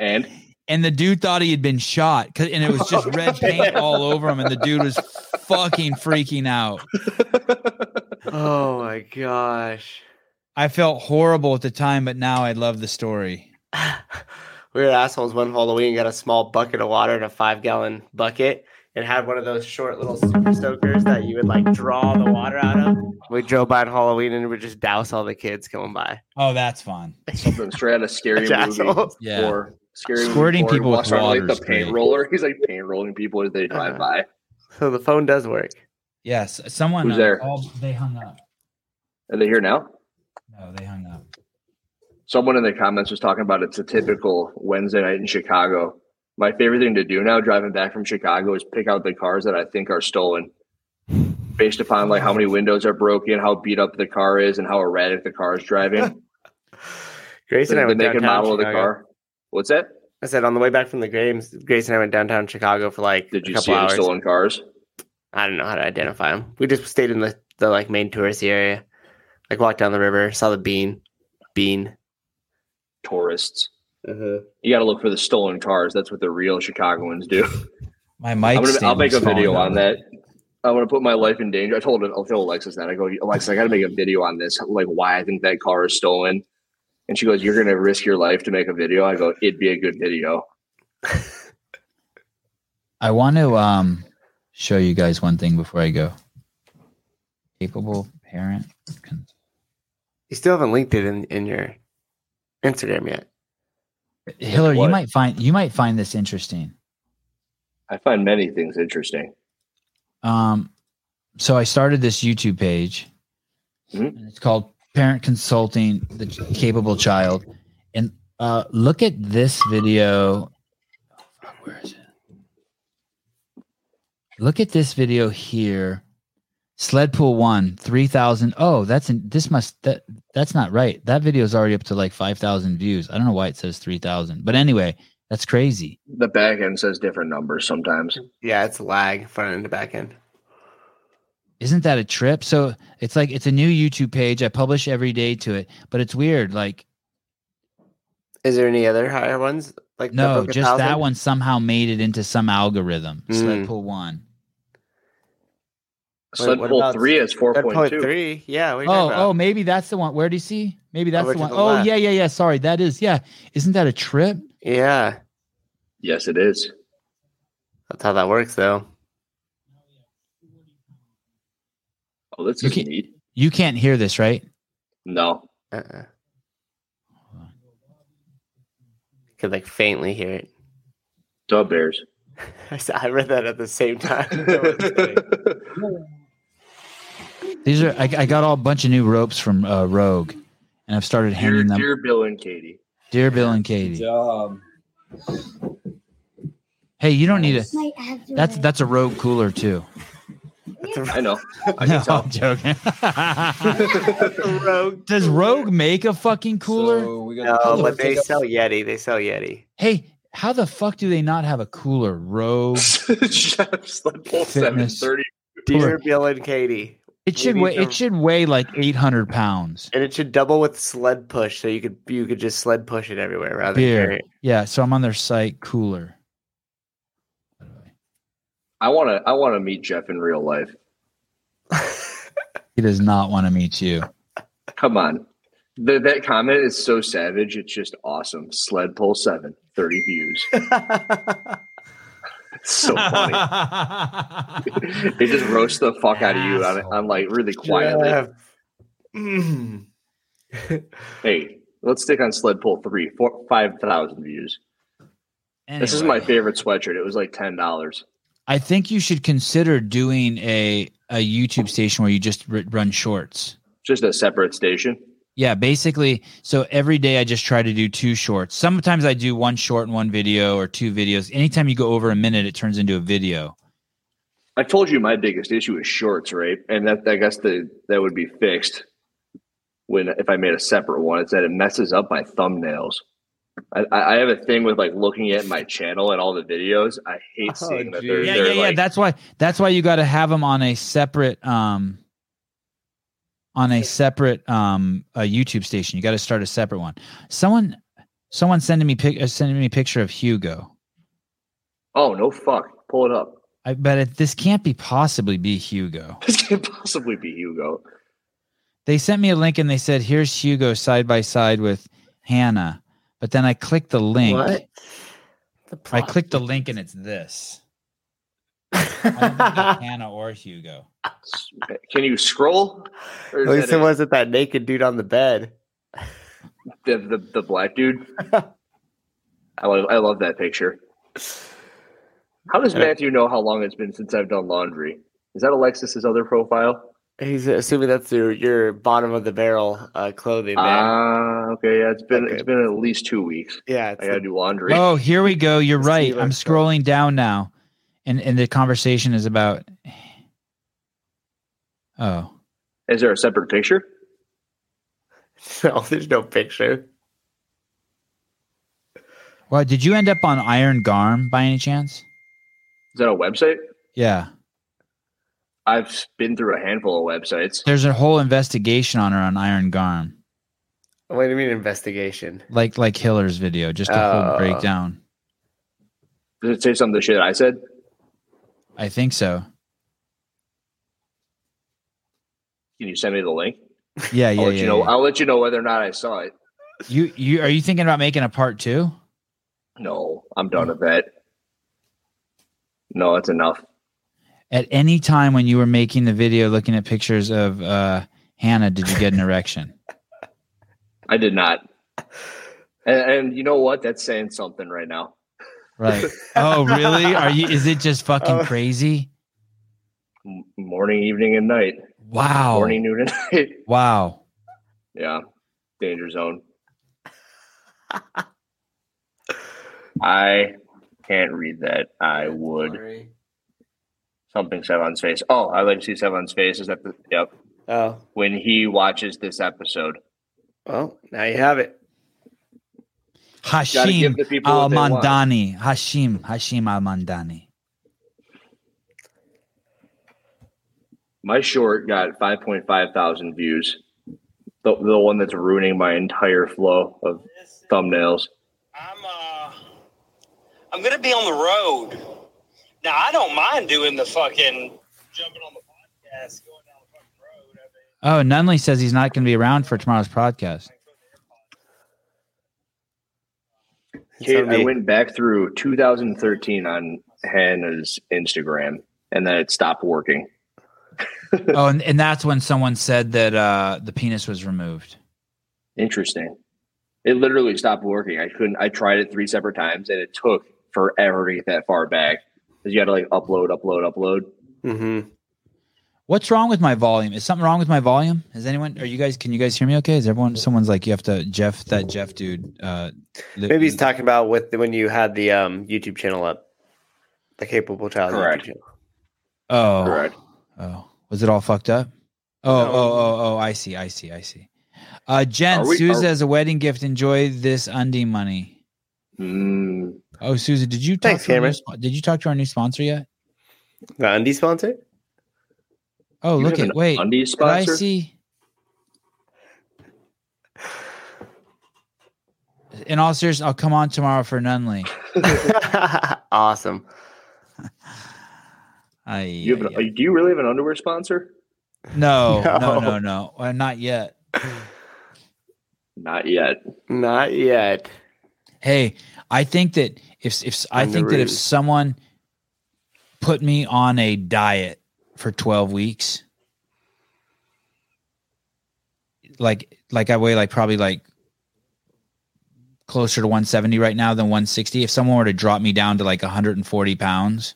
And And the dude thought he had been shot, 'cause- and it was just red paint all over him, and the dude was fucking freaking out. Oh my gosh. <laughs> I felt horrible at the time, but now I love the story. we were assholes one Halloween, got a small bucket of water in a five gallon bucket and had one of those short little super soakers that you would like draw the water out of. We drove by on Halloween and we just douse all the kids coming by. Oh, that's fun. something straight out of scary That's movie assholes. <laughs> Yeah. or Scary movie Squirting four, he people with walks around water like is the great. Uh-huh. paint roller. He's like paint rolling people as they drive Uh, by. So the phone does work. Yes, someone Who's uh, there? called- they hung up. Are they here now? No, they hung up. Someone in the comments was talking about it's a typical Wednesday night in Chicago. My favorite thing to do now driving back from Chicago is pick out the cars that I think are stolen based upon like how many windows are broken, how beat up the car is, and how erratic the car is driving. <laughs> Grace and I the went naked downtown model of the Chicago. car. What's that? I said on the way back from the Graves, Grace and I went downtown Chicago for like Did a you couple see any hours. stolen cars? I don't know how to identify them. We just stayed in the, the like main tourist area, like walked down the river, saw the bean, bean. Tourists. Uh-huh. You got to look for the stolen cars. That's what the real Chicagoans do. My mic. I'm gonna, I'll stand make a was falling video on down. that. I want to put my life in danger. I told I told Alexis that. I go, Alexis, I got to make a video on this, like why I think that car is stolen. And she goes, "You're gonna risk your life to make a video." I go, "It'd be a good video." I want to um show you guys one thing before I go. Capable parent. con- You still haven't linked it in, in your Instagram yet. Hillary, you what? might find you might find this interesting. I find many things interesting. Um, so I started this YouTube page. Mhm. And it's called Parent Consulting the Capable Child. And uh, look at this video. Fuck, Where is it? Look at this video here. Sled pool one, 3,000. Oh, that's in, this must, that that's not right. That video is already up to like 5,000 views. I don't know why it says 3,000, but anyway, that's crazy. The back end says different numbers sometimes. Yeah, it's lag front end to back end. isn't that a trip? So it's like it's a new YouTube page. I publish every day to it, but it's weird. Like Is there any other higher ones? Like that no, broke a just that thousand? one somehow made it into some algorithm. Sled Mm. pool one. Wait, Sled what pull about three is four That point point two. three. Yeah. What are you Oh, talking oh, about? maybe that's the one. Where do you see? Maybe that's Over the to one. the Oh, left. yeah, yeah, yeah. Sorry, that is yeah. Isn't that a trip? yeah. Yes, it is. That's how that works, though. Oh, this You is can't- neat. You can't hear this, right? No, Uh-uh. Could like faintly hear it. <laughs> dub bears. I s- I read that at the same <laughs> time. These are. I, I got all a bunch of new ropes from uh, Rogue, and I've started dear, handing them. Dear, dear Bill and Katie. Bill and Katie. job. Hey, you don't need a. Might have to That's wait. that's a Rogue cooler too. I know. <laughs> <laughs> no, I can tell. I'm joking. <laughs> Rogue. Does Rogue make a fucking cooler? So we got No, to but they take up- sell Yeti. They sell Yeti. hey, how the fuck do they not have a cooler? Rogue. Sled pull seven Fitness. thirty. Dear Bill and Katie, It should Maybe weigh. the- It should weigh like eight hundred pounds. and it should double with sled push, so you could you could just sled push it everywhere rather than Beer. carry it. Yeah. So I'm on their site. Cooler. I want to. I want to meet Jeff in real life. He does not want to meet you. Come on. The, that comment is so savage. It's just awesome. Sled pull seven, 30 views. It's so funny. they just roast the fuck out of you on, on like really quietly. Mm. Hey, let's stick on sled pull three, four, 5,000 views. This is my Anyway, favorite sweatshirt. It was like $10. I think you should consider doing a a YouTube station where you just r- run shorts. Just a separate station. Yeah, basically. So every day I just try to do two shorts. Sometimes I do one short and one video or two videos. Anytime you go over a minute, it turns into a video. I told you my biggest issue is shorts, right? And that I guess the that would be fixed when if I made a separate one. It's that it messes up my thumbnails. I, I I have a thing with like looking at my channel and all the videos. I hate Oh, seeing that geez. they're, yeah, they're yeah, yeah. like That's why. That's why you got to have them on a separate, um, on a separate um, a YouTube station. You got to start a separate one. Someone, someone sending me pic, uh, sending me a picture of Hugo. oh no fuck, pull it up. <laughs> I bet it, this can't be possibly be Hugo. This can't possibly be Hugo. They sent me a link and they said, "Here's Hugo side by side with Hannah." But then I clicked the link. What? I clicked the link and it's this. I don't think it's Hannah or Hugo. Can you scroll? Or At is least that it it? wasn't that naked dude on the bed. the, the the black dude. I love, I love that picture. How does Matthew know how long it's been since I've done laundry? Is that Alexis's other profile? He's assuming that's your, your bottom of the barrel uh, clothing. Man. Ah, okay. Yeah, it's been Okay. it's been at least two weeks. yeah, it's I gotta the- do laundry. Oh, here we go. You're Let's see right. I'm what's going scrolling down now, and and the conversation is about. Oh, Is there a separate picture? <laughs> no, there's no picture. well, did you end up on Iron Garm by any chance? Is that a website? Yeah, I've been through a handful of websites. there's a whole investigation on her on Iron Garm, What do you mean investigation? like like Hiller's video, just a whole Oh. breakdown. Does it say some of the shit I said? I think so. Can you send me the link? Yeah, yeah, Oh, I'll let yeah. you know. yeah. I'll let you know whether or not I saw it. You you are you thinking about making a part two? No, I'm done with that. No, that's enough. At any time when you were making the video, looking at pictures of uh, Hannah, did you get an erection? I did not. And, and you know what? That's saying something right now. <laughs> Right. Oh, really? Are you? Is it just fucking Uh, Oh. crazy? M- morning, evening, and night. Wow. Morning, noon, and <laughs> night. Wow. Yeah, danger zone. I can't read that. I would. Something Sevon's face. Oh, I like to see Sevon's face. Is that the, yep? Oh, When he watches this episode, well, now you have it. gotta give Hashim the people Al um, what they want. Mandani. Hashim. Hashim Al Mandani. My short got 5.5 thousand views. The, the one that's ruining my entire flow of thumbnails. I'm uh, I'm gonna be on the road. Now I don't mind doing the fucking jumping on the podcast, going down the fucking road. I mean, Oh, Nunley says he's not going to be around for tomorrow's <laughs> podcast. It's Kate, on me. I went back through 2013 on Hannah's Instagram, and then it stopped working. Oh, and, and that's when someone said that uh, the penis was removed. Interesting. It literally stopped working. I couldn't. I tried it three separate times, and it took forever to get that far back because you had to like upload, upload, upload. Mhm. What's wrong with my volume? Is something wrong with my volume? Is anyone? Are you guys? Can you guys hear me? Okay. Is everyone? Someone's like, you have to Jeff that Jeff dude. Uh, li- Maybe he's talking about with when you had the um, YouTube channel up, the Capable Child Correct. YouTube channel. Oh. Correct. Oh, was it all fucked up? Oh, No. oh, oh, oh! I see, I see, I see. Uh, Jen, Are we- Sousa are- as a wedding gift. Enjoy this undie money. Mm, Oh, Sousa, did you talk Thanks, to our new Cameron. spo- did you talk to our new sponsor yet? The Undie sponsor? Oh, You look have at an wait. undies Did I sponsor. see? In all seriousness, I'll come on tomorrow for Nunley. <laughs> awesome. I You have an, Do you really have an underwear sponsor? <laughs> no, no, No. no, no, Uh, not yet. Not yet. Not yet. Hey, I think that if if I On the think that if ruse. someone put me on a diet for 12 weeks like like I weigh like probably like closer to 170 right now than 160 if someone were to drop me down to like 140 pounds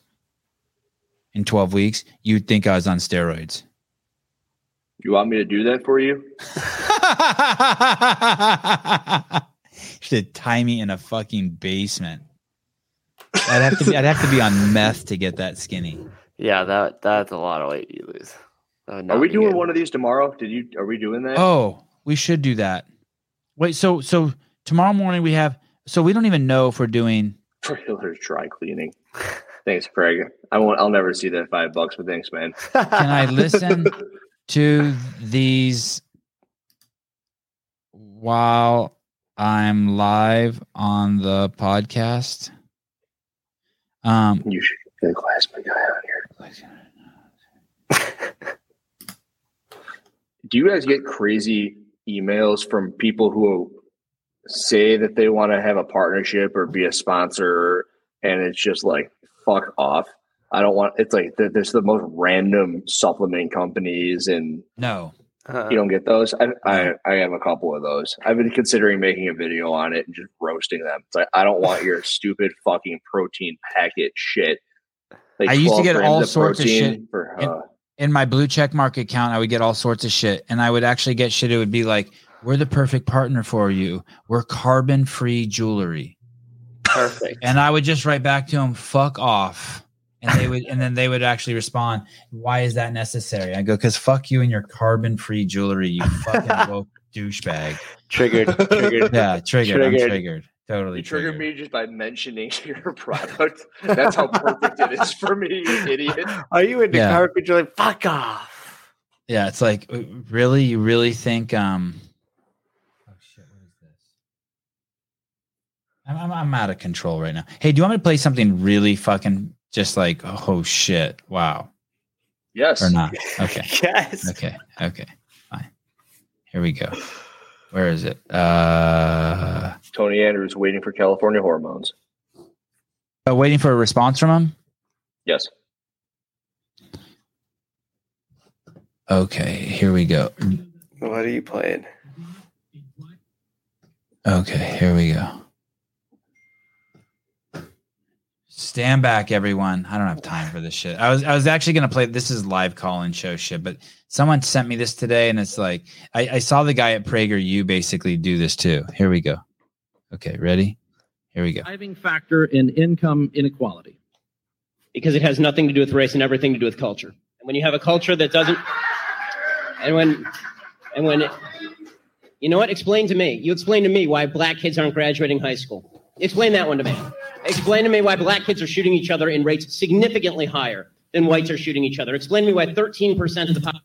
in 12 weeks you'd think I was on steroids You want me to do that for you? should tie me in a fucking basement. I'd have to be, I'd have to be on meth to get that skinny. Yeah, that that's a lot of weight you lose. That would Are not we be doing good. one of these tomorrow? Did you? Are we doing that? Oh, we should do that. Wait, so so tomorrow morning we have so we don't even know if we're doing <laughs> Trailer dry cleaning. Thanks, Craig. I won't. I'll never see that five bucks, but thanks, man. can I <laughs> listen to these while I'm live on the podcast? Um You should get a glass my guy out here. Do you guys get crazy emails from people who say that they want to have a partnership or be a sponsor, and it's just like fuck off? I don't want. It's like th- this is the most random supplement companies and no. Uh, You don't get those. I, I I have a couple of those. I've been considering making a video on it and just roasting them. It's like I don't <laughs> want your stupid fucking protein packet shit. Like I used to 12 get grams all sorts of protein For, And- uh, in my blue check mark account, I would get all sorts of shit. And I would actually get shit. It would be like, we're the perfect partner for you. We're carbon free jewelry. <laughs> perfect. And I would just write back to them, fuck off. And they would, and then they would actually respond, why is that necessary? I go, because fuck you and your carbon free jewelry, you fucking woke douchebag. Triggered. Triggered. Yeah, triggered. I'm Triggered. triggered. Totally you trigger triggered. me just by mentioning <laughs> your product. That's how perfect it is for me, you idiot. <laughs> Are you into Yeah. carpet? You're like, fuck off. Yeah, it's like uh, really, you really think um Oh shit, what is this? I'm, I'm I'm out of control right now. Hey, do you want me to play something really fucking just like oh shit, wow. Yes. Or not. <laughs> Okay. Yes. Okay. Okay. Fine. Here we go. Where is it? Uh Tony Andrews waiting for California hormones. uh, waiting for a response from him? Yes. Okay, here we go. What are you playing? Okay, here we go. Stand back, everyone. I don't have time for this shit. I was I was actually gonna play this is live call in show shit, but someone sent me this today, and it's like I, I saw the guy at Prager you basically do this too. Here we go. Okay, ready? Here we go. driving factor in income inequality because it has nothing to do with race and everything to do with culture. And when you have a culture that doesn't, and when, and when, it, you know what? Explain to me. You explain to me why black kids aren't graduating high school. Explain that one to me. Explain to me why black kids are shooting each other in rates significantly higher than whites are shooting each other. Explain to me why 13% of the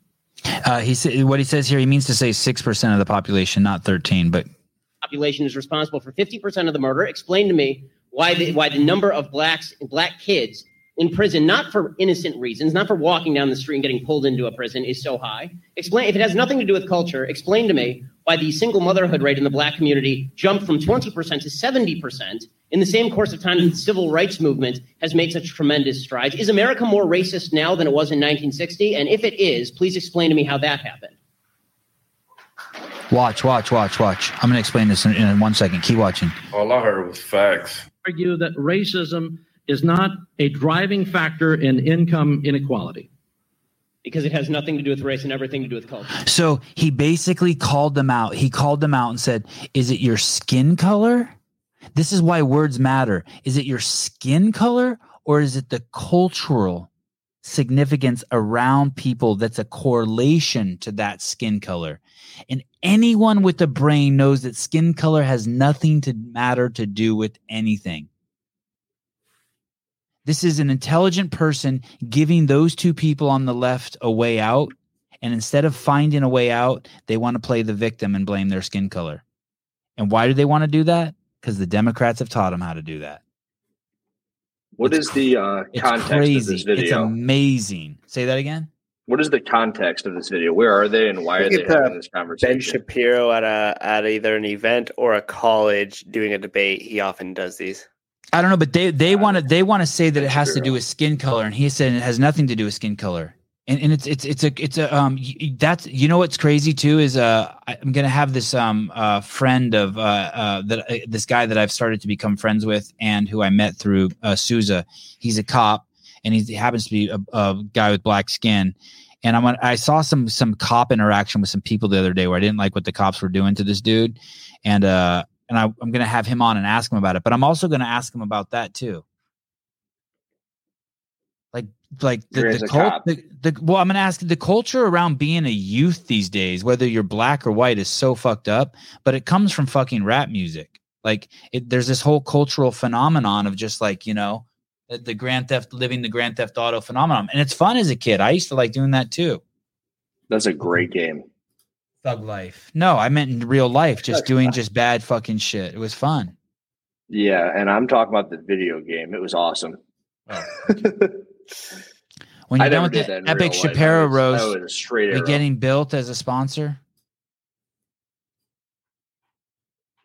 Uh, he said what he says here. He means to say six percent of the population, not thirteen. But population is responsible for 50% of the murder. Explain to me why the, why the number of blacks black kids in prison, not for innocent reasons, not for walking down the street and getting pulled into a prison, is so high. Explain if it has nothing to do with culture. Explain to me why the single motherhood rate in the black community jumped from 20% to 70% in the same course of time that the civil rights movement has made such tremendous strides. Is America more racist now than it was in 1960? And if it is, please explain to me how that happened. watch, watch, watch, watch. I'm gonna explain this in, in one second. Keep watching. All I heard was facts. argue that racism is not a driving factor in income inequality. Because it has nothing to do with race and everything to do with culture. So he basically called them out. He called them out and said, Is it your skin color? This is why words matter. Is it your skin color or is it the cultural significance around people that's a correlation to that skin color? And anyone with a brain knows that skin color has nothing to matter to do with anything. This is an intelligent person giving those two people on the left a way out and instead of finding a way out, they want to play the victim and blame their skin color. And why do they want to do that? Because the Democrats have taught them how to do that. What It's is the uh, It's context of crazy. this It's video? amazing. Say that again. what is the context of this video? Where are they and why are Look they at the having this Ben conversation? Shapiro at a at either an event or a college doing a debate. He often does these. I don't know, but they they Uh, want to they want to say that it that's has to true. do with skin color, and he said it has nothing to do with skin color. And and it's it's it's a it's a um y- y- that's you know what's crazy too is uh I- I'm gonna have this um uh friend of uh uh that uh, this guy that I've started to become friends with and who I met through uh, Souza. He's a cop and he's, he happens to be a, a guy with black skin. And I'm on- I saw some some cop interaction with some people the other day where I didn't like what the cops were doing to this dude, and uh and I, I'm going to have him on and ask him about it. But I'm also going to ask him about that too. Like, like the, You're the, as a cult, cop. the, the well, I'm going to ask the culture around being a youth these days, whether you're black or white, is so fucked up. But it comes from fucking rap music. Like, it, there's this whole cultural phenomenon of just like you know the, the Grand Theft, living the Grand Theft Auto phenomenon, and it's fun as a kid. I used to like doing that too. That's a great game. Thug life. No, I meant in real life, just doing just bad fucking shit. It was fun. Yeah, and I'm talking about the video game. It was awesome. <laughs> When I Oh. you're done never with did that, that. in epic real life. Shapiro I was- I roast, was a straight we arrow. getting built as a sponsor?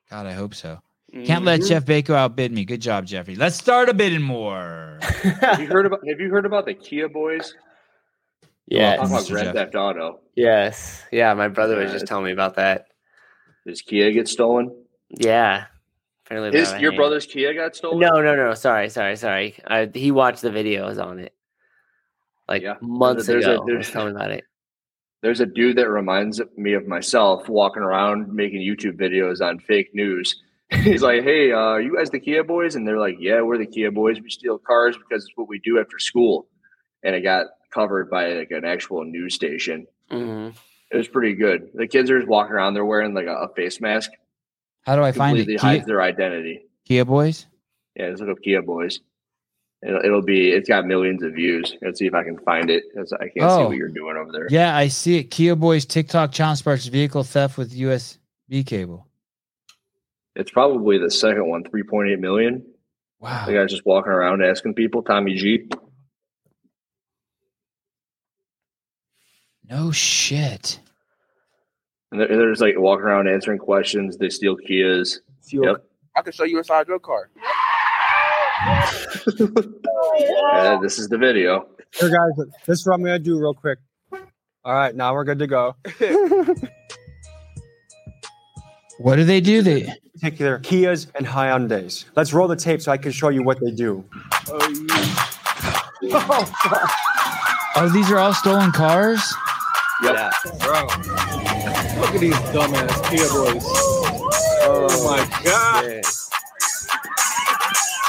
God, I hope so. Can't Mm-hmm. let Mm-hmm. Jeff Baker outbid me. Good job, Jeffrey. Let's start a bidding war. <laughs> have you heard about Have you heard about the Kia boys? Yes. Talk Mr. about Grand Jeff. Theft Auto. Yes. Yeah. My brother was just Yes. telling me about that. His Kia gets stolen. Yeah. Apparently His, that your hang- brother's Kia got stolen. No, no, <laughs> no. Sorry, sorry, sorry. I, he watched the videos on it, like Yeah. months There's a- ago. he there's- was telling me about it. There's a dude that reminds me of myself walking around making YouTube videos on fake news. <laughs> He's like, "Hey, uh, you guys the Kia boys?" And they're like, "Yeah, we're the Kia boys. We steal cars because it's what we do after school." And it got covered by like an actual news station. Mhm. It was pretty good. The kids are just walking around. They're wearing like a, a face mask. How do I find it? Completely Kia, hides their identity. Kia boys. Yeah, just look up Kia Boys. It'll, it'll be. It's got millions of views. Let's see if I can find it. 'cause I can't see Oh. what you're doing over there. Yeah, I see it. Kia boys TikTok challenge sparks vehicle theft with USB cable. It's probably the second one. Three point eight million. Wow. The guy's just walking around asking people. Tommy G. No shit. And they're, they're just like walking around answering questions. They steal Kias. Yep. I can show you inside your <laughs> car. Uh, this is the video. Here, guys, this is what I'm gonna do real quick. All right, now we're good to go. What do they do? They Particular Kias and Hyundai's. Let's roll the tape so I can show you what they do. oh, these are all stolen cars. Yep. Yeah. Bro. Look at these dumbass Kia boys. Oh my god.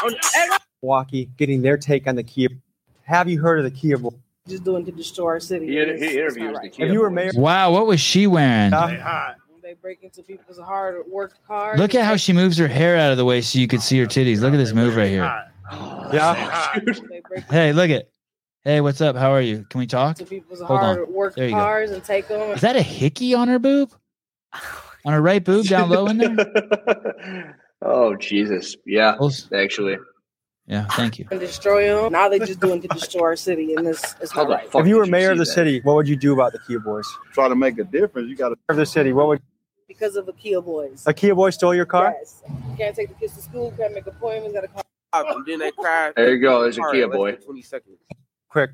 Yeah. Milwaukee, getting their take on the Kia. Have you heard of the Kia? Boy? just doing to destroy our city. He, It's- he it's not interviews the right. Kia. If you were boys. mayor- Wow, what was she wearing? They break into people's hard work hard. Look at how she moves her hair out of the way so you could see her titties. Look at this move right here. Yeah. They break Hey, look at. Hey, what's up? How are you? Can we talk? into people's Hold on. hard work There you go. cars and take them. Is that a hickey on her boob? On her right boob down low in there? <laughs> oh Jesus! Yeah, Oh, actually, Yeah, thank you. And destroy them. Now they just doing to destroy our city, and this is how not the right. fuck if you were did mayor of see the that? city, what would you do about the Kia boys? Try to make a difference. You gotta Mayor of the city, what would Because of the Kia boys. a Kia boy stole your car? Yes. Can't take the kids to school. Can't make appointments. Got to call. and then they cry. There you go. There's a Kia boy. Twenty seconds. Quick.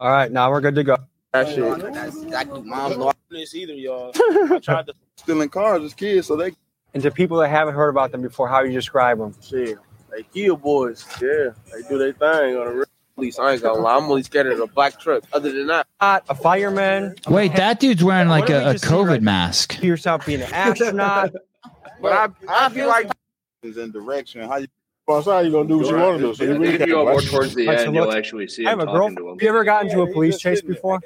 All right, now we're good to go. That shit. I do mom this either, y'all. I tried to stealing cars as kids, so they And to people that haven't heard about them before, how do you describe them? shit. They kill boys. Yeah, they do their thing on the real. At least I ain't gonna lie. I'm only scared of the black truck. Other than that, Not a fireman. a Wait, that dude's wearing What like did we a, a just see right- COVID mask. See yourself being an <laughs> astronaut. but I I feel like is in direction. How you? Well, sorry, you gonna do what you want to do. So you really If you go more can't. towards the Let's end, you'll look. actually see I him have a talking girlfriend. to him. Have you ever gotten into a police chase before?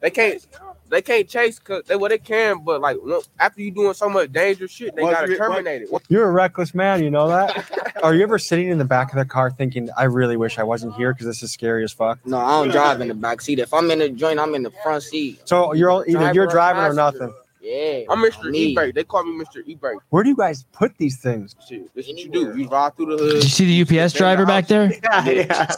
They can't. They can't chase. Cause they well they can, but like look, after you doing so much dangerous shit, they gotta terminate it. You're a reckless man, you know that? Are you ever sitting in the back of the car thinking, I really wish I wasn't here because this is scary as fuck? No, I don't drive in the back seat. If I'm in the joint, I'm in the front seat. So you're all- either Driver you're or driving or passenger. nothing. Yeah. I'm Mr. Me. E Brake. They call me Mr. E Brake. Where do you guys put these things? Shit, this what you do. You ride through the Did you hood. see the UPS driver back there? Yeah, yeah.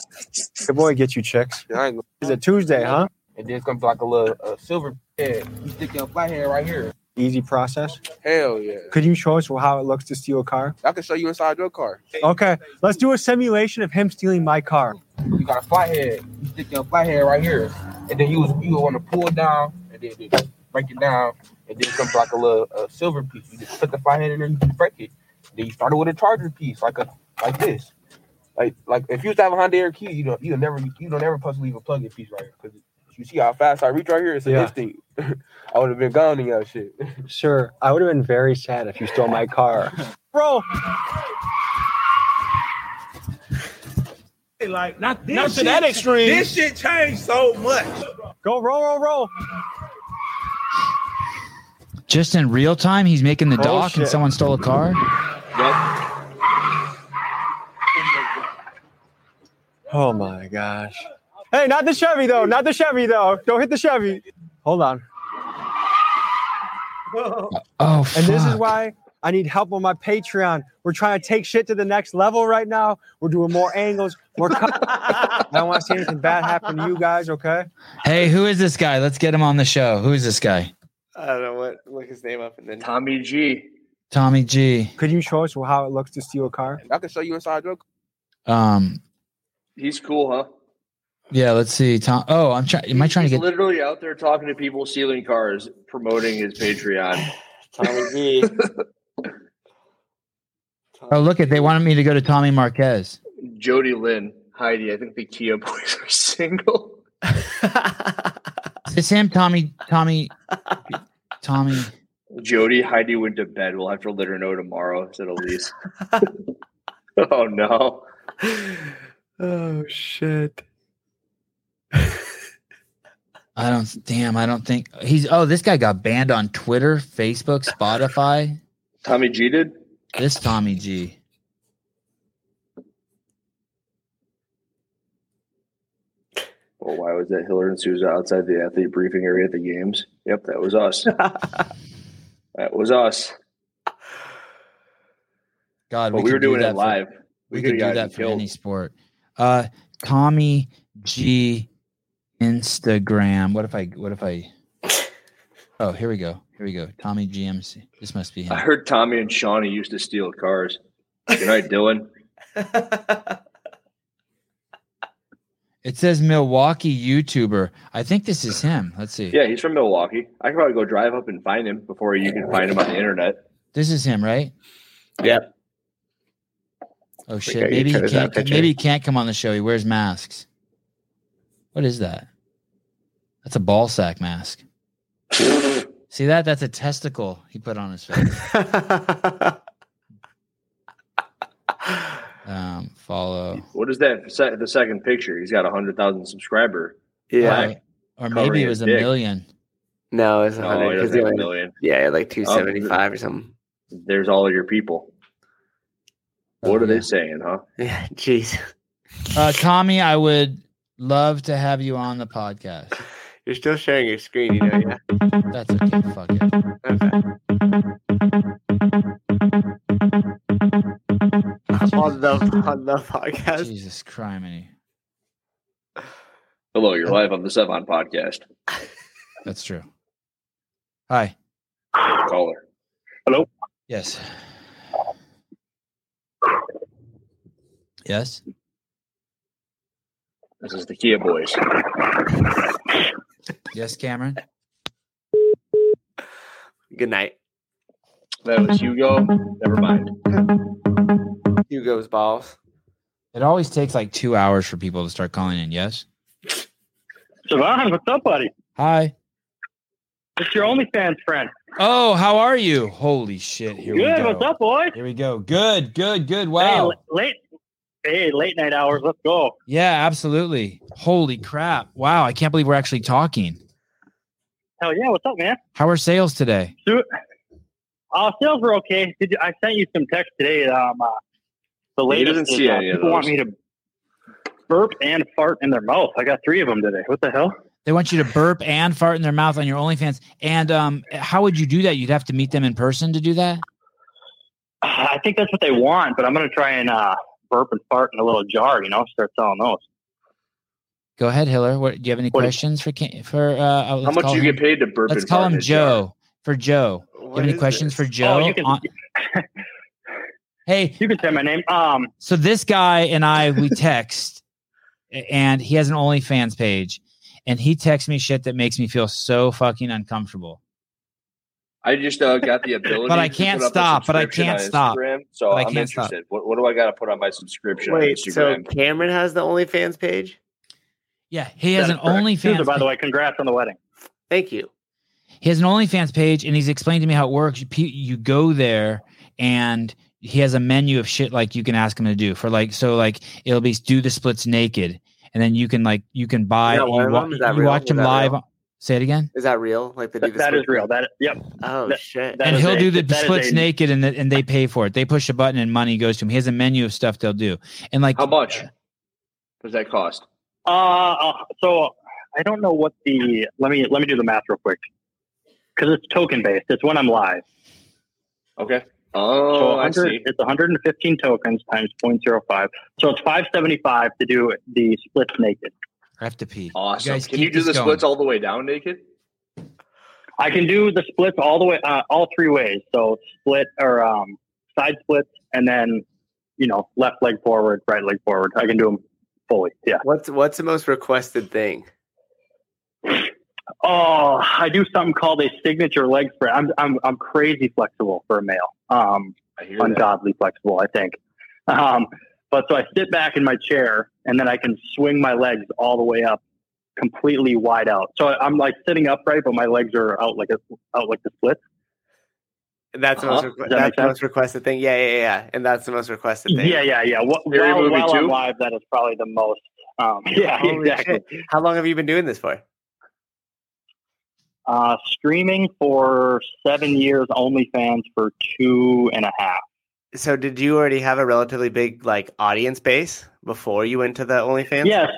Good boy, get you chicks. and I ain't gonna- Is it Tuesday, huh? And then it's gonna be like a little uh, silver head. You stick your flathead right here. Easy process. Hell yeah. Could you show us how it looks to steal a car? I can show you inside your car. Okay, let's do a simulation of him stealing my car. You got a flathead. You stick your flathead right here, and then you you want to pull it down, and then you break it down, and then it comes like a little uh, silver piece. You just put the flathead in there, you break it. Then you start it with a charger piece, like a like this, like like if you was to have a Honda Air key, you don't you'll never you don't ever supposed to leave a plug-in piece right here because you see how fast I reach right here. It's an Yeah. instinct. <laughs> I would have been gone in your shit. Sir, I would have been very sad if you stole my car. Bro, Like not this not to that extreme. This shit changed so much. go roll, roll, roll. Just in real time, he's making the Oh, dock and shit. someone stole a car? Yep. Oh my gosh. Hey, not the Chevy though. Not the Chevy though. Don't hit the Chevy. Hold on. Oh, fuck. And this is why I need help on my Patreon. We're trying to take shit to the next level right now. We're doing more angles, more. co- <laughs> I don't want to see anything bad happen to you guys. Okay. Hey, who is this guy? Let's get him on the show. Who is this guy? I don't know what. Look his name up and then. Tommy G. Tommy G. Could you show us how it looks <laughs> to steal a car? I can show you inside your. Um, He's cool, huh? Yeah, let's see. Tom. Oh, I'm trying. Am I trying to He's get? literally out there talking to people stealing cars, promoting his Patreon. Tommy G. Oh, look at. They wanted me to go to Tommy Marquez. Jody Lynn, Heidi. I think the Kia <laughs> boys are single. It's him, Tommy. Tommy. Tommy. Jody, Heidi went to bed. We'll have to let her know tomorrow. Said Elise. <laughs> oh no. Oh shit. I don't. Damn. I don't think he's. Oh, this guy got banned on Twitter, Facebook, Spotify. Tommy G did. This Tommy G. Well, why was that Hiller and Souza outside the athlete briefing area at the games? Yep, that was us. that was us. God, But we were could do doing it that for- live. We, We could do could've gotten that for killed. any sport. Uh, Tommy G. Instagram. What if I? What if I? Oh, here we go. Here we go. Tommy GMC. This must be him. I heard Tommy and Shawnee used to steal cars. Good night, Dylan. It says Milwaukee YouTuber. I think this is him. Let's see. Yeah, he's from Milwaukee. I could probably go drive up and find him before you can find him on the internet. This is him, right? Yep. Oh Look shit. at you Maybe he chose that can't. picture. Maybe he can't come on the show. He wears masks. What is that? That's a ball sack mask. See that? That's a testicle he put on his face. um, follow. What is that? se- The second picture. He's got a hundred thousand subscriber. Yeah. Or maybe Covering it his was a dick. million. <laughs> No, it's No, not it doesn't have a million. Yeah, like Oh, two seventy five or something. <laughs> There's all your people. What Oh, are they saying, huh? Yeah, jeez. Uh, Tommy, I would love to have you on the podcast. You're still sharing your screen, you know, yeah. That's okay. Fuck it. on the on <laughs> the podcast. Jesus criminy. Hello, you're live on the Sevon podcast. That's true. Hi. Caller. Hello. Yes. Yes. This is the Kia Boys. Yes, Cameron. Good night. That was Hugo. Never mind. Hugo's balls. It always takes like two hours for people to start calling in. Yes. Savon, what's up, buddy? Hi. It's your OnlyFans friend. Oh, how are you? Holy shit. Here we Good, go. what's up, boy? Here we go. Good, good, good. Hey, Wow. l- late. Hey, late night hours. Let's go. Yeah, absolutely. Holy crap. Wow. I can't believe we're actually talking. Hell yeah! What's up, man? How are sales today? So, uh, sales were okay. Did you, I sent you some text today? Um, uh, the He latest doesn't is, see uh, any of people want those. me to burp and fart in their mouth. I got three of them today. What the hell? They want you to burp and fart in their mouth on your OnlyFans. And um, how would you do that? You'd have to meet them in person to do that? Uh, I think that's what they want, but I'm gonna try and uh, burp and fart in a little jar. You know, start selling those. Go ahead, Hiller. What do you have any questions for Ca- for uh uh, let's How much call do you him- get paid to burp Let's and call fart in him a jar? Joe. For Joe. Do you have any questions for Joe? Oh, you can. <laughs> On- hey, you can say my name. Um, so this guy and I we text, <laughs> and he has an OnlyFans page, and he texts me shit that makes me feel so fucking uncomfortable. I just uh, got <laughs> the ability, But I to can't put up a stop, but I subscription can't on stop. Instagram, so But I I'm can't stop. interested. What, what do I got to put on my subscription Wait, on so Instagram? Cameron has the OnlyFans page? Yeah, he has that an is correct. Susan, OnlyFans. By the page. way, congrats on the wedding. Thank you. He has an OnlyFans page, and he's explained to me how it works. You, pe- you go there, and he has a menu of shit like you can ask him to do for like so like it'll be do the splits naked, and then you can like you can buy Yeah, you, one of wa- them, is that you real? watch Is him that live. real? on- Say it again. Is that real? Like they do That, the that is split- real. That yep. Oh that- shit. that and is he'll a- do the that is splits a- naked and, the, and they pay for it. They push a button and money goes to him. He has a menu of stuff they'll do. And like, How much does that cost? Uh, uh, so I don't know what the let me let me do the math real quick because it's token based. It's when I'm live. Okay. So Oh, I 100 see. it's 115 tokens times 0.05. So it's 575 to do the splits naked. I have to pee. Awesome. guys Can you keep do this the going. splits all the way down naked? I can do the splits all the way, uh, all three ways. So split or um, side splits, and then you know left leg forward, right leg forward. I can do them Fully, yeah. What's what's the most requested thing? Oh, I do something called a signature leg spread. I'm I'm I'm crazy flexible for a male. Um, that. ungodly flexible, I think. Um, but so I sit back in my chair and then I can swing my legs all the way up, completely wide out. So I- I'm like sitting upright, but my legs are out like a out like the slits. That's the most Uh-huh. requ- Does that that's make the sense? most requested thing. Yeah, yeah, yeah, yeah. And that's the most requested thing. Yeah, yeah, yeah. Wh- Scary while Movie while I'm two? live, that is probably the most. Um, yeah, Holy exactly. shit. How long have you been doing this for? Uh, streaming for seven years, OnlyFans for two and a half. So did you already have a relatively big like audience base before you went to the OnlyFans? Yes.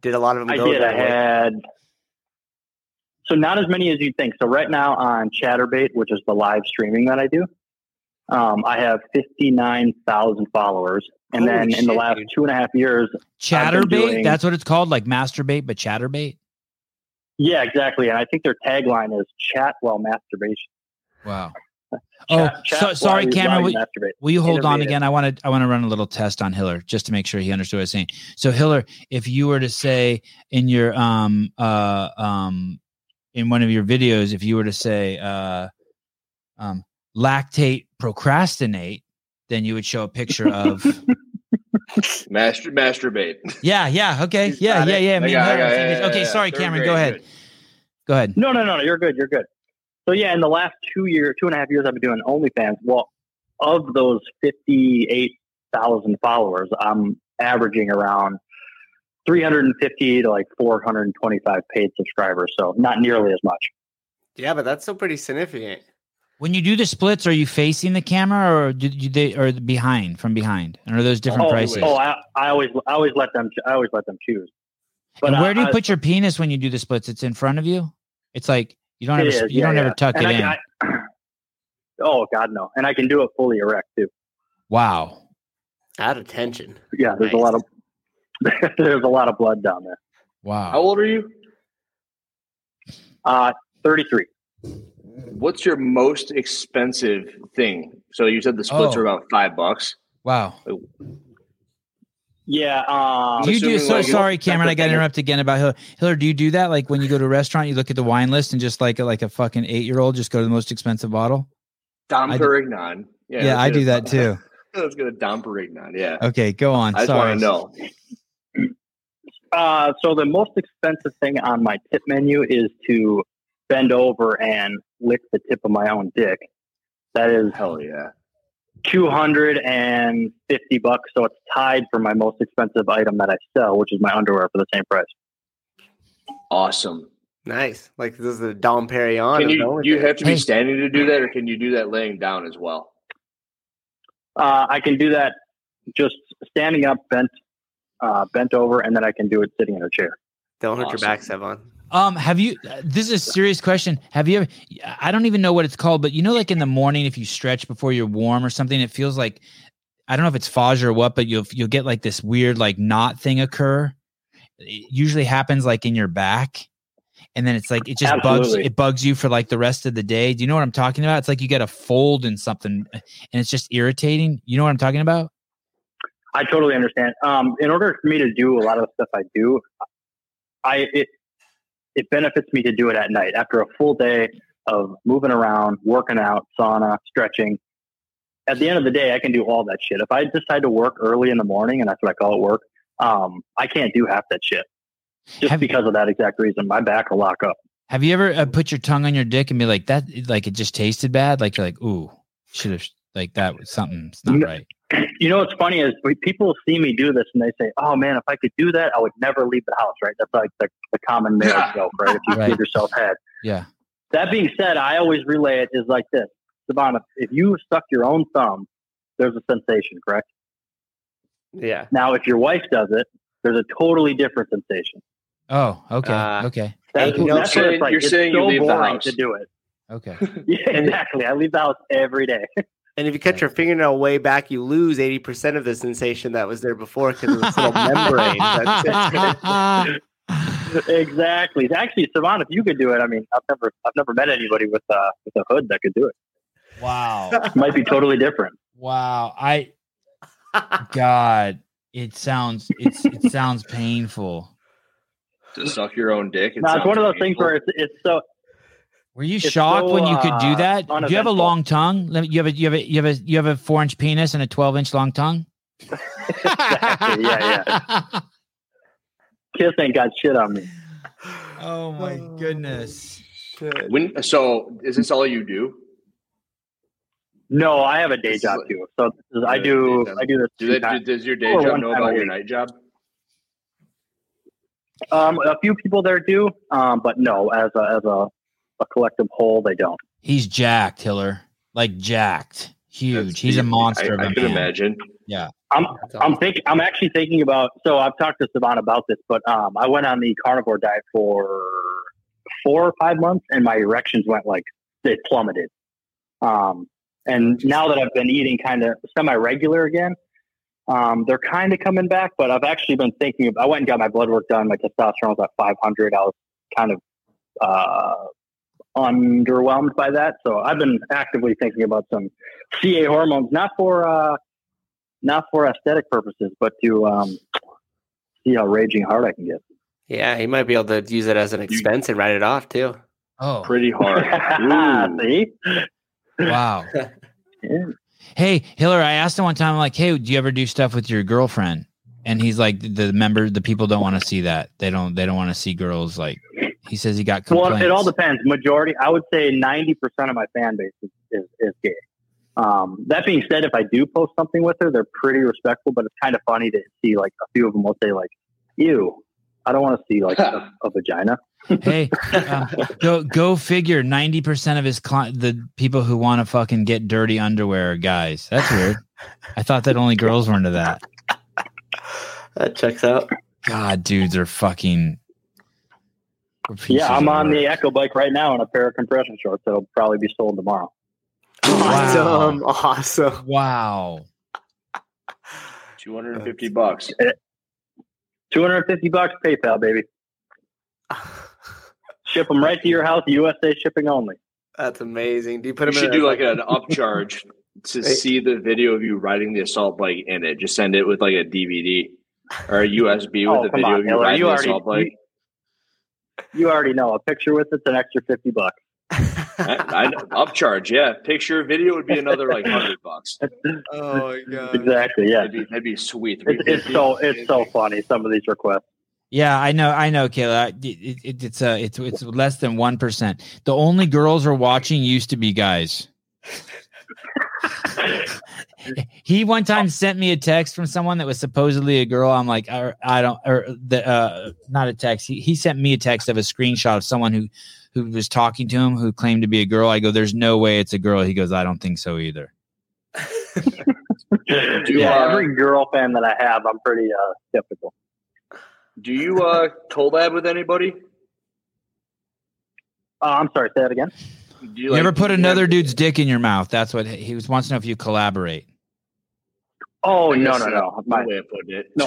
Did a lot of them I go did. I that way? had so not as many as you'd think. So right now on Chatterbait, which is the live streaming that I do, um, I have fifty nine thousand followers, and Holy then in the shit, last two and a half years, I've been Chatterbait. doing- That's what it's called, like masturbate, but chatterbait. yeah, exactly. And I think their tagline is "Chat while masturbation." Wow. Oh, Chat- chat so, while sorry, you- Cameron. while Will, you masturbate. will you hold on Innovative. again? I want to. I want to run a little test on Hiller just to make sure he understood what I was saying. So, Hiller, if you were to say in your um uh um in one of your videos, if you were to say uh um lactate procrastinate, then you would show a picture of Master, masturbate. yeah yeah okay yeah got yeah it. yeah I me and got- I Hiller got- are yeah, fingers- yeah, okay yeah, sorry third Cameron grade, go ahead go ahead No, no, no, no. You're good. You're good. So yeah, in the last two year, two and a half years, I've been doing OnlyFans. Well, of those fifty eight thousand followers, I'm averaging around three hundred and fifty to like four hundred and twenty five paid subscribers. So not nearly as much. Yeah, but that's still pretty significant. When you do the splits, are you facing the camera or do you they or behind from behind? And are those different oh, prices? Oh, I, I always, I always let them, I always let them choose. and where do you I- I- put your penis when you do the splits? It's in front of you. It's like you don't It ever is, you yeah, don't yeah. ever tuck And it I in. can- I- <clears throat> oh God, no! And I can do it fully erect too. wow. Out of tension. Yeah, there's a lot of there's a lot of blood down there. Wow. How old are you? Uh, 33. What's your most expensive thing? So you said the splits Oh. are about five bucks. Wow. Yeah. Um, do you do so sorry, Cameron? I got interrupted again about Hiller. Hiller, do you do that? Like when you go to a restaurant, you look at the wine list and just like like a fucking eight year old, just go to the most expensive bottle. Dom I do- Perignon. Yeah, I do that too. <laughs> Let's get a Dom Perignon. Yeah. Okay, go on. I just sorry. want to know. Uh, so the most expensive thing on my tip menu is to bend over and lick the tip of my own dick. That is hell yeah, two hundred and fifty bucks. So it's tied for my most expensive item that I sell, which is my underwear for the same price. Awesome. Nice. Like this is the Dom Perignon. Can of you OnlyFans. you have to be standing to do that, or can you do that laying down as well? Uh, I can do that just standing up, bent, uh, bent over, and then I can do it sitting in a chair. Don't hurt your Awesome. back, Sevon. Um, have you? uh, This is a serious question. Have you ever? I don't even know what it's called, but you know, like in the morning, if you stretch before you're warm or something, it feels like I don't know if it's Foja or what, but you'll you'll get like this weird like knot thing occur. It usually happens like in your back, and then it's like it just bugs Absolutely. it bugs you for like the rest of the day. Do you know what I'm talking about? It's like you get a fold in something, and it's just irritating. You know what I'm talking about? I totally understand. Um, in order for me to do a lot of the stuff I do, I it it benefits me to do it at night after a full day of moving around, working out, sauna, stretching. At the end of the day, I can do all that shit. If I decide to work early in the morning, and that's what I call it work, um, I can't do half that shit just because of that exact reason. My back will lock up. Have you ever uh, put your tongue on your dick and be like that? Like it just tasted bad. Like you're like, ooh, should have like that was something's not No. right. You know what's funny is we- people see me do this and they say, "Oh man, if I could do that, I would never leave the house." Right? That's like the, the common marriage joke, right? If you <laughs> Right. give yourself head. Yeah. That being said, I always relay it is like this: Savannah, if you suck your own thumb, there's a sensation, correct? Yeah. Now, if your wife does it, there's a totally different sensation. Oh, okay, Uh, okay, That's, Hey, that's what it's like. It's so boring to do it. <laughs> okay. Yeah, exactly. I leave the house every day. <laughs> And if you cut your fingernail way back, you lose eighty percent of the sensation that was there before because of this little membrane. <laughs> That's it. exactly. Actually, Savannah, if you could do it, I mean, I've never, I've never met anybody with a with a hood that could do it. Wow. <laughs> Might be totally different. Wow. I God. It sounds it's it sounds painful. To suck your own dick. No, it's sounds one of those painful. things where it's, it's so. Were you shocked when you could do that? Do you have a uh, uneventful. long tongue? Let me- You have a you have a you have a you have a four inch penis and a twelve inch long <laughs> tongue. yeah, yeah. Kiss ain't got shit on me. <laughs> Oh my goodness. When so is this all you do? No, I have a day job too. So this is- I do. I do this. Do two they, do, times- does your day or job Oh, one know time a about your week. night job? Um, a few people there do, um, but no, as a as a, a collective whole, they don't. He's jacked, Hiller. Like jacked, huge. He's a monster. of a man. Yeah. I'm I'm think I'm actually thinking about. So I've talked to Savan about this, but um, I went on the carnivore diet for four or five months, and my erections went like they plummeted. Um, and now that I've been eating kind of semi regular again, um, they're kind of coming back. But I've actually been thinking. Of, I went and got my blood work done. My testosterone was at 500. I was kind of uh, underwhelmed by that, so I've been actively thinking about some CA hormones, not for. Uh, not for aesthetic purposes, but to um, see how raging hard I can get. Yeah, he might be able to use it as an expense and write it off too. Oh, pretty hard. see? <laughs> Wow. Hey, Hiller, I asked him one time, I'm like, hey, do you ever do stuff with your girlfriend? And he's like, the- the member, the people don't want to see that. They don't, they don't want to see girls. Like, he says he got complaints. Well, it all depends. Majority, I would say, ninety percent of my fan base is, is, is gay. Um, that being said, if I do post something with her, they're pretty respectful. But it's kind of funny to see like a few of them will say like, "Ew, I don't want to see like a, a vagina." hey, um, go, go figure. 90% of his cli the people who want to fucking get dirty underwear are guys. That's weird. I thought that only girls were into that. That checks <coughs> out. God, dudes are fucking. we're pieces yeah, I'm of on work. the Echo bike right now in a pair of compression shorts that'll probably be sold tomorrow. <laughs> Awesome, awesome. Wow. Two hundred and fifty bucks. Two hundred fifty bucks PayPal, baby. Ship them right to your house, USA shipping only. That's amazing. Do you put You him? should in <laughs> do like an <laughs> upcharge to see the video of you riding the assault bike in it. Just send it with like a DVD or a USB Oh, with a come video on, of you Miller, riding you the already- assault bike. <laughs> You already know a picture with it's an extra fifty bucks. I, I, upcharge, yeah. Picture video would be another like hundred bucks. Oh my god! Exactly. Yeah. That'd be, that'd be sweet. It's, it's so it's so funny. Some of these requests. Yeah, I know, I know, Kayla. I- It, it, it's uh, it's it's less than one percent. The only girls are watching used to be guys. he one time sent me a text from someone that was supposedly a girl. I'm like, I, I don't, or the, uh, not a text. He, he sent me a text of a screenshot of someone who who was talking to him who claimed to be a girl. I go, there's no way it's a girl. He goes, I don't think so either. yeah, uh, every girl fan that I have, I'm pretty uh, skeptical. Do you uh collab with anybody? Uh, I'm sorry. Say that again. Do You, ever put another dude's dick in your mouth? That's what he he was wants to know if you collaborate. Oh I no guess no that's no! one My, way of putting it. No.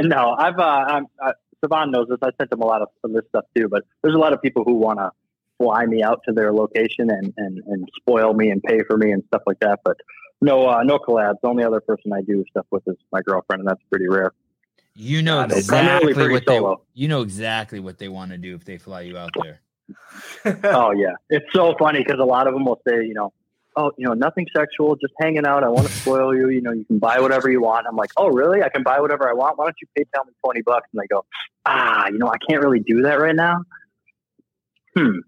<laughs> no, I've uh, I'm, uh, Savan knows this. I sent him a lot of, of this stuff too. But there's a lot of people who want to fly me out to their location and, and and spoil me and pay for me and stuff like that. But no uh, no collabs. The only other person I do stuff with is my girlfriend, and that's pretty rare. You know Yeah, so primarily exactly pretty what they solo. you know exactly what they want to do if they fly you out <laughs> there. <sighs> oh yeah, it's so funny because a lot of them will say, you know, oh, you know, nothing sexual, just hanging out. I want to spoil you. You know, you can buy whatever you want. I'm like, oh really? I can buy whatever I want. Why don't you pay down me twenty bucks? And they go, ah, you know, I can't really do that right now. <laughs> Hmm.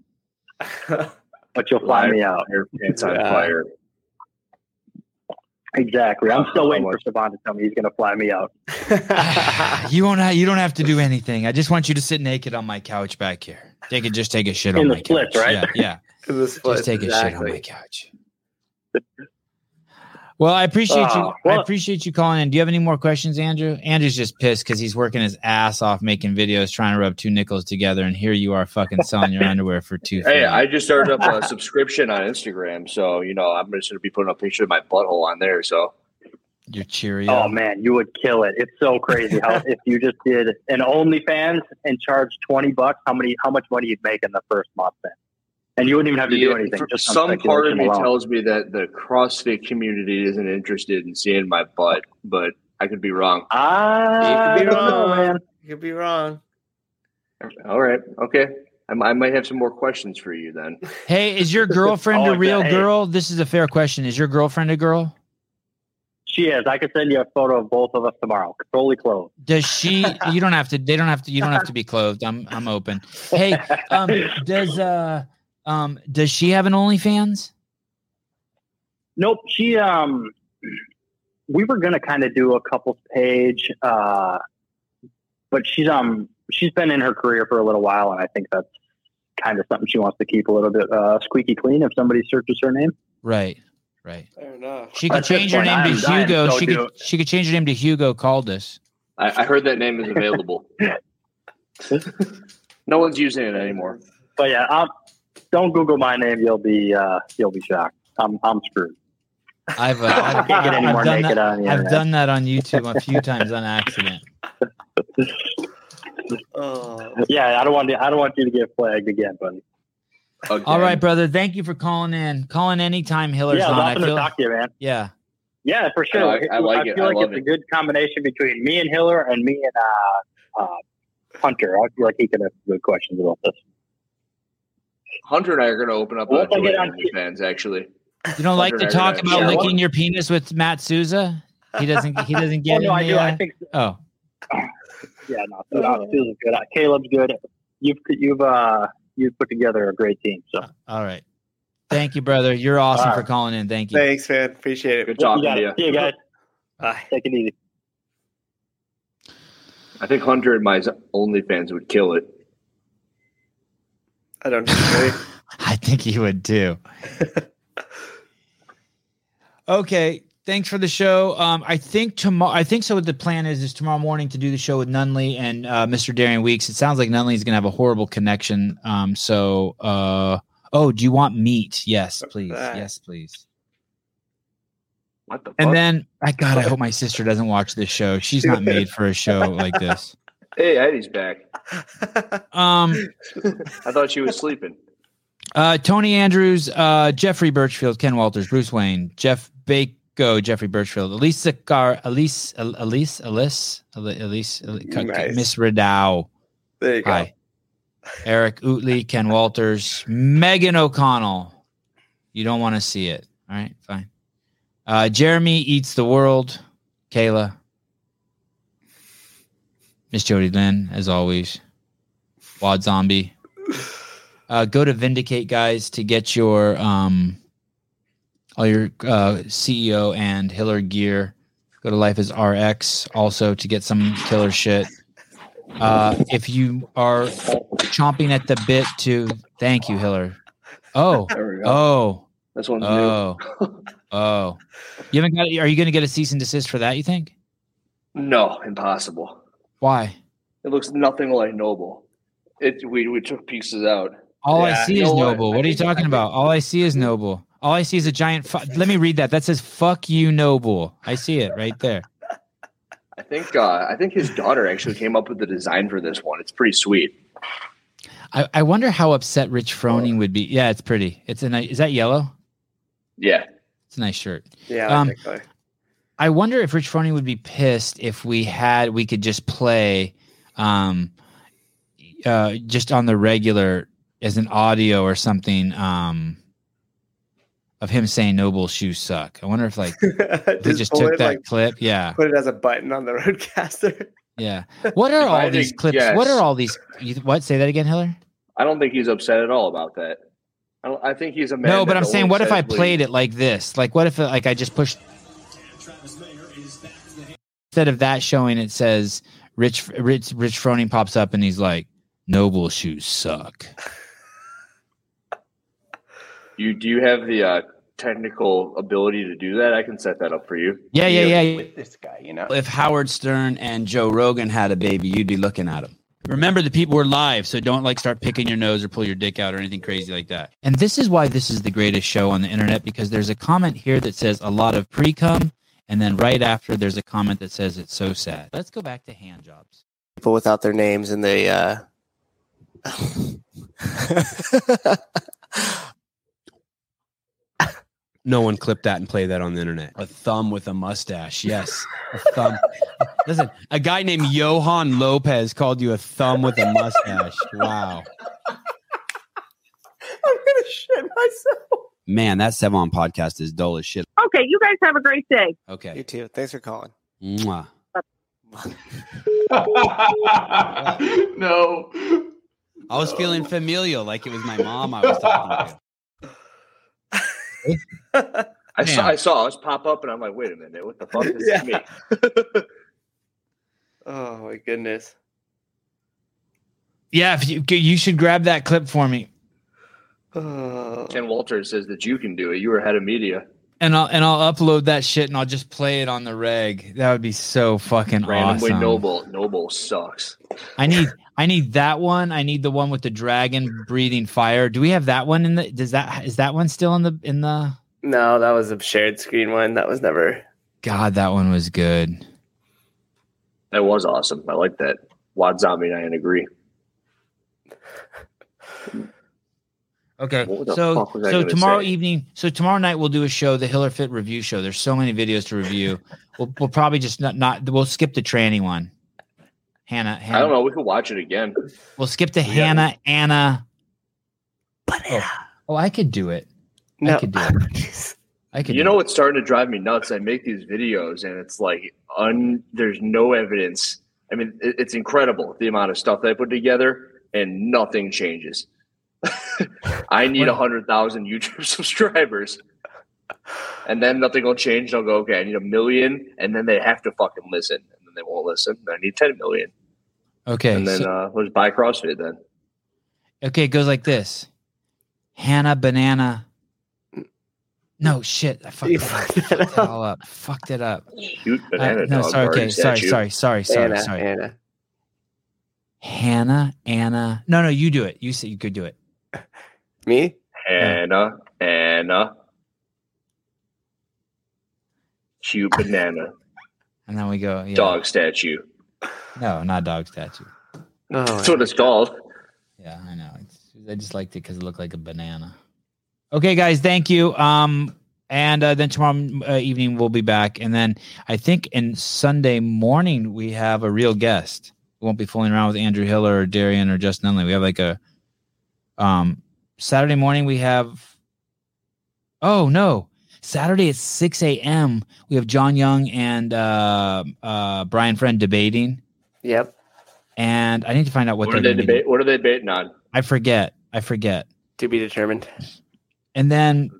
but you'll find me out. It's <laughs> on fire. Exactly. I'm still waiting for Saban to tell me he's going to fly me out. You won't have, you don't have to do anything. I just want you to sit naked on my couch back here. They could just take a shit on In the my splits, couch. right? Yeah. In the splits, just take a shit on exactly. my couch. Well, I appreciate Ah, you. I appreciate you calling in. Do you have any more questions, Andrew? Andrew's just pissed because he's working his ass off making videos, trying to rub two nickels together, and here you are fucking selling your underwear for two. Hey, fifty. I just started up a <laughs> subscription on Instagram, so you know I'm just gonna be putting a picture of my butthole on there. So You're cheery. Oh man, you would kill it. It's so crazy how if you just did an OnlyFans and charged twenty bucks, how many how much money you'd make in the first month then. and you wouldn't even have to Yeah, do anything. for- Just on some part of speculation me alone. tells me that the CrossFit community isn't interested in seeing my butt, but I could be wrong. Ah, You could be wrong. You could be wrong. All right. Okay. I, m- I might have some more questions for you then. Hey, is your girlfriend Oh, a real hey. girl? This is a fair question. Is your girlfriend a girl? She is. I could send you a photo of both of us tomorrow, totally clothed. Does she? You don't have to. They don't have to. You don't have to be clothed. I'm. I'm open. Hey, um, does uh, um, does she have an OnlyFans? Nope. She um we were gonna kinda do a couples page, uh but she's um she's been in her career for a little while and I think that's kind of something she wants to keep a little bit uh squeaky clean if somebody searches her name. Right. Right. Fair enough. She could At this change her point, name I'm to dying to Hugo. go She do could. She could change her name to Hugo Caldas. I, I heard that name is <laughs> available. no one's using it anymore. But yeah, um don't Google my name, you'll be uh you'll be shocked. I'm I'm screwed. <laughs> I've, uh, I I've, can't get any I've more done naked that, on the I've internet. done that on YouTube a few times on <laughs> accident. Oh. Yeah, I don't want to, I don't want you to get flagged again, buddy. All right, brother. Thank you for calling in. Calling anytime, Hiller's yeah, I was on. I awesome to feel- talk to you, man. yeah. Yeah, for sure. I like- I like it. feel I like love it's a it. good combination between me and Hiller and me and uh, uh, Hunter. I feel like he could have good questions about this. Hunter and I are going to open up Well, if I on get on- fans. Actually, You don't like to Hunter, talk I- about yeah, licking what- your penis with Matt Souza? He doesn't. He doesn't get. <laughs> Oh, in no, I the, do. I uh, think- Oh, Yeah, no, so, uh, Susan's good. Uh, Caleb's good. You've you've uh, you've put together a great team. So all right. Thank you, brother. You're awesome All for right. calling in. Thank you. Thanks, man. Appreciate it. Good job, got it. India. See you guys. Take it easy. I think Hunter and my OnlyFans would kill it. I don't disagree. I think he would too. okay. Thanks for the show. Um, I think tomorrow. I think so. What the plan is is tomorrow morning to do the show with Nunley and uh, Mr. Darian Weeks. It sounds like Nunley is going to have a horrible connection. Um, so, uh, oh, do you want meat? Yes, please. Yes, please. What the? And then, I God, I hope my sister doesn't watch this show. She's <laughs> not made for a show like this. Hey, Eddie's back. Um, I thought she was sleeping. Uh, Tony Andrews, uh, Jeffrey Birchfield, Ken Walters, Bruce Wayne, Jeff Bako, Jeffrey Birchfield, Elise Sakar, Elise, El- Elise, Elise, El- Elise, El- C- C- Nice. Miss Radow. There you go. Hi. Eric Utley, Ken Walters, Megan O'Connell. You don't want to see it. All right, fine. Uh, Jeremy Eats the World, Kayla, Miss Jody Lynn, as always, Wad Zombie. Uh, go to Vindicate, guys, to get your um, all your uh, CEO and Hiller gear. Go to Life is RX also to get some killer shit. Uh, if you are chomping at the bit to, thank you, Hiller. Oh, <laughs> There we go. oh, This one's oh, oh. You haven't got. Are you going to get a cease and desist for that? You think? new. No, impossible. Why? It looks nothing like Noble. It we we took pieces out. All I Yeah, see you is know what? noble. What, are you talking about? All I see is noble. All I see is a giant. Fu- Let me read that. That says "fuck you, noble." I see it right there. I think uh, I think his daughter actually came up with the design for this one. It's pretty sweet. <laughs> I, I wonder how upset Rich Froning would be. Yeah, it's pretty. It's a nice. Is that yellow? Yeah. It's a nice shirt. Yeah. Um, <laughs> I wonder if Rich Froning would be pissed if we had we could just play, um, uh, just on the regular as an audio or something. Um, of him saying "noble shoes suck." I wonder if like if we Just just pull took it, that like- clip. Yeah. Put it as a button on the <laughs> roadcaster. Yeah. What are If I all these had to clips? What guess- are all these? You, what? Say that again, Hiller. I don't think he's upset at all about that. I, don't, I think he's a man. no, but that I'm saying, always what if says I played it like this? Like, what if uh, like I just pushed instead of that showing, it says Rich Rich Rich Froning pops up and he's like, "Noble shoes suck." You do you have the uh, technical ability to do that? I can set that up for you. Yeah, yeah, yeah, yeah. With this guy, you know. If Howard Stern and Joe Rogan had a baby, you'd be looking at him. Remember, the people were live, so don't like start picking your nose or pull your dick out or anything crazy like that. And this is why this is the greatest show on the internet because there's a comment here that says a lot of pre cum, and then right after there's a comment that says it's so sad. Let's go back to hand jobs. People without their names and they. Uh... <laughs> No one clipped that and played that on the internet. A thumb with a mustache. Yes. A thumb. Listen, a guy named Johan Lopez called you a thumb with a mustache. Wow. I'm gonna shit myself. Man, that Sevon podcast is dull as shit. Okay, you guys have a great day. Okay. You too. Thanks for calling. Mwah. no. I was feeling familial, like it was my mom I was talking I saw, Damn. I saw us pop up, and I'm like, wait a minute, what the fuck is Yeah. this me? Oh my goodness. Yeah, if you you should grab that clip for me, Oh. Ken Walters says that you can do it. You were head of media. and I'll and I'll upload that shit, and I'll just play it on the reg. That would be so fucking Randomly awesome. Noble. Noble sucks. I need I need that one. I need the one with the dragon breathing fire. Do we have that one in the? Does that is that one still in the in the? No, that was a shared screen one. That was never. God, that one was good. That was awesome. I like that. Wad Zombie and I agree. Okay, What the so fuck was I so gonna tomorrow say? evening, so tomorrow night we'll do a show, the Hiller Fit review show. There's so many videos to review. we'll we'll probably just not not we'll skip the tranny one. Hannah, Hannah. I don't know. We could watch it again. We'll skip to Hannah, Anna. Oh, I could do it. I <laughs> could do it. I could. You know what's starting to drive me nuts? I make these videos and it's like un there's no evidence. I mean, it- it's incredible the amount of stuff that I put together and nothing changes. <laughs> I need a hundred thousand YouTube <laughs> subscribers. And then nothing will change. They'll go, okay, I need a million, and then they have to fucking listen. And then they won't listen. I need ten million. Okay. and then so- uh let's buy CrossFit then. Okay, it goes like this. Hannah banana. No shit, I fucked, it, <laughs> fucked it all up. Fucked it up. Shoot Uh, no, sorry, okay, sorry, sorry, sorry, sorry, Anna, sorry. Anna. Hannah, Anna. No, no, you do it. You say you could do it. Me? Anna, Anna. <laughs> Cute banana. And then we go. Yeah. Dog statue. No, not dog statue. Oh, That's what it's called. Yeah, I know. It's, I just liked it because it looked like a banana. Okay, guys, thank you. Um, and uh, then tomorrow uh, evening we'll be back, and then I think in Sunday morning we have a real guest. We won't be fooling around with Andrew Hiller or Darian or Justin Unley. We have like a um Saturday morning we have. Oh no. Saturday at 6 a.m. We have John Young and uh, uh, Brian Friend debating, Yep. and I need to find out what, What are they're they gonna be- debate? What are they debating on? I forget. I forget. To be determined. And then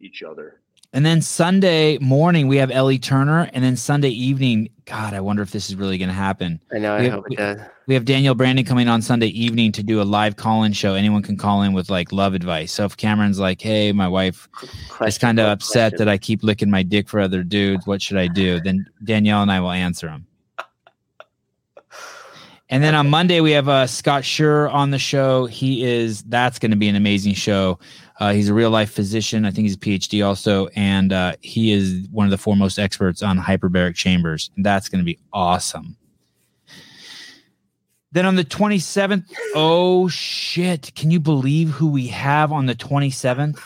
Each other. and then Sunday morning we have Ellie Turner, and then Sunday evening. God, I wonder if this is really going to happen. I know. We I have- hope we- it does. We have Daniel Brandon coming on Sunday evening to do a live call-in show. Anyone can call in with like love advice. So if Cameron's like, "Hey, my wife is kind of upset that I keep licking my dick for other dudes. What should I do?" Then Danielle and I will answer him. And then on Monday we have uh, Scott Schur on the show. He is that's going to be an amazing show. Uh, he's a real life physician. I think he's a PhD also, and uh, he is one of the foremost experts on hyperbaric chambers. That's going to be awesome. Then on the 27th, oh shit, can you believe who we have on the 27th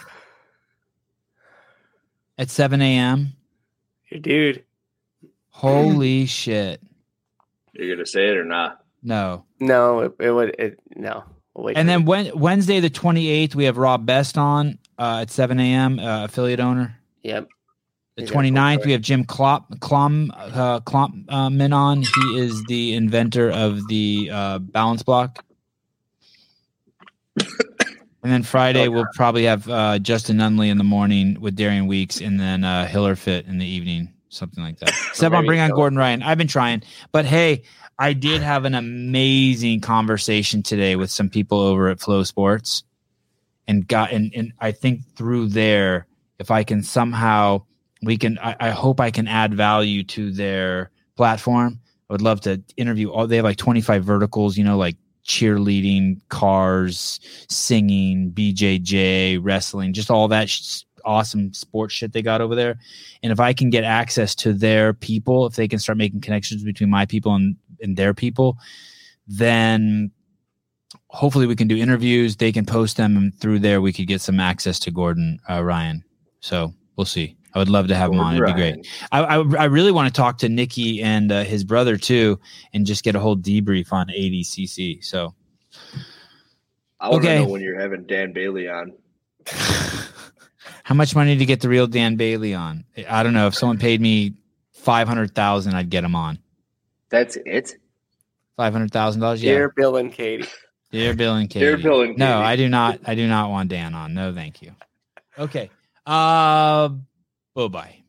at 7 a.m.? Your dude. Holy shit. You're gonna say it or not? No. No, it, it would. It, no. We'll wait. And then Wed- Wednesday, the 28th, we have Rob Best on uh, at 7 a.m., uh, affiliate owner. Yep. The Yeah, 29th, we have Jim Klop, Klom, uh, Klom, uh, Menon. He is the inventor of the uh, balance block. And then Friday, we'll probably have uh, Justin Nunley in the morning with Darian Weeks and then uh, Hiller Fit in the evening, something like that. Sevon, Maybe bring on so. Gordon Ryan. I've been trying. But hey, I did have an amazing conversation today with some people over at Flow Sports and got and, and I think through there, if I can somehow we can I, I hope I can add value to their platform. I would love to interview all they have like 25 verticals, you know, like cheerleading, cars, singing, BJJ, wrestling, just all that sh- awesome sports shit they got over there. And if I can get access to their people, if they can start making connections between my people and, and their people, then hopefully we can do interviews. They can post them and through there. We could get some access to Gordon uh, Ryan. So we'll see. I would love to have him on. It'd be Ryan. great. I, I, I really want to talk to Nikki and uh, his brother too, and just get a whole debrief on ADCC. So I want Okay. to know when you're having Dan Bailey on. how much money to get the real Dan Bailey on? I don't know. If someone paid me five hundred thousand, I'd get him on. That's it. Five hundred thousand dollars. Yeah. Dear Bill and Katie. Dear Bill and Katie. Dear Bill and No, Katie. I do not. I do not want Dan on. No, thank you. Okay. Uh, bye bye.